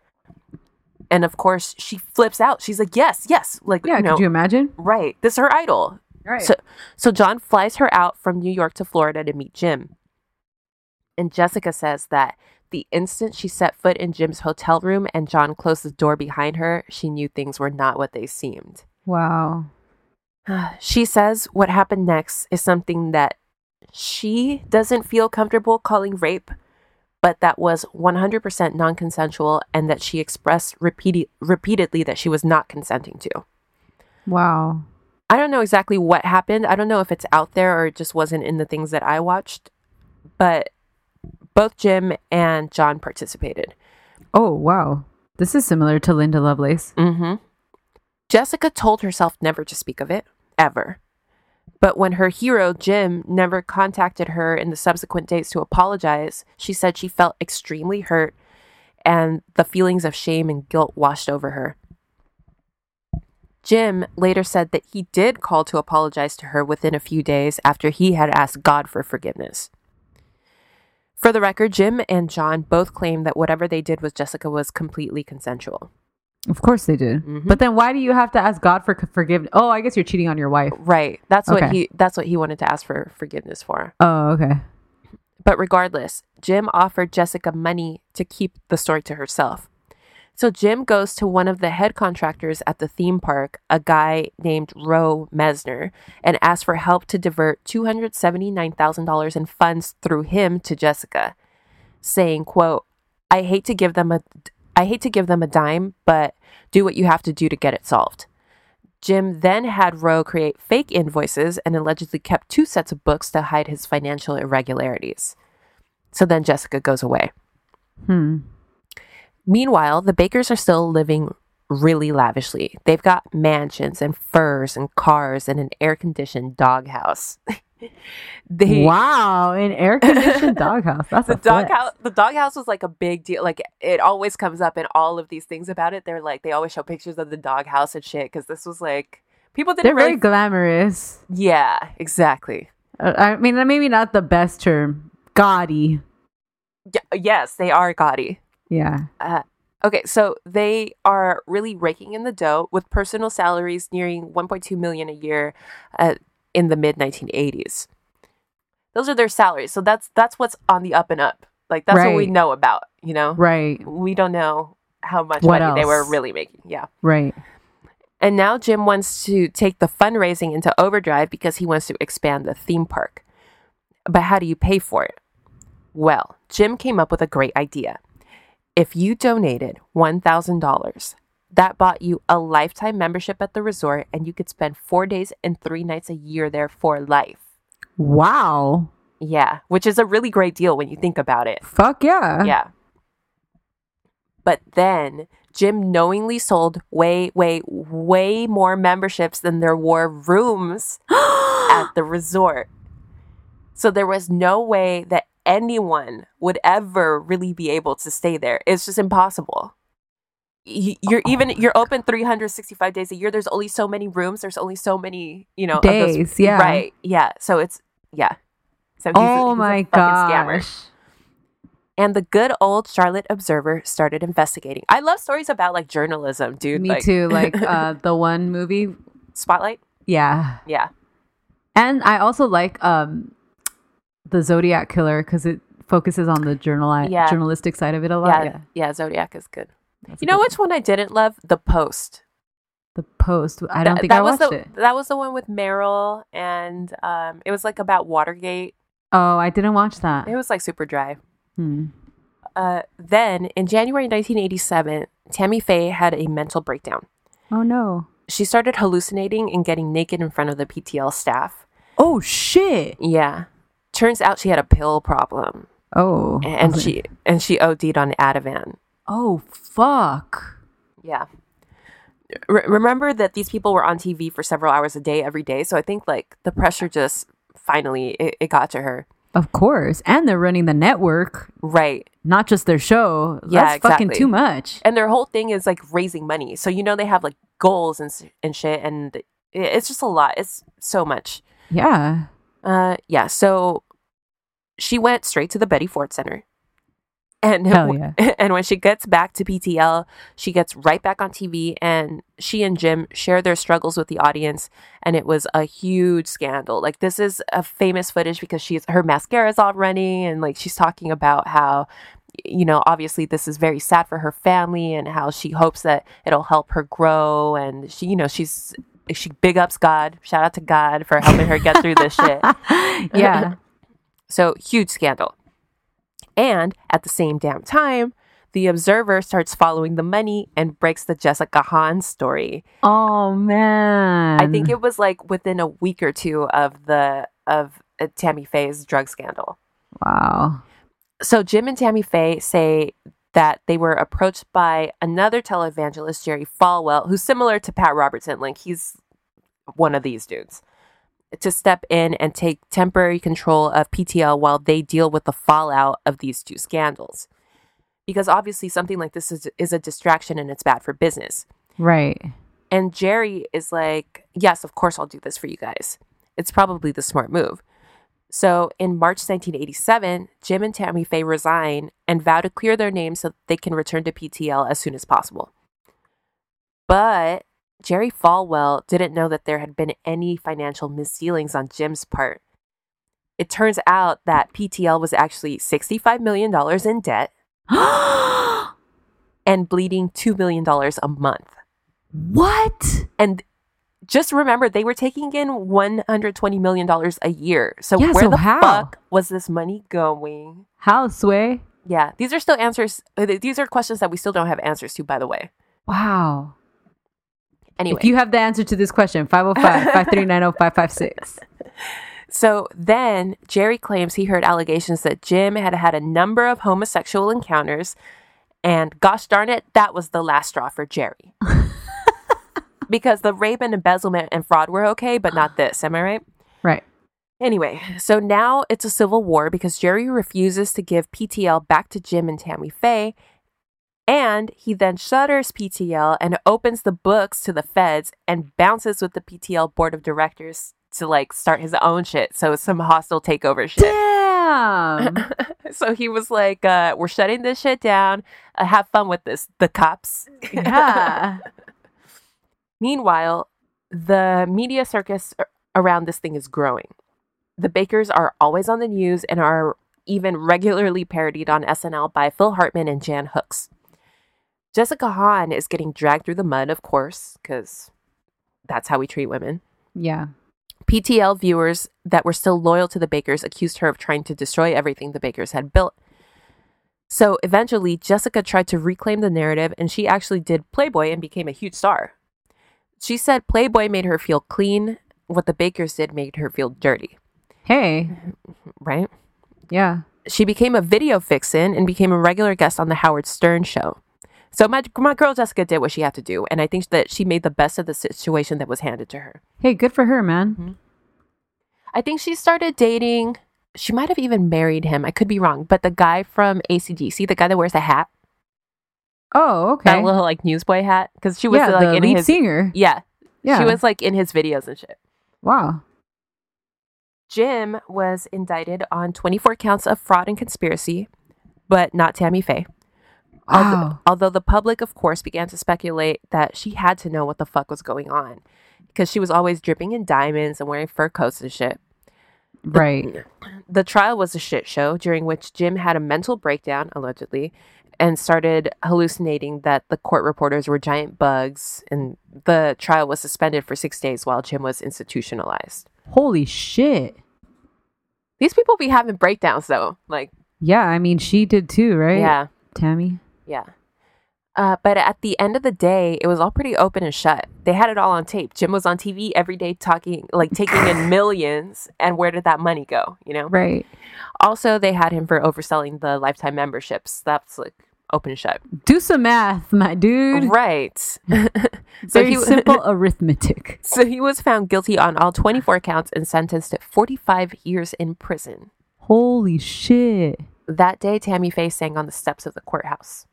[SPEAKER 4] And of course, she flips out. She's like, Yes, yes. Like,
[SPEAKER 3] Yeah,
[SPEAKER 4] you know,
[SPEAKER 3] could you imagine?
[SPEAKER 4] right. This is her idol.
[SPEAKER 3] Right.
[SPEAKER 4] So, so John flies her out from New York to Florida to meet Jim. And Jessica says that the instant she set foot in Jim's hotel room and John closed the door behind her, she knew things were not what they seemed.
[SPEAKER 3] wow.
[SPEAKER 4] She says what happened next is something that she doesn't feel comfortable calling rape, but that was 100% non consensual and that she expressed repeated repeatedly that she was not consenting to.
[SPEAKER 3] Wow.
[SPEAKER 4] I don't know exactly what happened. I don't know if it's out there or it just wasn't in the things that I watched, but both Jim and John participated.
[SPEAKER 3] Oh wow. This is similar to Linda Lovelace.
[SPEAKER 4] Mm-hmm. Jessica told herself never to speak of it, ever. But when her hero, Jim, never contacted her in the subsequent days to apologize, she said she felt extremely hurt and the feelings of shame and guilt washed over her. Jim later said that he did call to apologize to her within a few days after he had asked God for forgiveness. For the record, Jim and John both claimed that whatever they did with Jessica was completely consensual.
[SPEAKER 3] Of course they did.
[SPEAKER 4] Mhm.
[SPEAKER 3] But then why do you have to ask God for c- forgiveness? Oh, I guess you're cheating on your wife.
[SPEAKER 4] Right. That's what
[SPEAKER 3] Okay.
[SPEAKER 4] he that's what he wanted to ask for forgiveness for.
[SPEAKER 3] Oh, okay.
[SPEAKER 4] But regardless, Jim offered Jessica money to keep the story to herself. So Jim goes to one of the head contractors at the theme park, a guy named Roe Mesner, and asks for help to divert $279,000 in funds through him to Jessica, saying, quote, I hate to give them a I hate to give them a dime, but do what you have to do to get it solved. Jim then had Roe create fake invoices and allegedly kept two sets of books to hide his financial irregularities. So then Jessica goes away.
[SPEAKER 3] Hmm.
[SPEAKER 4] Meanwhile, the Bakers are still living really lavishly. They've got mansions and furs and cars and an air conditioned doghouse. they,
[SPEAKER 3] Wow, an air conditioned doghouse. That's
[SPEAKER 4] the
[SPEAKER 3] a flex.
[SPEAKER 4] doghouse the doghouse was like a big deal like it always comes up in all of these things about it they're like they always show pictures of the doghouse and shit because this was like people didn't
[SPEAKER 3] They're
[SPEAKER 4] really
[SPEAKER 3] very glamorous.
[SPEAKER 4] yeah exactly
[SPEAKER 3] Uh, I mean, maybe not the best term. Gaudy.
[SPEAKER 4] Y- yes they are gaudy
[SPEAKER 3] Yeah.
[SPEAKER 4] uh, okay so they are really raking in the dough with personal salaries nearing 1.2 million a year uh, in the mid 1980s those are their salaries so that's that's what's on the up and up like that's what we
[SPEAKER 3] Right.
[SPEAKER 4] know about you know
[SPEAKER 3] Right.
[SPEAKER 4] we don't know how much
[SPEAKER 3] What
[SPEAKER 4] money they were
[SPEAKER 3] else?
[SPEAKER 4] really making yeah
[SPEAKER 3] Right.
[SPEAKER 4] And now Jim wants to take the fundraising into overdrive because he wants to expand the theme park. But how do you pay for it? Well, Jim came up with a great idea. If you donated $1,000, that bought you a lifetime membership at the resort and you could spend four days and three nights a year there for life.
[SPEAKER 3] Wow.
[SPEAKER 4] Yeah, which is a really great deal when you think about it.
[SPEAKER 3] Fuck yeah.
[SPEAKER 4] Yeah. But then Jim knowingly sold way, way, way more memberships than there were rooms at the resort. So there was no way that anyone would ever really be able to stay there. It's just impossible. Y- You're
[SPEAKER 3] Oh
[SPEAKER 4] even you're open 365 days a year. There's only so many rooms. There's only so many you know of those-
[SPEAKER 3] Days, yeah.
[SPEAKER 4] right, yeah. So it's yeah. So he's a-
[SPEAKER 3] oh
[SPEAKER 4] he's a
[SPEAKER 3] my
[SPEAKER 4] fucking scammer.
[SPEAKER 3] gosh.
[SPEAKER 4] And the good old Charlotte Observer started investigating. I love stories about like journalism, dude.
[SPEAKER 3] Me too. Like uh, the one movie.
[SPEAKER 4] Spotlight.
[SPEAKER 3] Yeah.
[SPEAKER 4] Yeah.
[SPEAKER 3] And I also like um, the Zodiac Killer because it focuses on the journali-
[SPEAKER 4] Yeah.
[SPEAKER 3] journalistic side of it a lot.
[SPEAKER 4] yeah,
[SPEAKER 3] Yeah.
[SPEAKER 4] yeah, Zodiac is good.
[SPEAKER 3] That's a
[SPEAKER 4] You know
[SPEAKER 3] good
[SPEAKER 4] which one I didn't love? The Post.
[SPEAKER 3] The Post. I don't
[SPEAKER 4] That-
[SPEAKER 3] think
[SPEAKER 4] that
[SPEAKER 3] I
[SPEAKER 4] was
[SPEAKER 3] watched
[SPEAKER 4] the,
[SPEAKER 3] it.
[SPEAKER 4] That was the one with Meryl, and um, it was like about Watergate.
[SPEAKER 3] Oh, I didn't watch that.
[SPEAKER 4] It was like super dry.
[SPEAKER 3] Hmm.
[SPEAKER 4] Uh, then in January 1987, Tammy Faye had a mental breakdown.
[SPEAKER 3] Oh no.
[SPEAKER 4] She started hallucinating and getting naked in front of the PTL staff.
[SPEAKER 3] Oh shit.
[SPEAKER 4] Yeah, turns out she had a pill problem,
[SPEAKER 3] Oh.
[SPEAKER 4] and
[SPEAKER 3] Okay.
[SPEAKER 4] she and she OD'd on Ativan.
[SPEAKER 3] Oh fuck.
[SPEAKER 4] Yeah. Re- remember that these people were on TV for several hours a day every day. So I think like the pressure just finally it, it got to her.
[SPEAKER 3] Of course. And they're running the network,
[SPEAKER 4] Right.
[SPEAKER 3] not just their show.
[SPEAKER 4] Yeah,
[SPEAKER 3] That's fucking
[SPEAKER 4] exactly.
[SPEAKER 3] too much.
[SPEAKER 4] And their whole thing is like raising money. So you know they have like goals and s- and shit and it, it's just a lot. It's so much.
[SPEAKER 3] Yeah.
[SPEAKER 4] Uh yeah, so she went straight to the Betty Ford Center. And
[SPEAKER 3] Hell yeah.
[SPEAKER 4] and when she gets back to PTL, she gets right back on TV and she and Jim share their struggles with the audience and it was a huge scandal. Like this is a famous footage because she's her mascara's all running and like she's talking about how you know, obviously this is very sad for her family and how she hopes that it'll help her grow and she you know, she's she big ups God. Shout out to God for helping her get through this shit.
[SPEAKER 3] yeah.
[SPEAKER 4] So, huge scandal. And at the same damn time, the observer starts following the money and breaks the Jessica Hahn story.
[SPEAKER 3] Oh man.
[SPEAKER 4] I think it was like within a week or two of the of uh, Tammy Faye's drug scandal.
[SPEAKER 3] Wow.
[SPEAKER 4] So Jim and Tammy Faye say that they were approached by another televangelist, Jerry Falwell, who's similar to Pat Robertson. Like he's one of these dudes to step in and take temporary control of PTL while they deal with the fallout of these two scandals. Because obviously, something like this is, is a distraction and it's bad for business.
[SPEAKER 3] Right.
[SPEAKER 4] And Jerry is like, Yes, of course, I'll do this for you guys. It's probably the smart move. So in March 1987, Jim and Tammy Faye resign and vow to clear their names so that they can return to PTL as soon as possible. But Jerry Falwell didn't know that there had been any financial misdealings on Jim's part. It turns out that PTL was actually $65 million in debt and bleeding $2 million a month.
[SPEAKER 3] what?
[SPEAKER 4] And just remember, they were taking in one hundred twenty million dollars a year. So
[SPEAKER 3] Yeah,
[SPEAKER 4] where
[SPEAKER 3] so
[SPEAKER 4] the
[SPEAKER 3] how?
[SPEAKER 4] fuck was this money going?
[SPEAKER 3] How sway?
[SPEAKER 4] Yeah, these are still answers. uh, th- These are questions that we still don't have answers to, by the way.
[SPEAKER 3] Wow.
[SPEAKER 4] Anyway,
[SPEAKER 3] If you have the answer to this question, 505-539-0556.
[SPEAKER 4] so then Jerry claims he heard allegations that Jim had had a number of homosexual encounters, and gosh darn it, that was the last straw for Jerry. because the rape and embezzlement and fraud were okay, but not this. Am I right?
[SPEAKER 3] right.
[SPEAKER 4] Anyway, so now it's a civil war because Jerry refuses to give PTL back to Jim and Tammy Faye. And he then shutters PTL and opens the books to the feds and bounces with the PTL board of directors to like start his own shit. So it's some hostile takeover shit.
[SPEAKER 3] Damn.
[SPEAKER 4] So he was like, uh, we're shutting this shit down. Uh, have fun with this, the cops.
[SPEAKER 3] yeah.
[SPEAKER 4] Meanwhile, the media circus ar- around this thing is growing. The Bakers are always on the news and are even regularly parodied on SNL by Phil Hartman and Jan Hooks. Jessica Hahn is getting dragged through the mud, of course, because that's how we treat women.
[SPEAKER 3] Yeah.
[SPEAKER 4] PTL viewers that were still loyal to the Bakers accused her of trying to destroy everything the Bakers had built. So eventually, Jessica tried to reclaim the narrative and she actually did Playboy and became a huge star. She said Playboy made her feel clean, what the Bakers did made her feel dirty,
[SPEAKER 3] Hey.
[SPEAKER 4] right?
[SPEAKER 3] Yeah.
[SPEAKER 4] She became a video fixin and became a regular guest on The Howard Stern Show. So my my girl Jessica did what she had to do, and I think that she made the best of the situation that was handed to her.
[SPEAKER 3] Hey, good for her, man.
[SPEAKER 4] Mm-hmm. I think she started dating. She might have even married him. I could be wrong, but the guy from ACDC, the guy that wears the hat,
[SPEAKER 3] Oh, okay.
[SPEAKER 4] that little like newsboy hat, because she was
[SPEAKER 3] yeah,
[SPEAKER 4] like
[SPEAKER 3] the
[SPEAKER 4] in
[SPEAKER 3] lead
[SPEAKER 4] his
[SPEAKER 3] singer.
[SPEAKER 4] yeah,
[SPEAKER 3] Yeah.
[SPEAKER 4] she was like in his videos and shit.
[SPEAKER 3] Wow.
[SPEAKER 4] Jim was indicted on 24 counts of fraud and conspiracy, but not Tammy Faye. Although-
[SPEAKER 3] Wow.
[SPEAKER 4] although the public, of course, began to speculate that she had to know what the fuck was going on because she was always dripping in diamonds and wearing fur coats and shit.
[SPEAKER 3] Right.
[SPEAKER 4] The trial was a shit show during which Jim had a mental breakdown, allegedly, and started hallucinating that the court reporters were giant bugs. And the trial was suspended for six days while Jim was institutionalized.
[SPEAKER 3] Holy shit.
[SPEAKER 4] These people be having breakdowns though. Like,
[SPEAKER 3] Yeah, I mean, she did too, right?
[SPEAKER 4] yeah,
[SPEAKER 3] Tammy.
[SPEAKER 4] yeah. Uh, but at the end of the day, it was all pretty open and shut. They had it all on tape. Jim was on TV every day talking, like taking in millions. And where did that money go? You know?
[SPEAKER 3] Right.
[SPEAKER 4] Also, they had him for overselling the lifetime memberships. That's like open and shut.
[SPEAKER 3] Do some math, my dude.
[SPEAKER 4] Right. so
[SPEAKER 3] Very
[SPEAKER 4] he
[SPEAKER 3] simple arithmetic.
[SPEAKER 4] so he was found guilty on all 24 counts and sentenced to 45 years in prison.
[SPEAKER 3] Holy shit.
[SPEAKER 4] That day, Tammy Faye sang on the steps of the courthouse.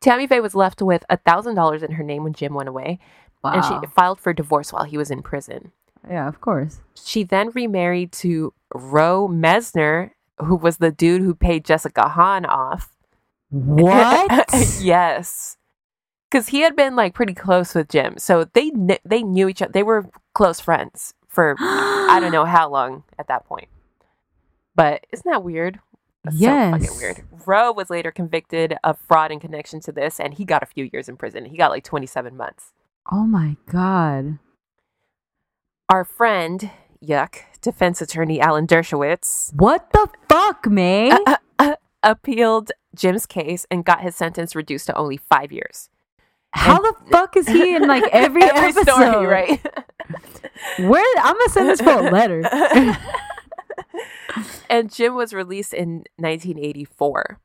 [SPEAKER 4] Tammy Faye was left with $1,000 in her name when Jim went away,
[SPEAKER 3] Wow.
[SPEAKER 4] and she filed for divorce while he was in prison.
[SPEAKER 3] yeah, of course.
[SPEAKER 4] She then remarried to Roe Mesner, who was the dude who paid Jessica Hahn off.
[SPEAKER 3] What?
[SPEAKER 4] yes. Because he had been like pretty close with Jim, so they kn- they knew each other. They were close friends for I don't know how long at that point. But isn't that weird? That's so
[SPEAKER 3] Yes.
[SPEAKER 4] fucking weird. Roe was later convicted of fraud in connection to this, and he got a few years in prison. He got like twenty seven months.
[SPEAKER 3] Oh my god.
[SPEAKER 4] Our friend, yuck, defense attorney Alan Dershowitz,
[SPEAKER 3] What the fuck,
[SPEAKER 4] Uh,
[SPEAKER 3] May?
[SPEAKER 4] appealed Jim's case and got his sentence reduced to only five years.
[SPEAKER 3] How the fuck is he in like every, episode?
[SPEAKER 4] uh, story, right?
[SPEAKER 3] Where I'm gonna send this for a letter.
[SPEAKER 4] and Jim was released in 1984.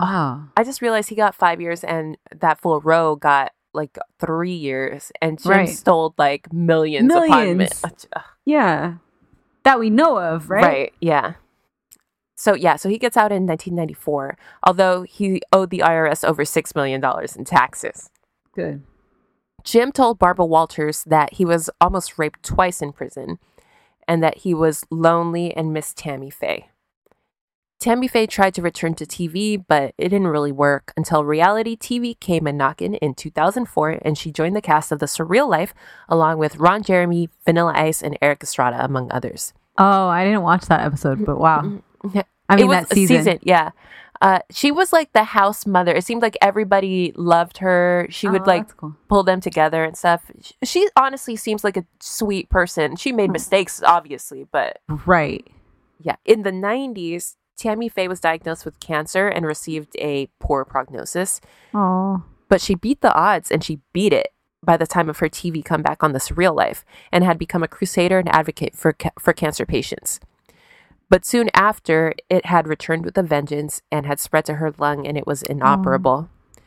[SPEAKER 3] Wow.
[SPEAKER 4] I just realized he got five years, and that fool Roe got like three years, and Jim
[SPEAKER 3] Right.
[SPEAKER 4] stole like millions, upon mi-
[SPEAKER 3] Millions. Yeah. That we know of, right?
[SPEAKER 4] Right. Yeah. So yeah, so he gets out in 1994, although he owed the IRS over six million dollars in taxes.
[SPEAKER 3] Good.
[SPEAKER 4] Jim told Barbara Walters that he was almost raped twice in prison and that he was lonely and missed Tammy Faye. Tammy Faye tried to return to TV, but it didn't really work until reality TV came a knockin' in 2004 and she joined the cast of The Surreal Life along with Ron Jeremy, Vanilla Ice, and Eric Estrada, among others.
[SPEAKER 3] Oh, I didn't watch that episode, but wow. I mean
[SPEAKER 4] it was
[SPEAKER 3] that season.
[SPEAKER 4] A season yeah. Uh, she was like the house mother. It seemed like everybody loved her. She
[SPEAKER 3] Oh,
[SPEAKER 4] would like
[SPEAKER 3] that's cool.
[SPEAKER 4] pull them together and stuff. Sh- She honestly seems like a sweet person. She
[SPEAKER 3] Mm-hmm.
[SPEAKER 4] made mistakes, obviously, but
[SPEAKER 3] Right.
[SPEAKER 4] yeah. In the 90s, Tammy Faye was diagnosed with cancer and received a poor prognosis,
[SPEAKER 3] Oh.
[SPEAKER 4] but she beat the odds and she beat it by the time of her TV comeback on The Surreal Life and had become a crusader and advocate for, ca- for cancer patients. But soon after, it had returned with a vengeance and had spread to her lung and it was inoperable.
[SPEAKER 3] Mm.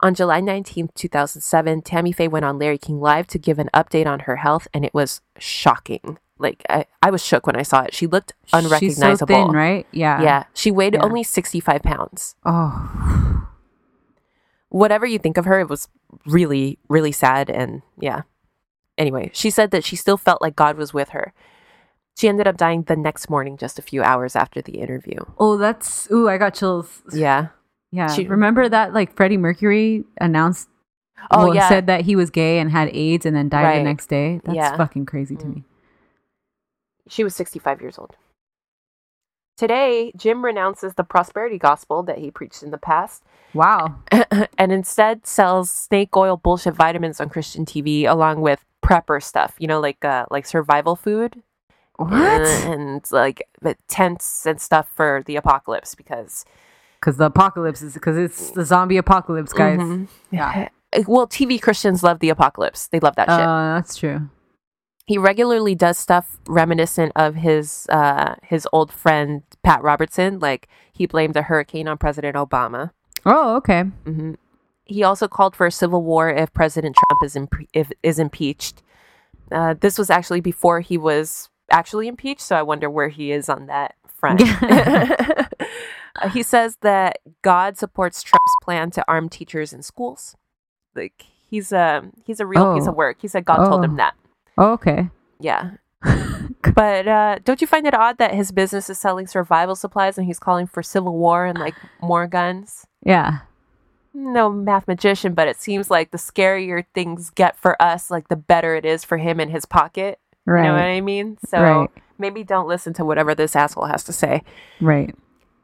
[SPEAKER 4] On July 19th, 2007, Tammy Faye went on Larry King Live to give an update on her health, and it was shocking. Like, I, I was shook when I saw it. She looked unrecognizable.
[SPEAKER 3] She's so thin, right? Yeah.
[SPEAKER 4] Yeah. She weighed
[SPEAKER 3] Yeah.
[SPEAKER 4] only 65 pounds.
[SPEAKER 3] Oh.
[SPEAKER 4] Whatever you think of her, it was really, really sad. And yeah. Anyway, she said that she still felt like God was with her. She ended up dying the next morning, just a few hours after the interview.
[SPEAKER 3] Oh, that's ooh, I got chills.
[SPEAKER 4] Yeah.
[SPEAKER 3] Yeah.
[SPEAKER 4] She-
[SPEAKER 3] Remember that like Freddie Mercury announced
[SPEAKER 4] Oh,
[SPEAKER 3] well,
[SPEAKER 4] yeah.
[SPEAKER 3] said that he was gay and had AIDS and then died
[SPEAKER 4] Right.
[SPEAKER 3] the next day. That's
[SPEAKER 4] Yeah. Mm.
[SPEAKER 3] fucking crazy to me.
[SPEAKER 4] She was 65 years old. Today, Jim renounces the prosperity gospel that he preached in the past
[SPEAKER 3] Wow.
[SPEAKER 4] and instead sells snake oil bullshit vitamins on Christian TV along with prepper stuff, you know, like uh, like survival food
[SPEAKER 3] What?
[SPEAKER 4] and like the tents and stuff for the apocalypse because
[SPEAKER 3] Because the apocalypse is because it's the zombie apocalypse, guys.
[SPEAKER 4] Mhm.
[SPEAKER 3] Yeah. Oh.
[SPEAKER 4] well, TV Christians love the apocalypse. They love that shit.
[SPEAKER 3] Uh, that's true.
[SPEAKER 4] he regularly does stuff reminiscent of his uh, his old friend Pat Robertson. Like he blamed the hurricane on President Obama.
[SPEAKER 3] Oh, okay.
[SPEAKER 4] hmm He also called for a civil war if President Trump is imp- if, is impeached. Uh, this was actually before he was actually impeached, so I wonder where he is on that front. Uh, he says that God supports Trump's plan to arm teachers in schools. Like he's a he's a real piece
[SPEAKER 3] Oh.
[SPEAKER 4] of work. He said God told
[SPEAKER 3] Oh.
[SPEAKER 4] him that.
[SPEAKER 3] Oh, okay.
[SPEAKER 4] Yeah. but uh, don't you find it odd that his business is selling survival supplies and he's calling for civil war and like more guns?
[SPEAKER 3] Yeah.
[SPEAKER 4] No math magician, but it seems like the scarier things get for us, like the better it is for him in his pocket.
[SPEAKER 3] Right.
[SPEAKER 4] You know what I mean? So
[SPEAKER 3] Right.
[SPEAKER 4] maybe don't listen to whatever this asshole has to say.
[SPEAKER 3] Right.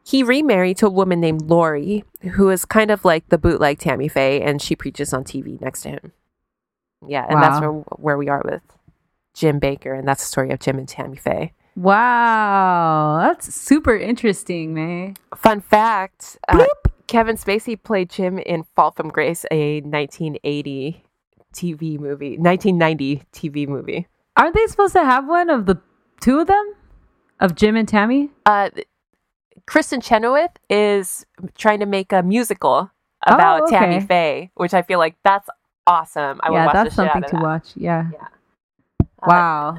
[SPEAKER 4] He remarried to a woman named Lori, who is kind of like the bootleg Tammy Faye, and she preaches on TV next to him. Yeah, and that's where,
[SPEAKER 3] Wow.
[SPEAKER 4] where we are with Jim Baker, and that's the story of Jim and Tammy Faye.
[SPEAKER 3] Wow. That's super interesting, man.
[SPEAKER 4] Fun fact uh, Kevin Spacey played Jim in Fall from Grace, a 1980 TV movie, 1990 TV movie.
[SPEAKER 3] Aren't they supposed to have one of the two of them? Of Jim and Tammy?
[SPEAKER 4] Uh, th- Kristen Chenoweth is trying to make a musical
[SPEAKER 3] Oh,
[SPEAKER 4] about Tammy
[SPEAKER 3] okay.
[SPEAKER 4] Faye, which I feel like that's awesome. I would
[SPEAKER 3] yeah,
[SPEAKER 4] watch
[SPEAKER 3] that's
[SPEAKER 4] the shit out
[SPEAKER 3] something
[SPEAKER 4] of
[SPEAKER 3] to
[SPEAKER 4] that.
[SPEAKER 3] watch. Yeah.
[SPEAKER 4] Yeah. Uh,
[SPEAKER 3] Wow.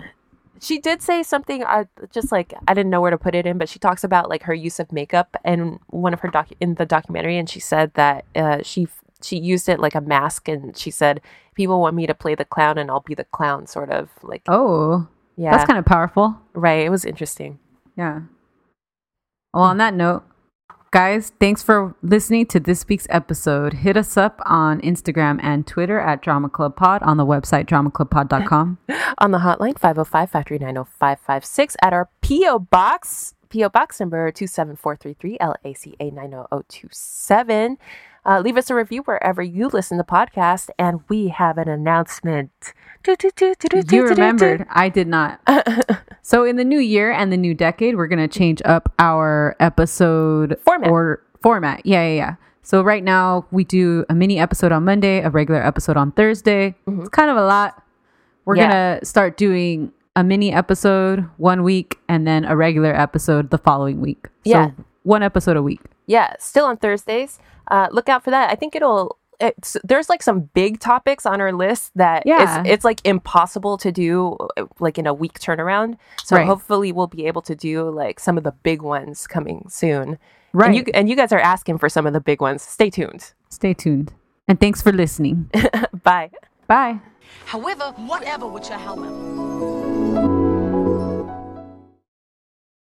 [SPEAKER 4] She did say something, I just like I didn't know where to put it in, but she talks about like her use of makeup and one of her doc in the documentary, and she said that uh, she she used it like a mask, and she said people want me to play the clown, and I'll be the clown, sort of like
[SPEAKER 3] Oh,
[SPEAKER 4] yeah,
[SPEAKER 3] that's kind of powerful.
[SPEAKER 4] right. It was interesting.
[SPEAKER 3] Yeah. Well, on that note, guys, thanks for listening to this week's episode. Hit us up on Instagram and Twitter at Drama Club Pod on the website dramaclubpod.com.
[SPEAKER 4] On the hotline 505 539 556 at our PO box, PO box number 27433 LACA 90027. Uh, leave us a review wherever you listen to podcast, and we have an announcement. Do, do, do, do, do, do,
[SPEAKER 3] you
[SPEAKER 4] do, do,
[SPEAKER 3] remembered. I did not. so in the new year and the new decade, we're gonna change up our episode
[SPEAKER 4] Format.
[SPEAKER 3] or format. Yeah, yeah, yeah. So right now we do a mini episode on Monday, a regular episode on Thursday. It's kind of a lot. We're
[SPEAKER 4] Mm-hmm. Yeah.
[SPEAKER 3] gonna start doing a mini episode one week and then a regular episode the following week.
[SPEAKER 4] Yeah.
[SPEAKER 3] So one episode a week.
[SPEAKER 4] Yeah, still on Thursdays. Uh, look out for that. I think it'll. It's, there's like some big topics on our list that
[SPEAKER 3] Yeah.
[SPEAKER 4] it's, it's like impossible to do uh, like in a week turnaround. So
[SPEAKER 3] Right.
[SPEAKER 4] hopefully we'll be able to do like some of the big ones coming soon.
[SPEAKER 3] Right.
[SPEAKER 4] And you, and you guys are asking for some of the big ones. Stay tuned.
[SPEAKER 3] Stay tuned. And thanks for listening.
[SPEAKER 4] Bye.
[SPEAKER 3] Bye.
[SPEAKER 7] However, whatever with your however.